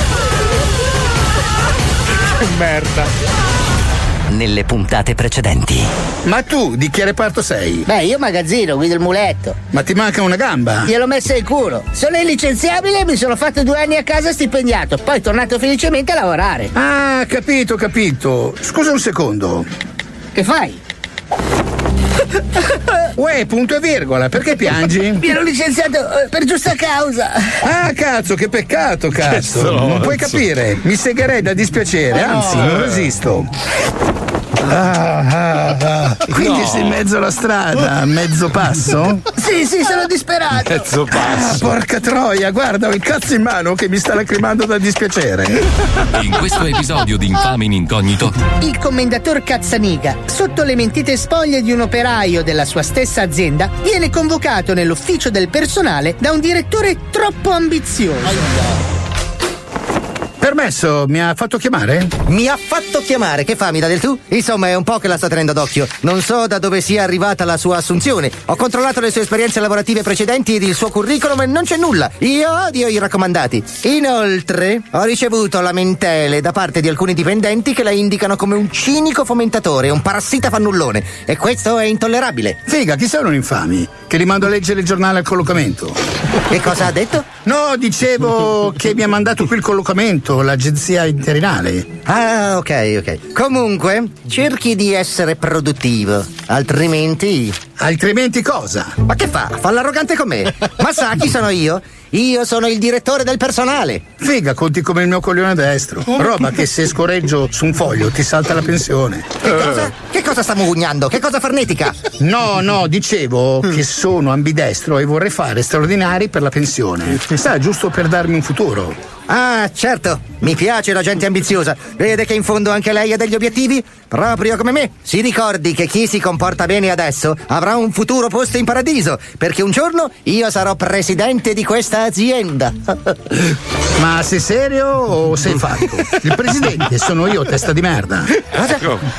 Speaker 19: Che merda.
Speaker 18: Nelle puntate precedenti.
Speaker 26: Ma tu di che reparto sei?
Speaker 18: Beh, io magazzino, guido il muletto.
Speaker 26: Ma ti manca una
Speaker 12: Ah.
Speaker 26: gamba?
Speaker 18: Gliel'ho messa in culo. Sono illicenziabile e mi sono fatto due anni a casa stipendiato. Poi tornato felicemente a lavorare.
Speaker 26: Ah, capito, capito. Scusa un secondo.
Speaker 18: Che fai?
Speaker 26: Uè, punto e virgola, perché piangi?
Speaker 18: Mi ero licenziato eh, per giusta causa.
Speaker 26: Ah, cazzo, che peccato, cazzo.
Speaker 18: stronzo.
Speaker 26: non puoi capire. Mi segherei da dispiacere, anzi, non resisto. Ah, ah, ah. Quindi
Speaker 18: No.
Speaker 26: sei in mezzo alla strada, a mezzo passo?
Speaker 18: Sì, sì, sono disperato.
Speaker 26: Ah, porca troia, guarda, ho il cazzo in mano che mi sta lacrimando da dispiacere.
Speaker 1: In questo episodio di Infame in incognito,
Speaker 18: Il commendator Cazzaniga, sotto le mentite spoglie di un operaio della sua stessa azienda, viene convocato nell'ufficio del personale da un direttore troppo ambizioso.
Speaker 26: Per permesso, mi ha fatto chiamare?
Speaker 3: Mi ha fatto chiamare, che fa, mi dà del tu? Insomma, è un po' che la sto tenendo d'occhio. Non so da dove sia arrivata la sua assunzione. Ho controllato le sue esperienze lavorative precedenti ed il suo curriculum e non c'è nulla. Io odio i raccomandati. Inoltre, ho ricevuto lamentele da parte di alcuni dipendenti che la indicano come un cinico fomentatore, un parassita fannullone. E questo è intollerabile.
Speaker 26: Figa, chi sono infami? Che li mando a leggere il giornale al collocamento.
Speaker 3: E cosa ha detto?
Speaker 26: No, dicevo che mi ha mandato qui il collocamento, l'agenzia interinale.
Speaker 3: Ah, ok, ok. Comunque, cerchi di essere produttivo, altrimenti.
Speaker 26: Altrimenti cosa?
Speaker 3: Ma che fa? Fa l'arrogante con me. Ma sa chi sono io? Io sono il direttore del personale.
Speaker 26: Figa, conti come il mio coglione destro. Roba che se scorreggio su un foglio ti salta la pensione.
Speaker 3: Che cosa, che cosa sta mugugnando? Che cosa farnetica?
Speaker 26: No, no, dicevo che sono ambidestro e vorrei fare straordinari per la pensione. Sta giusto per darmi un futuro.
Speaker 3: Ah, certo, mi piace la gente ambiziosa. Vede che in fondo anche lei ha degli obiettivi? Proprio come me. Si ricordi che chi si comporta bene adesso avrà un futuro posto in paradiso, perché un giorno io sarò presidente di questa azienda.
Speaker 26: Ma sei serio o sei fatto? Il presidente sono io, testa di merda.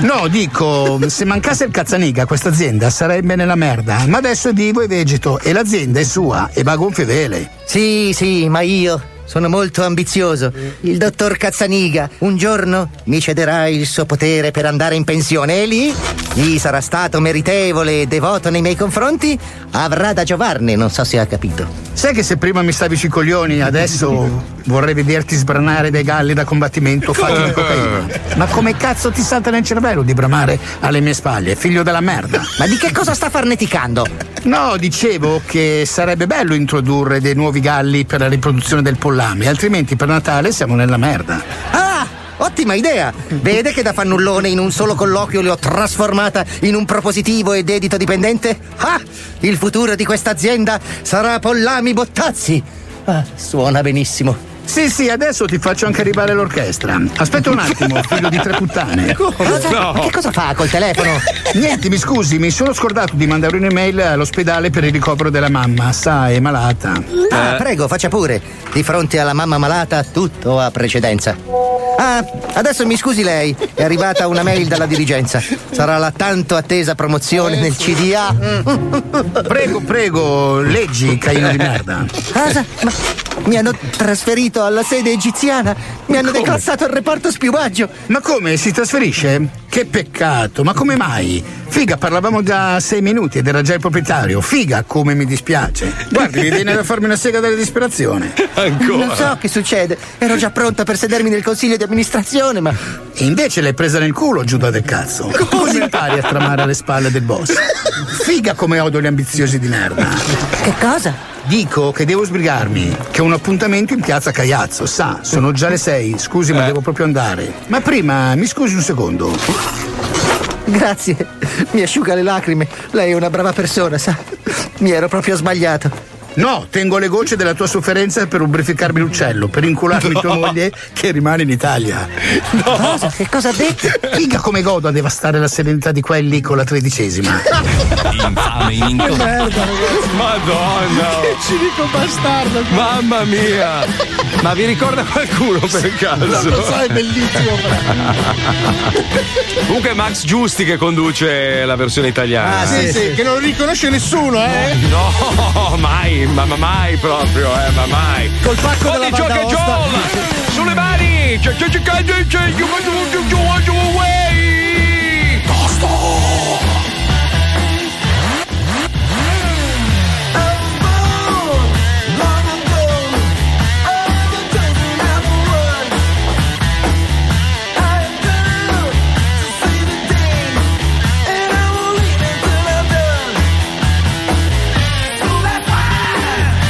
Speaker 26: No, dico, se mancasse il cazzaniga, questa azienda sarebbe nella merda. Ma adesso è vivo e vegeto e l'azienda è sua e va a gonfie vele.
Speaker 3: Sì, sì, ma io sono molto ambizioso. Il dottor Cazzaniga un giorno mi cederà il suo potere per andare in pensione e lì gli sarà stato meritevole e devoto nei miei confronti. Avrà da giovarne, non so se ha capito.
Speaker 26: Sai che se prima mi stavi sui coglioni, adesso vorrei vederti sbranare dei galli da combattimento fatti di cocaina. Ma come cazzo ti salta nel cervello di bramare alle mie spalle, figlio della merda?
Speaker 3: Ma di che cosa sta farneticando?
Speaker 26: No, dicevo che sarebbe bello introdurre dei nuovi galli per la riproduzione del pollame, altrimenti per Natale siamo nella merda.
Speaker 3: Ah! Ottima idea! Vede che da fannullone in un solo colloquio l'ho trasformata in un propositivo ed edito dipendente? Ah! Il futuro di questa azienda sarà Pollami Bottazzi! Ah, suona benissimo.
Speaker 26: Sì, sì, adesso ti faccio anche arrivare l'orchestra. Aspetta un attimo, figlio di tre puttane.
Speaker 3: Cosa? Ma che cosa fa col telefono?
Speaker 26: Niente, mi scusi, mi sono scordato di mandare un'email all'ospedale per il ricovero della mamma. Sa, è malata.
Speaker 3: Ah, prego, faccia pure. Di fronte alla mamma malata tutto ha precedenza. Ah, adesso mi scusi lei, è arrivata una mail dalla dirigenza. Sarà la tanto attesa promozione nel CDA.
Speaker 26: Eh, Prego, prego, leggi, caino di merda.
Speaker 3: Cosa? Ma mi hanno trasferito alla sede egiziana, mi hanno
Speaker 26: Come?
Speaker 3: declassato il reparto spiumaggio.
Speaker 26: Ma come? Si trasferisce? Che peccato, ma come mai? Figa, parlavamo da sei minuti ed era già il proprietario. Figa, come mi dispiace. Guardi, mi viene da farmi una sega dalla disperazione.
Speaker 3: Non so che succede, ero già pronta per sedermi nel consiglio di amministrazione, ma.
Speaker 26: E invece l'hai presa nel culo, Giuda del cazzo. Come impari a tramare alle spalle del boss? Figa come odio gli ambiziosi di merda.
Speaker 3: Che cosa?
Speaker 26: Dico che devo sbrigarmi, che ho un appuntamento in piazza Caiazzo, sa, sono già le sei, scusi ma devo proprio andare. Ma prima, mi scusi un secondo.
Speaker 3: Grazie, mi asciuga le lacrime. Lei è una brava persona, sa. Mi ero proprio sbagliato.
Speaker 26: No, tengo le gocce della tua sofferenza per lubrificarmi l'uccello, per incularmi tua moglie che rimane in Italia.
Speaker 3: Cosa? Che cosa ha detto?
Speaker 26: Figa come godo a devastare la serenità di quelli con la tredicesima.
Speaker 1: Infame in
Speaker 19: Che
Speaker 1: incontro.
Speaker 19: merda, ragazzi.
Speaker 5: Madonna! oh.
Speaker 19: Che cinico bastardo.
Speaker 5: Mamma mia! Ma vi ricorda qualcuno per caso?
Speaker 19: Non lo so, è bellissimo,
Speaker 5: Comunque è Max Giusti che conduce la versione italiana.
Speaker 19: Ah, sì, sì, che non riconosce nessuno, eh?
Speaker 5: No, mai, ma, ma mai proprio, eh, ma mai.
Speaker 19: Col pacco
Speaker 5: Ogni
Speaker 19: della
Speaker 5: gioco
Speaker 19: Banda
Speaker 5: è
Speaker 19: Osta.
Speaker 5: giova! Sulle mani! C'è, c'è, c'è, c'è, c'è, c'è, you want to- you want to away!
Speaker 9: Bye.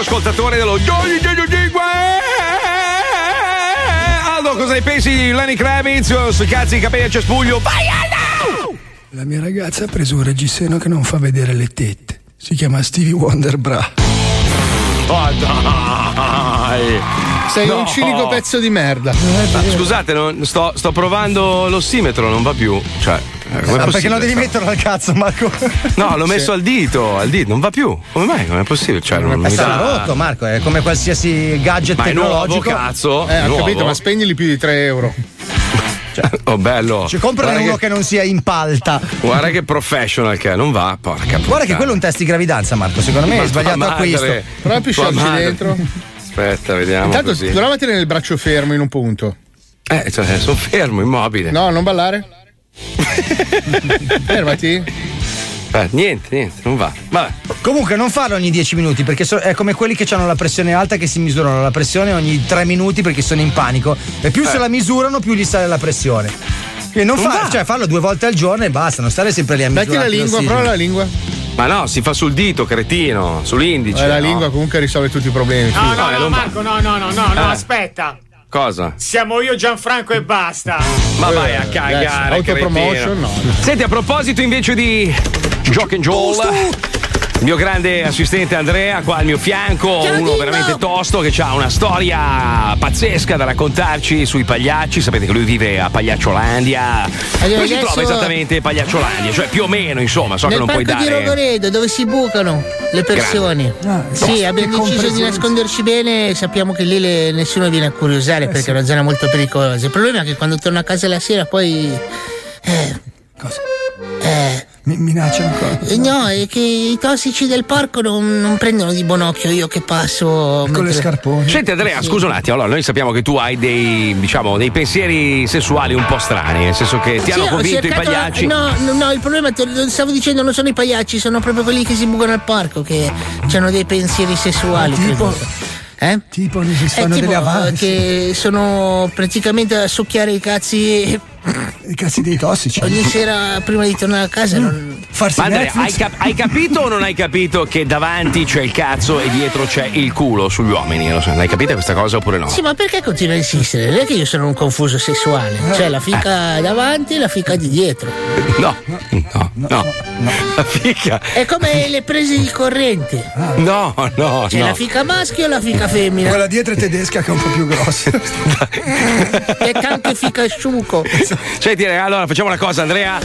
Speaker 5: ascoltatore dello Gioia Gioia Gioia. Aldo, cosa ne pensi di Lenny Kravitz? eh, Sui cazzi, i capelli a cespuglio. Vai, Aldo!
Speaker 15: La mia ragazza ha preso un reggiseno che non fa vedere le tette. Si chiama Stevie Wonder Bra.
Speaker 5: Oh, dai!
Speaker 4: Sei
Speaker 5: No.
Speaker 4: un cinico pezzo di merda.
Speaker 5: Ma scusate, non- sto, sto provando l'ossimetro, non va più. Cioè, eh, com'è
Speaker 6: Ah, perché
Speaker 5: possibile?
Speaker 6: non devi metterlo al cazzo, Marco?
Speaker 5: No, l'ho messo
Speaker 6: al
Speaker 5: al dito, al dito, non va più. Come mai? Com'è possibile? Cioè, non
Speaker 6: È
Speaker 5: mi
Speaker 6: stato
Speaker 5: dà-
Speaker 6: rotto, Marco, è come qualsiasi gadget
Speaker 5: Ma è nuovo,
Speaker 6: tecnologico.
Speaker 5: cazzo?
Speaker 4: Eh,
Speaker 5: È
Speaker 4: ho
Speaker 5: nuovo?
Speaker 4: capito, ma spegnili più di 3 euro.
Speaker 5: Oh, bello.
Speaker 6: Cioè, comprane
Speaker 5: Guarda
Speaker 6: uno
Speaker 5: che-
Speaker 6: che... non sia in palta.
Speaker 5: Guarda che professional che è, non va, porca
Speaker 6: Guarda che
Speaker 5: puttana.
Speaker 6: quello è un test di gravidanza, Marco. Secondo me
Speaker 5: Ma
Speaker 6: è sbagliato
Speaker 5: tua madre,
Speaker 6: acquisto.
Speaker 4: Prova
Speaker 5: tua
Speaker 4: più sciolci
Speaker 5: madre.
Speaker 4: dentro.
Speaker 5: Aspetta, vediamo
Speaker 4: Intanto
Speaker 5: così.
Speaker 4: provatene nel braccio fermo in un punto.
Speaker 5: Eh, cioè, sono fermo, immobile.
Speaker 4: No, non ballare. Fermati.
Speaker 5: Eh, niente, niente, non va. Vabbè.
Speaker 6: Comunque non farlo ogni 10 minuti perché so- è come quelli che hanno la pressione alta che si misurano la pressione ogni 3 minuti perché sono in panico e
Speaker 5: Eh.
Speaker 6: più se la misurano più gli sale la pressione. E non, fa- cioè, farlo due volte al giorno e basta, non stare sempre lì a misurare.
Speaker 4: lingua.
Speaker 5: Ma no, si fa sul dito, cretino, sull'indice.
Speaker 4: Eh, la
Speaker 5: no.
Speaker 4: lingua comunque risolve tutti i problemi.
Speaker 13: No,
Speaker 5: No,
Speaker 13: no,
Speaker 5: eh,
Speaker 13: no,
Speaker 5: non-
Speaker 13: Marco, no, no, no, no, no,
Speaker 5: Eh.
Speaker 13: aspetta.
Speaker 5: Cosa?
Speaker 13: Siamo io, Gianfranco e basta.
Speaker 5: Ma vai
Speaker 12: Eh,
Speaker 5: a cagare,
Speaker 13: ragazzi,
Speaker 5: cretino.
Speaker 13: Eh, autopromotion, no.
Speaker 5: Senti, a proposito invece di Jock and Joel. Il mio grande assistente Andrea, qua al mio fianco, uno veramente tosto che ha una storia pazzesca da raccontarci sui pagliacci. Sapete che lui vive a Pagliacciolandia.
Speaker 12: Allora,
Speaker 5: Dove si
Speaker 12: adesso-
Speaker 5: trova esattamente Pagliacciolandia? Cioè, più o meno, insomma, so che
Speaker 12: Nel
Speaker 5: non
Speaker 12: parco
Speaker 5: puoi
Speaker 12: di
Speaker 5: dare.
Speaker 12: Rogoredo dove si bucano le persone.
Speaker 18: Ah,
Speaker 12: sì,
Speaker 5: no,
Speaker 12: abbiamo
Speaker 5: che
Speaker 12: deciso di
Speaker 5: comprensione.
Speaker 12: nasconderci bene, sappiamo che lì le- nessuno viene a curiosare perché è una zona molto pericolosa. Il problema è che quando torno a casa la sera poi... Eh, Cosa? Eh,
Speaker 15: Mi minaccia ancora.
Speaker 12: eh, No, è che i tossici del parco non, non prendono di buon occhio io che passo. Con le
Speaker 15: scarpone.
Speaker 5: Senti Andrea, scusa un attimo, allora noi sappiamo che tu hai dei, diciamo, dei pensieri sessuali un po' strani, nel senso che ti hanno convinto i pagliacci.
Speaker 12: No, no, no, il problema, te lo stavo dicendo, non sono i pagliacci, sono proprio quelli che si bucano al parco, che hanno dei pensieri sessuali.
Speaker 15: Tipo.
Speaker 12: credo. Eh?
Speaker 15: Tipo, non si
Speaker 12: Eh,
Speaker 15: fanno
Speaker 12: tipo,
Speaker 15: delle avanze.
Speaker 12: che sono praticamente a succhiare i cazzi
Speaker 15: I cazzi dei tossici. Mm.
Speaker 12: ogni sera prima di tornare a casa. Non...
Speaker 5: Ma Andrea, hai, cap- hai capito o non hai capito che davanti c'è il cazzo e dietro c'è il culo sugli uomini? Non so, l'hai capita questa cosa oppure no?
Speaker 12: Sì, ma perché continua a insistere? Non è che io sono un confuso sessuale. Cioè, la fica davanti e la fica di dietro.
Speaker 5: No, no, no, La fica.
Speaker 12: È come le prese di corrente.
Speaker 5: No, no,
Speaker 12: C'è
Speaker 5: Ah, no.
Speaker 12: la fica maschio e la fica femmina.
Speaker 15: Quella dietro è tedesca che è un po' più grossa.
Speaker 12: E anche fica asciuco.
Speaker 5: Senti, eh, allora facciamo una cosa, Andrea.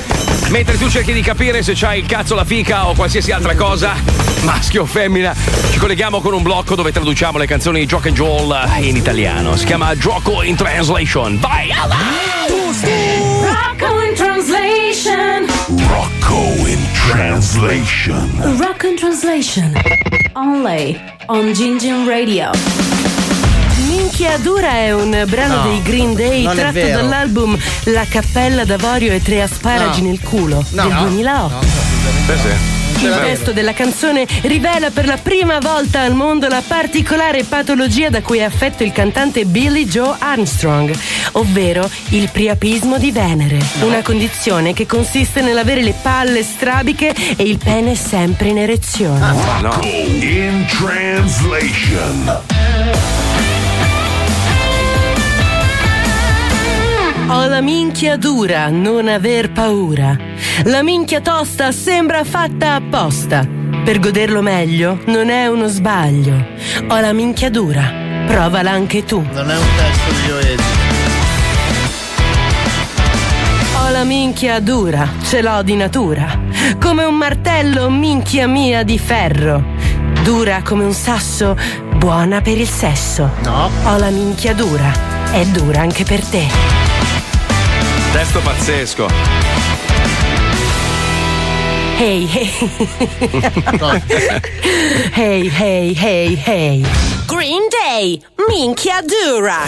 Speaker 5: Mentre tu cerchi di capire se c'hai il cazzo, la fica o qualsiasi altra cosa, maschio o femmina, ci colleghiamo con un blocco dove traduciamo le canzoni di Jock and Joel eh, in italiano. Si chiama Gioco in Translation. Vai!
Speaker 9: Rocco in translation.
Speaker 20: Rocco in translation.
Speaker 9: Rocco in translation. Only on Gingin Radio.
Speaker 8: Minchiadura è un brano
Speaker 9: No,
Speaker 8: dei Green Day
Speaker 9: non è
Speaker 8: tratto
Speaker 9: vero.
Speaker 8: dall'album La cappella d'avorio e tre asparagi
Speaker 9: No.
Speaker 8: nel culo del 2008. Il testo della canzone rivela per la prima volta al mondo la particolare patologia da cui è affetto il cantante Billy Joe Armstrong, ovvero il priapismo di Venere, una condizione che consiste nell'avere le palle strabiche e il pene sempre in erezione.
Speaker 20: Rocco in translation.
Speaker 8: Ho la minchia dura, non aver paura. La minchia tosta sembra fatta apposta. Per goderlo meglio non è uno sbaglio. Ho la minchia dura, provala anche tu.
Speaker 12: Non è un testo di
Speaker 8: Ho la minchia dura, ce l'ho di natura. Come un martello, minchia mia di ferro. Dura come un sasso, buona per il sesso. No. Ho la minchia dura, è dura anche per te.
Speaker 5: Testo pazzesco.
Speaker 8: Hey, hey. hey, hey, hey, hey. Green Day, minchia dura.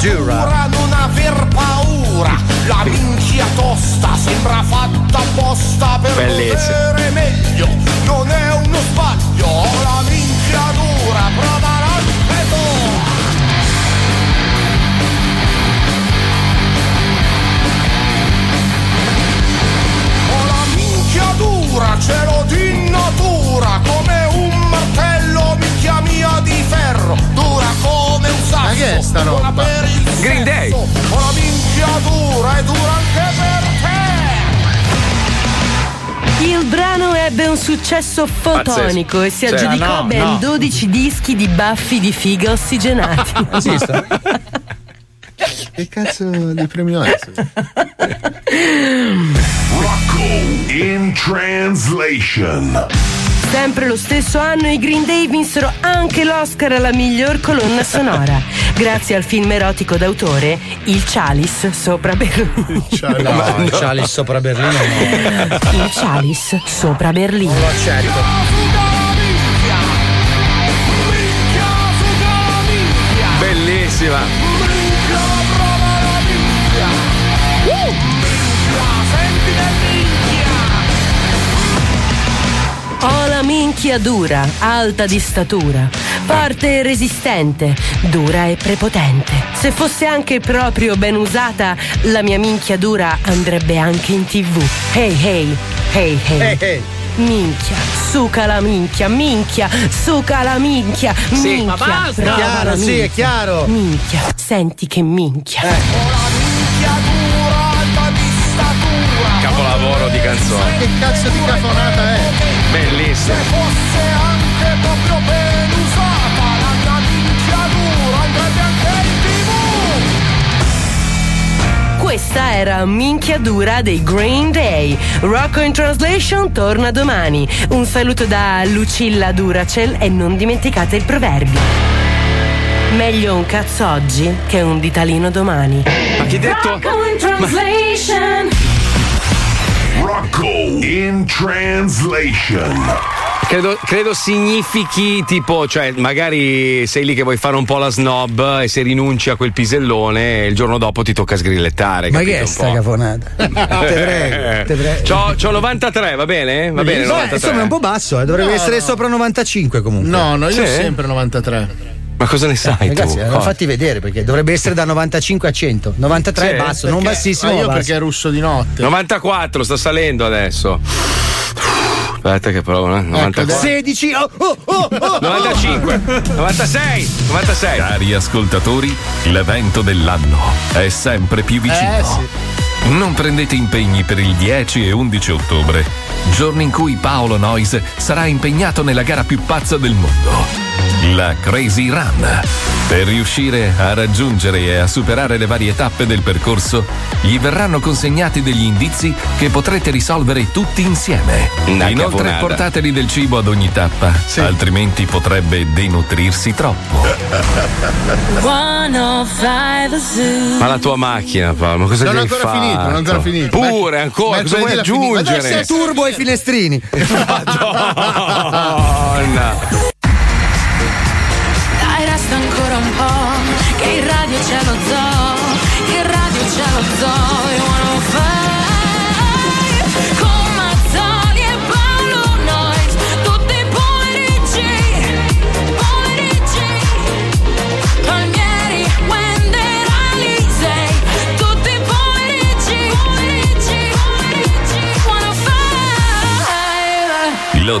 Speaker 20: Dura non aver paura. La minchia tosta sembra fatta apposta per
Speaker 5: Bellezza.
Speaker 20: godere meglio. Non è uno sbaglio. Ho La minchia dura, prova l'alpeto. Ho la minchia dura, ce l'ho di natura, come un martello, minchia mia di
Speaker 8: successo fotonico e si
Speaker 14: Cioè,
Speaker 8: aggiudicò
Speaker 14: no,
Speaker 8: ben
Speaker 14: no.
Speaker 8: 12 dischi di baffi di figa ossigenati.
Speaker 4: Che cazzo di premio è?
Speaker 15: Rocco in translation.
Speaker 8: Sempre lo stesso anno i Green Day vinsero anche l'Oscar alla miglior colonna sonora, grazie al film erotico d'autore Il Chalice sopra Berlino.
Speaker 6: No, il Chalice sopra Berlino. No.
Speaker 8: Il Chalice sopra Berlino. Non lo accetto.
Speaker 5: Bellissima.
Speaker 8: Ho la minchia dura, alta di statura, forte e resistente, dura e prepotente. Se fosse anche proprio ben usata, la mia minchia dura andrebbe anche in tv. Hey hey, hey hey. Minchia, suca la minchia, minchia, suca la minchia, minchia.
Speaker 14: ma basta!
Speaker 8: prova
Speaker 14: Chiaro,
Speaker 8: la
Speaker 14: sì,
Speaker 8: minchia,
Speaker 14: è chiaro. Eh.
Speaker 8: Minchia, senti che minchia.
Speaker 5: Capolavoro di canzone.
Speaker 4: Che cazzo di cafonata è?
Speaker 5: Bellissimo.
Speaker 8: Questa era Minchia Dura dei Green Day. Rocco in Translation torna domani. Un saluto da Lucilla Duracel e non dimenticate il proverbio. Meglio un cazzo oggi che un ditalino domani.
Speaker 5: Ma chi ha detto?
Speaker 8: Rocco in Translation.
Speaker 15: Rocco in translation.
Speaker 5: Credo, credo significhi tipo, cioè, magari sei lì che vuoi fare un po' la snob e se rinunci a quel pisellone, il giorno dopo ti tocca sgrillettare.
Speaker 27: Ma
Speaker 5: capito
Speaker 27: che è
Speaker 5: un
Speaker 27: sta
Speaker 5: po'?
Speaker 27: cafonata?
Speaker 5: Te prego, te prego. C'ho, c'ho 93, va bene? Va bene,
Speaker 6: Beh,
Speaker 5: 93.
Speaker 6: insomma, è un po' basso, eh, dovrebbe
Speaker 5: No,
Speaker 6: essere
Speaker 5: no.
Speaker 6: sopra 95 comunque.
Speaker 5: No, no, io Sì? sempre
Speaker 6: 93.
Speaker 5: Ma cosa ne sai
Speaker 6: Eh, Ragazzi,
Speaker 5: tu?
Speaker 6: l'hanno
Speaker 5: Cosa?
Speaker 6: fatti vedere perché dovrebbe essere da 95 a 100. 93
Speaker 5: Sì,
Speaker 6: è basso, non
Speaker 5: perché-
Speaker 6: bassissimo.
Speaker 5: ma io
Speaker 6: ma basso.
Speaker 5: perché ero
Speaker 28: Russo di notte.
Speaker 5: 94, sta salendo adesso. Aspetta che provo,
Speaker 6: Ecco,
Speaker 5: eh. 94.
Speaker 6: 16 oh, oh, oh, oh,
Speaker 5: 95, 96, 96.
Speaker 1: Cari ascoltatori, l'evento dell'anno è sempre più vicino.
Speaker 5: Eh, sì.
Speaker 1: Non prendete impegni per il 10 e 11 ottobre, giorni in cui Paolo Noyes sarà impegnato nella gara più pazza del mondo. La Crazy Run. Per riuscire a raggiungere e a superare le varie tappe del percorso, gli verranno consegnati degli indizi che potrete risolvere tutti insieme.
Speaker 5: Una
Speaker 1: Inoltre
Speaker 5: caponata.
Speaker 1: portateli del cibo ad ogni tappa, altrimenti potrebbe denutrirsi troppo.
Speaker 8: 105 Zoo.
Speaker 5: Ma la tua macchina, Paolo, ma cosa
Speaker 1: Non
Speaker 5: gli
Speaker 1: ho
Speaker 5: hai
Speaker 1: ancora
Speaker 5: fatto?
Speaker 1: finito, non ho ancora finito.
Speaker 5: Pure, ancora, cosa vuoi aggiungere?
Speaker 6: turbo e finestrini.
Speaker 5: Madonna.
Speaker 14: Dai, resta ancora un po', che in radio c'è lo zoo, che in radio c'è lo zoo, e 105, con Mazzoli e Paolo Noyes, tutti i pomeriggio, pomeriggio, Palmieri, Wender, Alisei, tutti i pomeriggio, pomeriggio, 105.
Speaker 1: Lo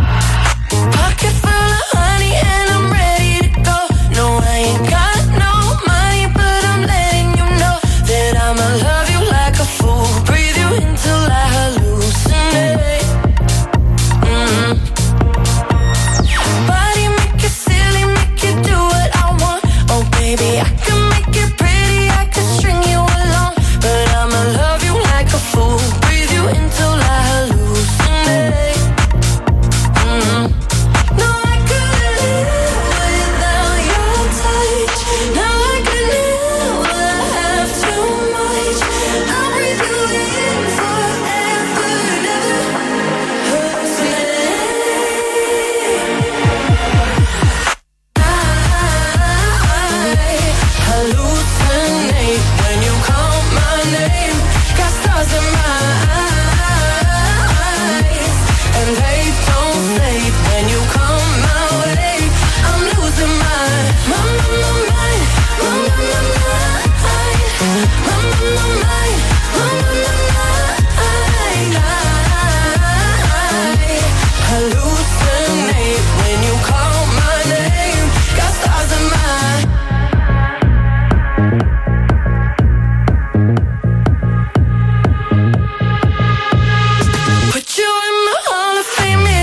Speaker 14: Pocket full of honey and I'm ready to go. No, I ain't got no money, but I'm letting you know that I'ma love you like a fool. Breathe you until I hallucinate. Mm. Body make it silly, make you do what I want. Oh, baby, I can make it pretty, I can string you along, but Mm-hmm. oh. Mm-hmm.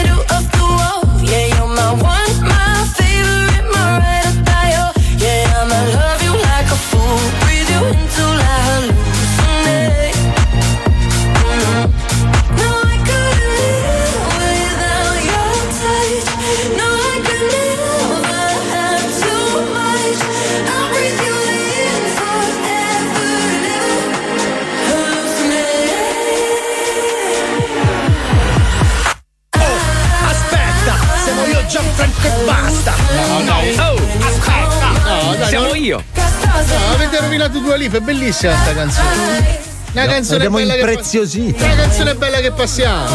Speaker 7: Gianfranco e basta.
Speaker 4: No, no.
Speaker 7: Oh, aspetta.
Speaker 4: No, dai,
Speaker 7: Siamo
Speaker 4: no.
Speaker 7: io.
Speaker 4: No, avete rovinato due lip, è bellissima questa canzone. Una
Speaker 5: No,
Speaker 4: canzone
Speaker 5: l'abbiamo
Speaker 4: bella che pa-
Speaker 5: impreziosita.
Speaker 4: Una canzone bella che passiamo.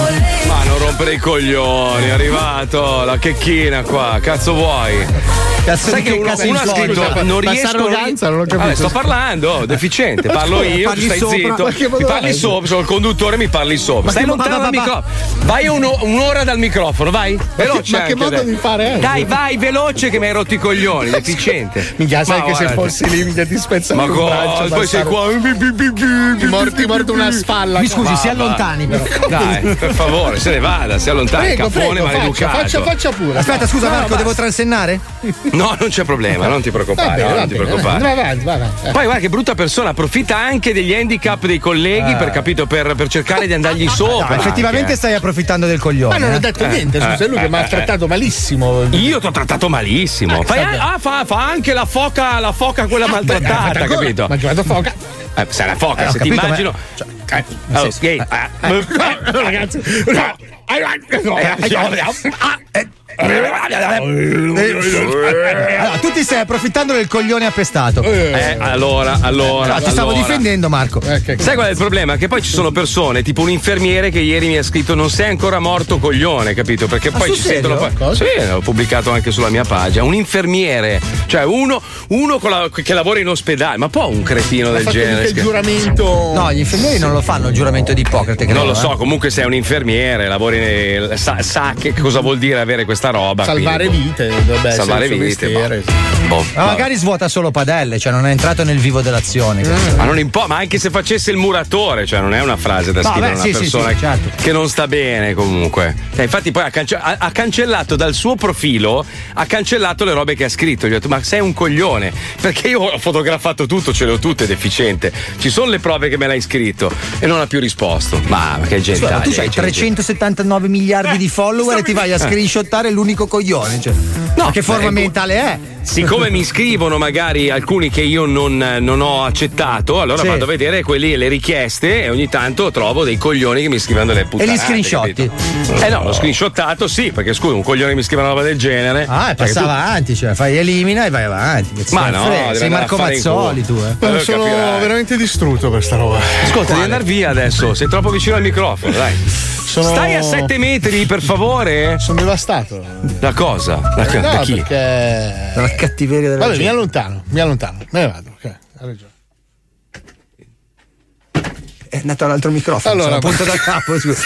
Speaker 5: Ma non rompere i coglioni, è arrivato la checchina qua, cazzo vuoi?
Speaker 4: Cazzo
Speaker 5: Sai
Speaker 4: di
Speaker 5: che
Speaker 4: che
Speaker 5: uno,
Speaker 4: cazzo
Speaker 5: uno ha
Speaker 4: di
Speaker 5: scritto
Speaker 4: cosa?
Speaker 5: non
Speaker 4: Ma
Speaker 5: riesco
Speaker 4: sta arroganza, non l'ho capito.
Speaker 5: Vabbè, sto parlando, deficiente, parlo io, tu
Speaker 4: Parli
Speaker 5: stai
Speaker 4: sopra,
Speaker 5: zitto.
Speaker 4: ma che
Speaker 5: Mi parli
Speaker 4: modo-
Speaker 5: sopra, sono il conduttore, mi parli sopra.
Speaker 4: Ma
Speaker 5: stai
Speaker 4: che modo-
Speaker 5: lontano dal
Speaker 4: ma- ma-
Speaker 5: microfono. Vai uno- un'ora dal microfono, vai. Veloce.
Speaker 4: ma che
Speaker 5: anche,
Speaker 4: modo
Speaker 5: dai.
Speaker 4: di fare è?
Speaker 5: Dai, vai, veloce che mi hai rotto i coglioni, deficiente.
Speaker 4: Minchia, sai
Speaker 5: Ma
Speaker 4: che se
Speaker 5: guarda.
Speaker 4: fossi lì mi ti spezzato
Speaker 5: Ma
Speaker 4: il
Speaker 5: cosa?
Speaker 4: braccio.
Speaker 5: Poi sei qua.
Speaker 4: Ti morto, ti morto una spalla.
Speaker 5: Mi scusi, si allontani, Dai, per favore, se ne vada, si allontani,
Speaker 4: Prego,
Speaker 5: capone
Speaker 4: prego, faccia,
Speaker 5: maleducato.
Speaker 4: faccia, faccia pure.
Speaker 6: Aspetta, scusa
Speaker 4: No,
Speaker 6: Marco,
Speaker 4: basta.
Speaker 6: devo transennare?
Speaker 5: No, non c'è problema, non ti preoccupare,
Speaker 4: Va bene,
Speaker 5: no,
Speaker 4: va
Speaker 5: non ti
Speaker 4: bene,
Speaker 5: preoccupare.
Speaker 4: Vai avanti, vai avanti.
Speaker 5: Poi guarda che brutta persona, approfitta anche degli handicap dei colleghi
Speaker 6: Eh.
Speaker 5: per, capito, per, per cercare di andargli sopra.
Speaker 6: No, Ah, effettivamente
Speaker 5: anche. Eh,
Speaker 6: stai approfittando del coglione. eh.
Speaker 5: Ma non ho detto niente, scusa, è lui che mi ha trattato
Speaker 4: malissimo.
Speaker 5: eh. Io ti ho trattato malissimo. Fai-
Speaker 4: Eh, vabbè.
Speaker 5: ah, fa, fa anche la foca, la foca quella
Speaker 4: Ah,
Speaker 5: maltrattata,
Speaker 4: ancora?
Speaker 5: capito?
Speaker 4: eh, Ma ha chiamato foca?
Speaker 5: Eh, sei una foca,
Speaker 4: Eh, ho
Speaker 5: se
Speaker 4: capito,
Speaker 5: ti
Speaker 4: ma-
Speaker 5: immagino.
Speaker 4: cioè,
Speaker 5: Eh,
Speaker 4: nel
Speaker 5: oh,
Speaker 4: senso-
Speaker 5: eh, ah, eh,
Speaker 4: Ragazzi, no. Eh,
Speaker 5: Ah.
Speaker 6: Allora, tu ti stai approfittando del coglione appestato.
Speaker 5: Eh, allora, allora.
Speaker 6: Ah, ti stavo
Speaker 5: allora.
Speaker 6: difendendo, Marco.
Speaker 5: Sai qual è il problema? Che poi ci sono persone, tipo un infermiere che ieri mi ha scritto non sei ancora morto coglione, capito? Perché
Speaker 4: Ah,
Speaker 5: poi
Speaker 4: sul
Speaker 5: ci
Speaker 4: serio?
Speaker 5: sentono poi.
Speaker 4: Cosa?
Speaker 5: Sì, l'ho pubblicato anche sulla mia pagina. Un infermiere, cioè uno, uno con la- che lavora in ospedale, ma poi un cretino del genere. scher-
Speaker 4: giuramento.
Speaker 6: No, gli infermieri non lo fanno il giuramento di Ippocrate. credo,
Speaker 5: non lo
Speaker 6: eh.
Speaker 5: so, comunque sei un infermiere, lavori nel- sa, sa che cosa vuol dire avere questa roba.
Speaker 4: Salvare
Speaker 5: quindi, boh.
Speaker 4: vite, vabbè,
Speaker 5: salvare
Speaker 4: senza
Speaker 5: vite.
Speaker 4: mestiere.
Speaker 5: boh. Boh,
Speaker 6: Ma magari svuota solo padelle, cioè non è entrato nel vivo dell'azione.
Speaker 4: Mm.
Speaker 6: capito?
Speaker 5: Ma non impo- ma anche se facesse il muratore, cioè non è una frase da
Speaker 6: No,
Speaker 5: scrivere
Speaker 6: beh,
Speaker 5: a una
Speaker 6: sì, certo. sì,
Speaker 5: persona
Speaker 6: sì,
Speaker 5: che- che non sta bene comunque. Eh, infatti poi ha, cance- ha- ha cancellato dal suo profilo, ha cancellato le robe che ha scritto. Gli ho detto "Ma sei un coglione, perché io ho fotografato tutto, ce le ho tutte deficiente. Ci sono le prove che me l'hai scritto e non ha più risposto". Ma ma che gente.
Speaker 6: Scusa, ma tu hai 379 miliardi
Speaker 4: Eh,
Speaker 6: di follower e ti vai a screenshottare l'unico coglione. Cioè, Ma che forma
Speaker 5: eh,
Speaker 6: mentale è?
Speaker 5: Siccome mi scrivono magari alcuni che io non, non ho accettato, allora
Speaker 6: Sì.
Speaker 5: vado a vedere quelli le richieste e ogni tanto trovo dei coglioni che mi scrivono delle puttanate.
Speaker 6: screenshotti?
Speaker 5: capito? Eh no, l'ho screenshottato sì, perché scusa, un coglione che mi scrive una roba del genere.
Speaker 6: Ah, e
Speaker 5: Perché
Speaker 6: passa
Speaker 5: tu-
Speaker 6: avanti, cioè fai elimina e vai avanti. che ti
Speaker 5: Ma
Speaker 6: se ne
Speaker 5: no,
Speaker 6: frega,
Speaker 5: deve
Speaker 6: sei
Speaker 5: andare
Speaker 6: Marco
Speaker 5: a fare in
Speaker 6: Mazzoli tu,
Speaker 5: culo.
Speaker 6: eh.
Speaker 5: Eh,
Speaker 4: Sono
Speaker 5: capirai.
Speaker 4: veramente distrutto per sta roba.
Speaker 5: Ascolta, devi andare via adesso, sei troppo vicino al microfono, dai.
Speaker 4: Sono-
Speaker 5: Stai a 7 metri, per favore.
Speaker 4: Sono devastato.
Speaker 5: Da cosa? Da,
Speaker 4: Eh,
Speaker 5: da
Speaker 4: no,
Speaker 5: chi?
Speaker 4: Perché...
Speaker 6: Dalla cattiveria della
Speaker 4: Vabbè, mi
Speaker 6: gente.
Speaker 4: allontano, mi allontano, me ne vado. ok, ha ragione.
Speaker 6: È andato all'altro microfono.
Speaker 4: Allora,
Speaker 6: Allora, punto da capo. Scusa.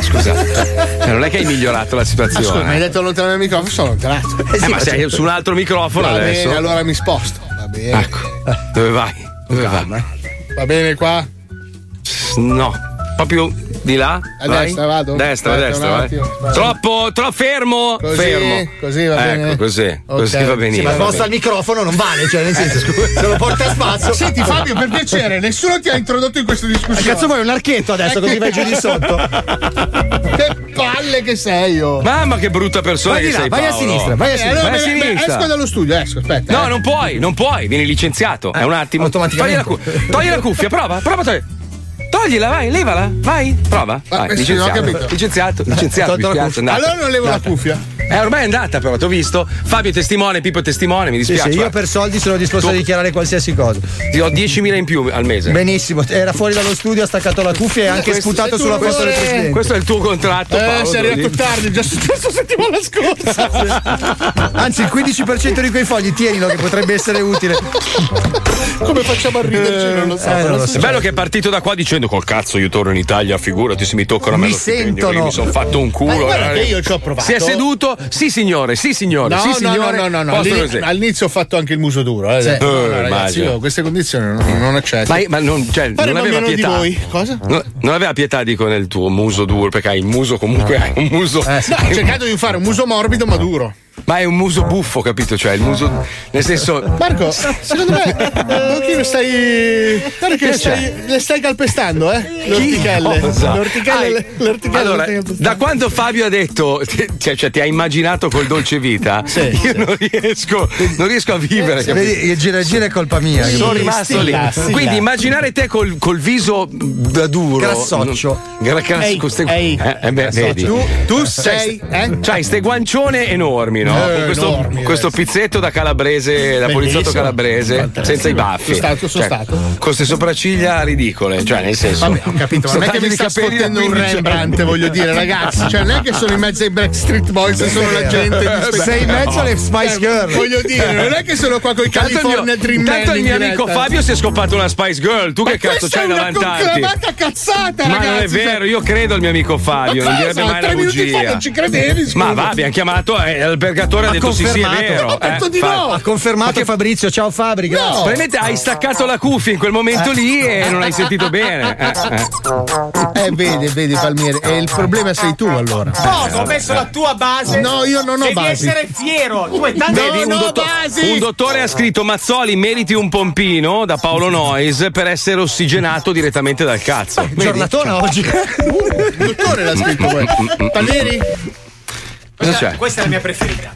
Speaker 5: Scusa, cioè, non è che hai migliorato la
Speaker 4: Ah, scusa, mi hai
Speaker 5: situazione.
Speaker 4: detto allontano dal microfono, sono allontanato.
Speaker 5: Eh, ma sei su un altro microfono
Speaker 4: cioè, Va
Speaker 5: adesso.
Speaker 4: bene, allora mi sposto. Va bene.
Speaker 5: Ecco, dove vai? Dove vai?
Speaker 4: Va bene qua?
Speaker 5: No, proprio di là.
Speaker 4: A
Speaker 5: vai?
Speaker 4: destra Eh, vado?
Speaker 5: Destra,
Speaker 4: Aspetta,
Speaker 5: destra.
Speaker 4: un
Speaker 5: vai.
Speaker 4: attimo, vai.
Speaker 5: Troppo, troppo fermo.
Speaker 4: Così,
Speaker 5: fermo.
Speaker 4: così va
Speaker 5: ecco,
Speaker 4: bene?
Speaker 5: Così,
Speaker 4: Ok.
Speaker 5: così va benissimo.
Speaker 6: ma
Speaker 5: va
Speaker 6: sposta il
Speaker 5: bene.
Speaker 6: microfono non vale, cioè nel senso, scusa, se lo porta a spazio.
Speaker 4: Senti Fabio, per piacere, nessuno ti ha introdotto in questa discussione. Ecco.
Speaker 6: Ma Eh, cazzo vuoi un archetto adesso, così vai giù di sotto?
Speaker 4: che palle che sei oh. Eh, io.
Speaker 5: Mamma che brutta persona
Speaker 4: Vai di
Speaker 5: che
Speaker 4: là,
Speaker 5: sei.
Speaker 4: vai a
Speaker 5: Paolo.
Speaker 4: sinistra, vai a sinistra.
Speaker 5: Vai a
Speaker 4: Beh, beh,
Speaker 5: sinistra.
Speaker 4: esco dallo studio, esco, aspetta.
Speaker 5: No,
Speaker 4: eh.
Speaker 5: non puoi, non puoi, vieni licenziato. È un attimo.
Speaker 4: automaticamente.
Speaker 5: Togli la, cu- togli la cuffia, prova, prova a togli- Toglila, vai, levala, vai, prova.
Speaker 4: Ma,
Speaker 5: Vai,
Speaker 4: eh, sì, non ho
Speaker 5: licenziato,
Speaker 4: capito. Eh,
Speaker 5: licenziato, licenziato, mi
Speaker 4: Tolto la
Speaker 5: spiace,
Speaker 4: cuffia.
Speaker 5: andata.
Speaker 4: Allora non levo la
Speaker 5: Andata.
Speaker 4: cuffia.
Speaker 5: Eh, ormai è andata, però, ti ho visto. Fabio è testimone, Pippo è testimone, mi
Speaker 6: Sì,
Speaker 5: dispiace.
Speaker 6: sì, io
Speaker 5: guarda.
Speaker 6: per soldi sono disposto a dichiarare qualsiasi cosa.
Speaker 5: Ti ho 10.000 in più al mese.
Speaker 6: Benissimo, era fuori dallo studio, ha staccato la cuffia e ha anche
Speaker 5: Questo-
Speaker 6: sputato
Speaker 5: se tu
Speaker 6: sulla
Speaker 5: vuoi-
Speaker 6: testa del presidente.
Speaker 5: Questo è il tuo contratto.
Speaker 4: Eh, sei
Speaker 5: Paolo, te lo
Speaker 4: arrivato
Speaker 5: dico.
Speaker 4: tardi, è già successo settimana scorsa.
Speaker 6: Anzi, il 15% di quei fogli, tienilo che potrebbe essere utile.
Speaker 4: Come facciamo a riderci? Non lo so.
Speaker 6: Eh, non lo
Speaker 5: È bello che è partito da qua dicendo col cazzo io torno in Italia, figurati se mi toccano a me
Speaker 4: Mi
Speaker 5: lo stipendio,
Speaker 4: sentono.
Speaker 5: io Mi sono fatto un
Speaker 4: Ma
Speaker 5: culo.
Speaker 4: guarda
Speaker 5: eh.
Speaker 4: che io ci ho provato.
Speaker 5: Si è seduto? Sì signore, sì signore,
Speaker 4: No,
Speaker 5: sì
Speaker 4: no,
Speaker 5: signore.
Speaker 4: no, no, no, no.
Speaker 5: Posto
Speaker 4: All'in-
Speaker 5: così.
Speaker 4: All'inizio ho fatto anche il muso duro. Eh.
Speaker 5: Sì.
Speaker 4: No, no,
Speaker 5: Eh,
Speaker 4: ragazzi,
Speaker 5: immagino.
Speaker 4: io queste condizioni non, non accetto.
Speaker 5: Ma, ma non, cioè,
Speaker 4: Fare
Speaker 5: non aveva
Speaker 4: bambino di
Speaker 5: pietà.
Speaker 4: voi. Cosa?
Speaker 5: No, non aveva pietà, dico, nel
Speaker 4: Eh,
Speaker 5: tuo muso duro, perché hai il muso comunque, hai un muso.
Speaker 4: No, ho cercato di fare un muso morbido ma duro.
Speaker 5: ma è un muso buffo, capito? Cioè, il muso. Nel senso.
Speaker 4: Marco, secondo me eh, Pochino stai. Guarda che
Speaker 5: Che
Speaker 4: le stai, le stai calpestando, eh? Le orticelle.
Speaker 5: Cosa?
Speaker 4: Le orticelle,
Speaker 5: Hai-
Speaker 4: le, le orticelle
Speaker 5: Allora,
Speaker 4: le stai calpestando.
Speaker 5: da quando Fabio ha detto, te- cioè, cioè, ti ha immaginato col dolce vita, io Non, riesco, non riesco a vivere. capito?
Speaker 6: Vedi, il gira e gira è colpa mia.
Speaker 5: Sono rimasto lì. Quindi immaginare te col, col viso da duro. Mm.
Speaker 6: Grassoccio.
Speaker 5: Gra- grass-
Speaker 6: Ehi,
Speaker 5: con ste-
Speaker 6: ehi.
Speaker 5: eh, eh, beh,
Speaker 6: Grassoccio.
Speaker 5: vedi.
Speaker 6: Tu- tu
Speaker 5: Cioè,
Speaker 6: sei,
Speaker 5: ste- C'hai ste guancione enormi, no?
Speaker 4: Eh,
Speaker 5: Con questo,
Speaker 4: enormi,
Speaker 5: questo pizzetto da calabrese, da
Speaker 4: Bellissimo.
Speaker 5: poliziotto calabrese, senza i baffi.
Speaker 4: Sono stato, sono
Speaker 5: Cioè,
Speaker 4: stato.
Speaker 5: Con queste sopracciglia ridicole, cioè nel senso.
Speaker 4: Vabbè, ho capito, ma non è che mi sta sfottendo un Rembrandt, voglio dire, ragazzi. Cioè, non è che sono in mezzo ai Backstreet Boys e sono la gente di spettacolo.
Speaker 6: Sei in mezzo alle Spice
Speaker 4: Eh,
Speaker 6: Girl.
Speaker 4: Voglio dire, non è che sono qua con i
Speaker 5: Tanto il mio,
Speaker 4: California Dream
Speaker 5: tanto
Speaker 4: Man
Speaker 5: il
Speaker 4: in
Speaker 5: mio amico
Speaker 4: diretta.
Speaker 5: Fabio si è scopato una Spice Girl. Tu che cazzo
Speaker 4: Questa
Speaker 5: c'hai
Speaker 4: è una
Speaker 5: davanti?
Speaker 4: conclamata cazzata,
Speaker 5: Ma
Speaker 4: ragazzi. cioè
Speaker 5: non è vero, io credo al mio amico Fabio,
Speaker 4: Ma cosa?
Speaker 5: non direbbe mai
Speaker 4: Tre
Speaker 5: la
Speaker 4: minuti
Speaker 5: bugia.
Speaker 4: fa non ci credevi, scusa.
Speaker 5: Ma va, abbiamo chiamato eh, l'albergatore ha
Speaker 6: Ha
Speaker 5: detto sì, sì, è
Speaker 6: confermato.
Speaker 5: vero.
Speaker 6: Ha detto
Speaker 5: eh,
Speaker 6: di
Speaker 5: fa-
Speaker 6: no. Ha confermato Fabrizio. Ciao Fabri, grazie.
Speaker 5: Probabilmente hai staccato la cuffia in quel momento lì e non hai sentito bene. Eh, eh.
Speaker 4: Eh, vedi, vedi, Palmieri. E il problema sei tu allora.
Speaker 13: Cosa? Ho messo la tua base.
Speaker 4: Eh, No, io non ho
Speaker 13: Devi
Speaker 4: basi.
Speaker 13: essere fiero. Tu hai tante
Speaker 5: Vedi, un, dotto- un dottore ha scritto Mazzoli meriti un pompino da Paolo Noyes per essere ossigenato direttamente dal cazzo. Vedi?
Speaker 6: Giornatona oggi.
Speaker 4: dottore l'ha scritto quello. Palmieri?
Speaker 5: Cosa c'è?
Speaker 13: Questa è
Speaker 4: Eh,
Speaker 13: la mia preferita.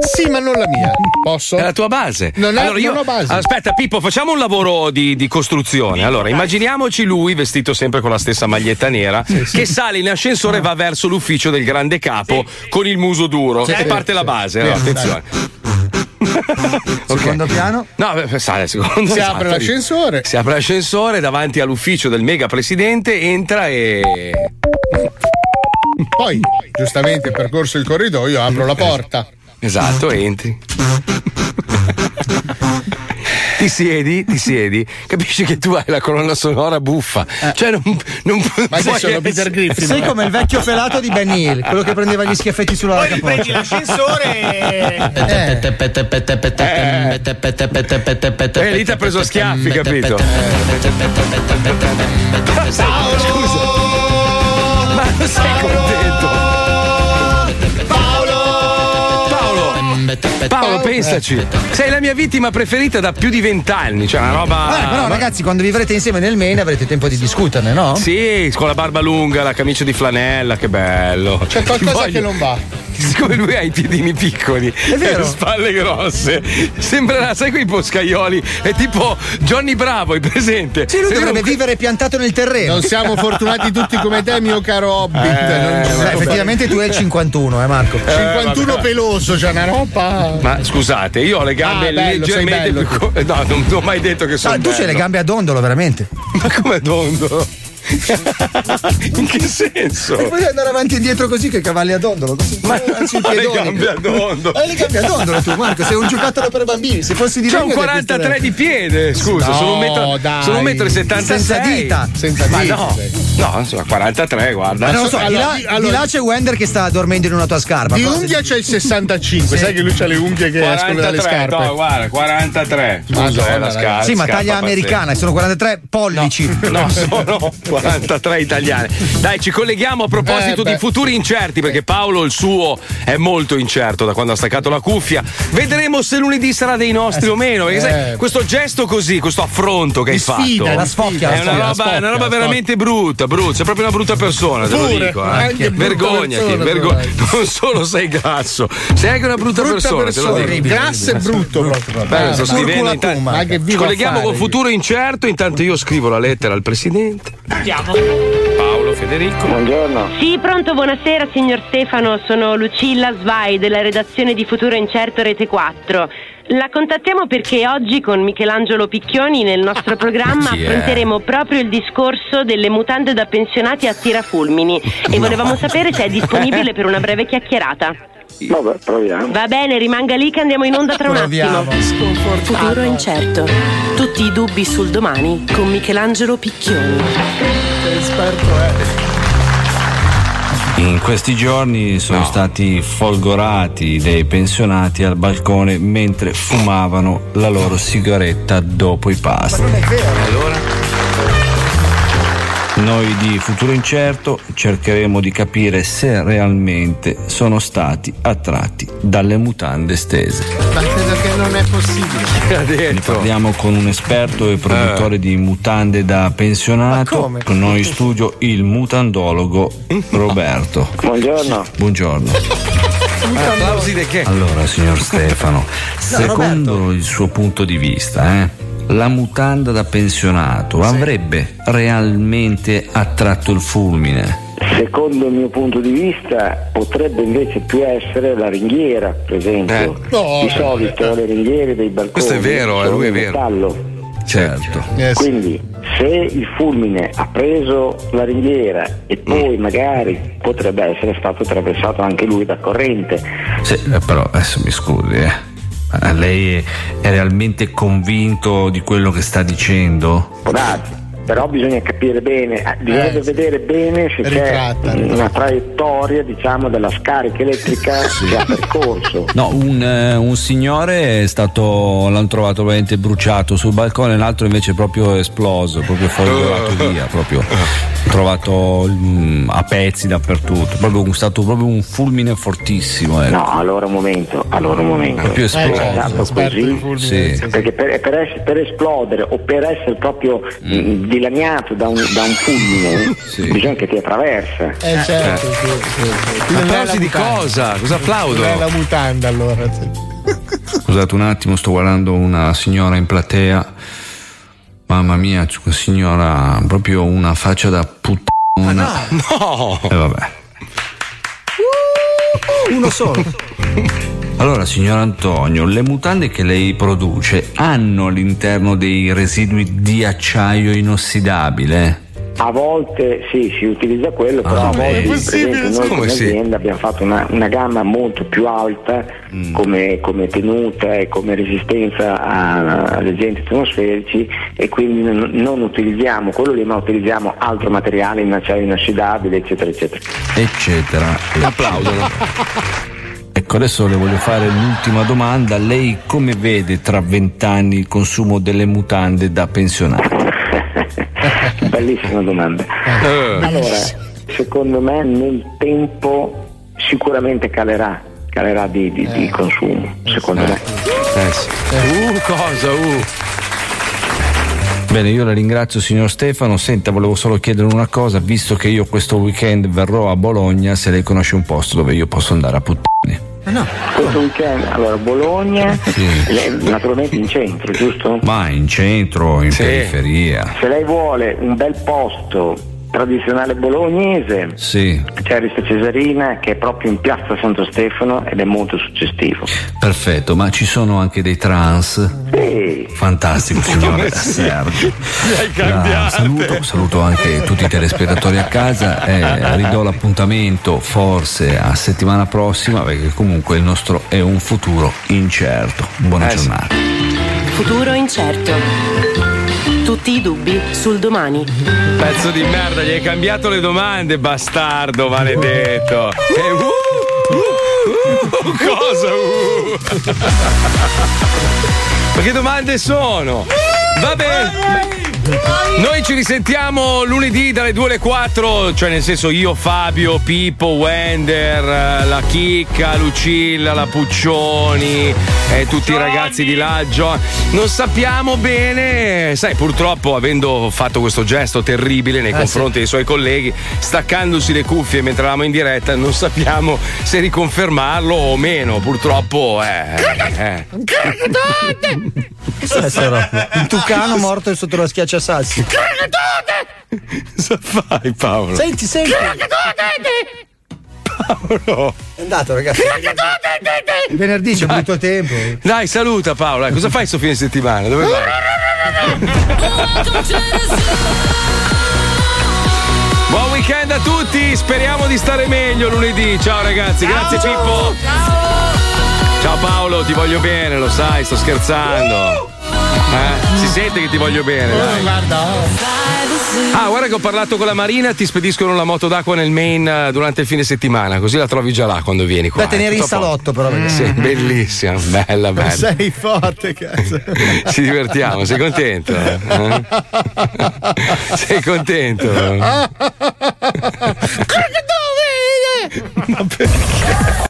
Speaker 4: Sì, ma non la mia. Posso?
Speaker 5: È la tua base.
Speaker 4: Non è-
Speaker 5: allora, io,
Speaker 4: non ho base.
Speaker 5: Aspetta, Pippo, facciamo un lavoro di, di costruzione. Allora, immaginiamoci lui vestito sempre con la stessa maglietta nera, che sale in ascensore e va verso l'ufficio del grande capo con il muso duro.
Speaker 6: Sì,
Speaker 5: e
Speaker 6: sì,
Speaker 5: parte la base.
Speaker 6: Sì,
Speaker 5: Allora,
Speaker 6: sì.
Speaker 5: attenzione.
Speaker 6: Secondo piano.
Speaker 5: No, beh, sale secondo
Speaker 4: Si
Speaker 5: esatto,
Speaker 4: apre
Speaker 5: lì.
Speaker 4: l'ascensore.
Speaker 5: Si apre l'ascensore davanti all'ufficio del mega presidente, entra e.
Speaker 4: Poi, giustamente, percorso il corridoio, apro la porta.
Speaker 5: Esatto, entri. Ti siedi, ti siedi, capisci che tu hai la colonna sonora buffa. Cioè, non, non pu-
Speaker 4: Eh. Ma chi
Speaker 5: puoi
Speaker 4: sono,
Speaker 5: essere-
Speaker 4: Peter Griffin?
Speaker 6: Sei come il vecchio pelato di Ben Hill, quello che prendeva gli schiaffetti sulla
Speaker 13: Poi
Speaker 6: capoccia.
Speaker 13: riprendi l'ascensore.
Speaker 4: eh.
Speaker 5: E lì ti Eh, ha preso a schiaffi, capito?
Speaker 4: Eh.
Speaker 9: Paolo! Scusa.
Speaker 5: Ma non sei contento? Paolo! Paolo, pensaci, sei la mia vittima preferita da più di vent'anni, cioè una
Speaker 4: Eh,
Speaker 6: Ah, però
Speaker 5: roba.
Speaker 6: ragazzi, quando vivrete insieme nel Maine avrete tempo di discuterne, no?
Speaker 5: Sì, con la barba lunga, la camicia di flanella, che bello.
Speaker 4: C'è qualcosa
Speaker 5: Voglio-
Speaker 4: che non va.
Speaker 5: Siccome lui ha i piedini piccoli
Speaker 4: È vero.
Speaker 5: e le spalle grosse, sembrerà, sai, quei boscaioli è tipo Johnny Bravo, è presente.
Speaker 6: Sì, Cioè, lui
Speaker 5: Sembra
Speaker 6: dovrebbe
Speaker 5: un-
Speaker 6: vivere piantato nel terreno.
Speaker 4: Non siamo fortunati tutti come te, mio caro Hobbit.
Speaker 6: Eh,
Speaker 4: Non ci
Speaker 6: beh,
Speaker 4: sono-
Speaker 6: effettivamente tu hai il 51, eh Marco. Ah,
Speaker 4: 51 peloso, c'è una roba.
Speaker 5: Ma scusate, io ho le gambe
Speaker 4: Ah, bello, sei
Speaker 5: leggermente
Speaker 4: bello
Speaker 5: più. co- No, non ti ho mai detto che sono.
Speaker 6: Ah, tu c'hai le
Speaker 5: bello.
Speaker 6: gambe a dondolo, veramente.
Speaker 5: Ma come dondolo? In che senso?
Speaker 6: puoi andare avanti e indietro così che cavalli a dondolo. Così. Ma
Speaker 5: ho le gambe a dondolo.
Speaker 6: Hai Eh, le gambe a dondolo tu, Marco. Sei un giocattolo per bambini. Se fossi di
Speaker 5: C'ho un
Speaker 6: legno, ti
Speaker 5: 43 di
Speaker 6: acquisterei.
Speaker 5: piede, scusa,
Speaker 6: No,
Speaker 5: sono un metro,
Speaker 6: dai.
Speaker 5: sono un metro e 76.
Speaker 6: Senza dita. Senza
Speaker 5: Ma
Speaker 6: dita.
Speaker 5: no, no, insomma, 43, guarda.
Speaker 6: Ma non lo so, di, là,
Speaker 4: Allora,
Speaker 6: di
Speaker 4: allora-
Speaker 6: là c'è Wender che sta dormendo in una tua scarpa.
Speaker 4: Di
Speaker 6: Cosa-
Speaker 4: unghia c'è il 65, sai che lui ha le unghie che escono dalle
Speaker 5: 43,
Speaker 4: scarpe.
Speaker 5: no, guarda, 43. Scusa,
Speaker 4: Madonna,
Speaker 5: eh, la
Speaker 4: ragazzi.
Speaker 5: scar-
Speaker 6: Sì, ma
Speaker 5: scarpa
Speaker 6: taglia
Speaker 5: pazzesca.
Speaker 6: americana, sono 43 pollici.
Speaker 5: No, sono 43 italiane. Dai, ci colleghiamo a proposito
Speaker 6: Eh, beh.
Speaker 5: di futuri incerti, perché Paolo il suo è molto incerto da quando ha staccato la cuffia. Vedremo se lunedì sarà dei nostri o meno. Perché
Speaker 4: Eh.
Speaker 5: sai, questo gesto così, questo affronto che
Speaker 4: Di
Speaker 5: hai
Speaker 4: sfida,
Speaker 5: fatto,
Speaker 4: la sfocchia, la
Speaker 5: è una
Speaker 4: sfocchia, la
Speaker 5: roba,
Speaker 4: sfocchia,
Speaker 5: una
Speaker 4: la
Speaker 5: roba
Speaker 4: sfocchia.
Speaker 5: veramente brutta, brutta. Sei proprio una brutta persona, te
Speaker 4: Pure,
Speaker 5: lo dico.
Speaker 4: anche
Speaker 5: Eh.
Speaker 4: brutta
Speaker 5: Vergognati,
Speaker 4: persona,
Speaker 5: vergo-
Speaker 4: tu, dai.
Speaker 5: non solo sei grasso, sei anche una brutta,
Speaker 4: Brutta
Speaker 5: persona.
Speaker 4: persona,
Speaker 5: Te lo dico.
Speaker 4: grasso e brutto proprio.
Speaker 5: Beh, sto
Speaker 4: Bravo.
Speaker 5: scrivendo
Speaker 4: Curculatum,
Speaker 5: intanto-
Speaker 4: ma che
Speaker 5: Ci
Speaker 4: vivo a
Speaker 5: colleghiamo
Speaker 4: fare
Speaker 5: con
Speaker 4: io.
Speaker 5: futuro incerto, intanto io scrivo la lettera al presidente.
Speaker 13: Andiamo.
Speaker 5: Paolo Federico. Buongiorno.
Speaker 8: Sì, pronto, buonasera signor Stefano, sono Lucilla Svai della redazione di Futuro Incerto Rete 4. La contattiamo perché oggi con Michelangelo Picchioni nel nostro programma
Speaker 14: Chi è?
Speaker 8: affronteremo proprio il discorso delle mutande da pensionati a tirafulmini e volevamo sapere se è disponibile per una breve chiacchierata.
Speaker 14: Vabbè, proviamo.
Speaker 8: Va bene, rimanga lì che andiamo in onda tra un attimo. Futuro incerto. Tutti i dubbi sul domani con Michelangelo Picchioni.
Speaker 26: eh.
Speaker 11: In questi giorni sono stati folgorati dei pensionati al balcone mentre fumavano la loro sigaretta dopo i pasti.
Speaker 5: Allora?
Speaker 11: Noi di Futuro Incerto cercheremo di capire se realmente sono stati attratti dalle mutande stese.
Speaker 19: Ma credo che non è possibile.
Speaker 11: Ne parliamo con un esperto e produttore di mutande da pensionato. Con noi in studio il mutandologo Roberto.
Speaker 2: Buongiorno.
Speaker 11: Buongiorno.
Speaker 5: Applausi di che?
Speaker 11: Allora, signor Stefano, secondo il suo punto di vista, eh, la mutanda da pensionato avrebbe realmente attratto il fulmine?
Speaker 2: Secondo il mio punto di vista potrebbe invece più essere la ringhiera, per esempio. di solito le ringhiere dei balconi
Speaker 5: Eh. Questo è vero, eh,
Speaker 2: sono
Speaker 5: lui è
Speaker 2: di
Speaker 5: vero.
Speaker 2: metallo.
Speaker 11: Certo.
Speaker 2: Quindi se il fulmine ha preso la ringhiera e
Speaker 5: Mm.
Speaker 2: poi magari potrebbe essere stato attraversato anche lui da corrente.
Speaker 11: Sì, eh, però adesso mi scusi, eh. Ma Lei è- è realmente convinto di quello che sta dicendo?
Speaker 2: Può darsi, Però bisogna capire bene, eh, bisognerebbe vedere bene se c'è una traiettoria diciamo, della scarica elettrica che ha percorso.
Speaker 11: No, un, eh, un signore è stato, l'hanno trovato veramente bruciato sul balcone, l'altro invece è proprio esploso, proprio folgorato via, proprio trovato mm, a pezzi dappertutto, proprio è stato proprio un fulmine
Speaker 5: Eh.
Speaker 11: fortissimo. ecco.
Speaker 2: No, allora un momento, allora un momento.
Speaker 11: Più esploso.
Speaker 2: È stato
Speaker 11: Esperto
Speaker 2: così,
Speaker 11: di fulmine, sì.
Speaker 2: Perché per, per ess- per esplodere o per essere proprio
Speaker 11: Mm.
Speaker 2: mh, dilaniato da un, da un fulmine, bisogna che ti attraversa.
Speaker 5: Eh, certo, Eh. Applausi di cosa? Cosa applaudo?
Speaker 19: Non è la mutanda allora.
Speaker 11: Scusate un attimo, sto guardando una signora in platea. Mamma mia, c'è una signora, proprio una faccia da puttana.
Speaker 5: No!
Speaker 11: E vabbè.
Speaker 26: Uno solo.
Speaker 11: Allora, signor Antonio, le mutande che lei produce hanno all'interno dei residui di acciaio inossidabile?
Speaker 2: A volte sì, si utilizza quello, però
Speaker 11: Ah,
Speaker 2: a volte
Speaker 11: è
Speaker 2: per
Speaker 11: possibile,
Speaker 2: esempio, noi
Speaker 11: come
Speaker 2: come
Speaker 11: sì?
Speaker 2: azienda abbiamo fatto una, una gamma molto più alta
Speaker 11: Mm.
Speaker 2: come, come tenuta e come resistenza a- agli agenti atmosferici e quindi non, non utilizziamo quello lì ma utilizziamo altro materiale in acciaio inossidabile eccetera eccetera.
Speaker 11: Eccetera. Applaudono. Ecco, adesso le voglio fare l'ultima domanda. Lei come vede tra vent'anni il consumo delle mutande da pensionato?
Speaker 2: Bellissima domanda.
Speaker 11: Eh.
Speaker 2: Allora, secondo me nel tempo sicuramente calerà, calerà di, di- di consumo,
Speaker 11: Eh.
Speaker 2: secondo me.
Speaker 5: Uh, cosa? Uh.
Speaker 11: Bene, io la ringrazio signor Stefano. Senta, volevo solo chiedere una cosa, visto che io questo weekend verrò a Bologna, se lei conosce un posto dove io posso andare a puttane.
Speaker 2: Questo weekend, allora Bologna,
Speaker 11: Sì.
Speaker 2: lei- naturalmente in centro, giusto?
Speaker 11: Ma in centro, in periferia.
Speaker 2: Se lei vuole un bel posto tradizionale bolognese,
Speaker 11: Sì,
Speaker 2: c'è Risto Cesarina che è proprio in piazza Santo Stefano ed è molto suggestivo.
Speaker 11: perfetto, ma ci sono anche dei trans? Fantastico,
Speaker 2: Come
Speaker 11: signore
Speaker 2: sì.
Speaker 11: Sergio.
Speaker 2: cambiate.
Speaker 11: La saluto, saluto anche tutti i telespettatori a casa e ridò l'appuntamento forse a settimana prossima perché comunque il nostro è un futuro incerto.
Speaker 2: Eh
Speaker 11: Buona giornata.
Speaker 8: Futuro incerto. Tutti i dubbi sul domani.
Speaker 5: Pezzo di merda, gli hai cambiato le domande, bastardo, maledetto. E uh, uh, uh, cosa? Uh. Ma che domande sono? Va bene. Noi ci risentiamo lunedì dalle 2 alle 4, cioè nel senso io, Fabio, Pippo, Wender, eh, la Chicca, Lucilla, la Puccioni e tutti i ragazzi di là. Gio- Non sappiamo bene, sai, purtroppo avendo fatto questo gesto terribile nei
Speaker 21: Eh,
Speaker 5: confronti dei suoi colleghi, staccandosi le cuffie mentre eravamo in diretta, non sappiamo se riconfermarlo o meno. Purtroppo eh, eh.
Speaker 6: Un tucano morto sotto la schiaccia sassi.
Speaker 5: Cosa fai, Paolo?
Speaker 6: Senti, senti.
Speaker 5: Paolo.
Speaker 6: È andato, ragazzi. Venerdì c'è brutto tempo.
Speaker 5: Ecco. Dai, saluta Paola. Cosa fai sto fine settimana? Dove vai? Buon weekend a tutti, speriamo di stare meglio lunedì. Ciao ragazzi, grazie Pippo. Ciao Paolo, ti voglio bene, lo sai, sto scherzando. Eh? Si sente che ti voglio bene. dai. Ah, guarda che ho parlato con la Marina, ti spediscono la moto d'acqua nel Maine eh, durante il fine settimana, così la trovi già là quando vieni qua.
Speaker 11: Da tenere
Speaker 5: eh,
Speaker 11: in
Speaker 5: tutto a
Speaker 11: salotto,
Speaker 5: posto.
Speaker 11: però. perché-
Speaker 5: Sì, bellissima, bella, bella.
Speaker 4: Sei forte, cazzo.
Speaker 5: Ci divertiamo, sei contento? Eh? Sei
Speaker 14: Ah,
Speaker 5: contento?
Speaker 14: Ma perché?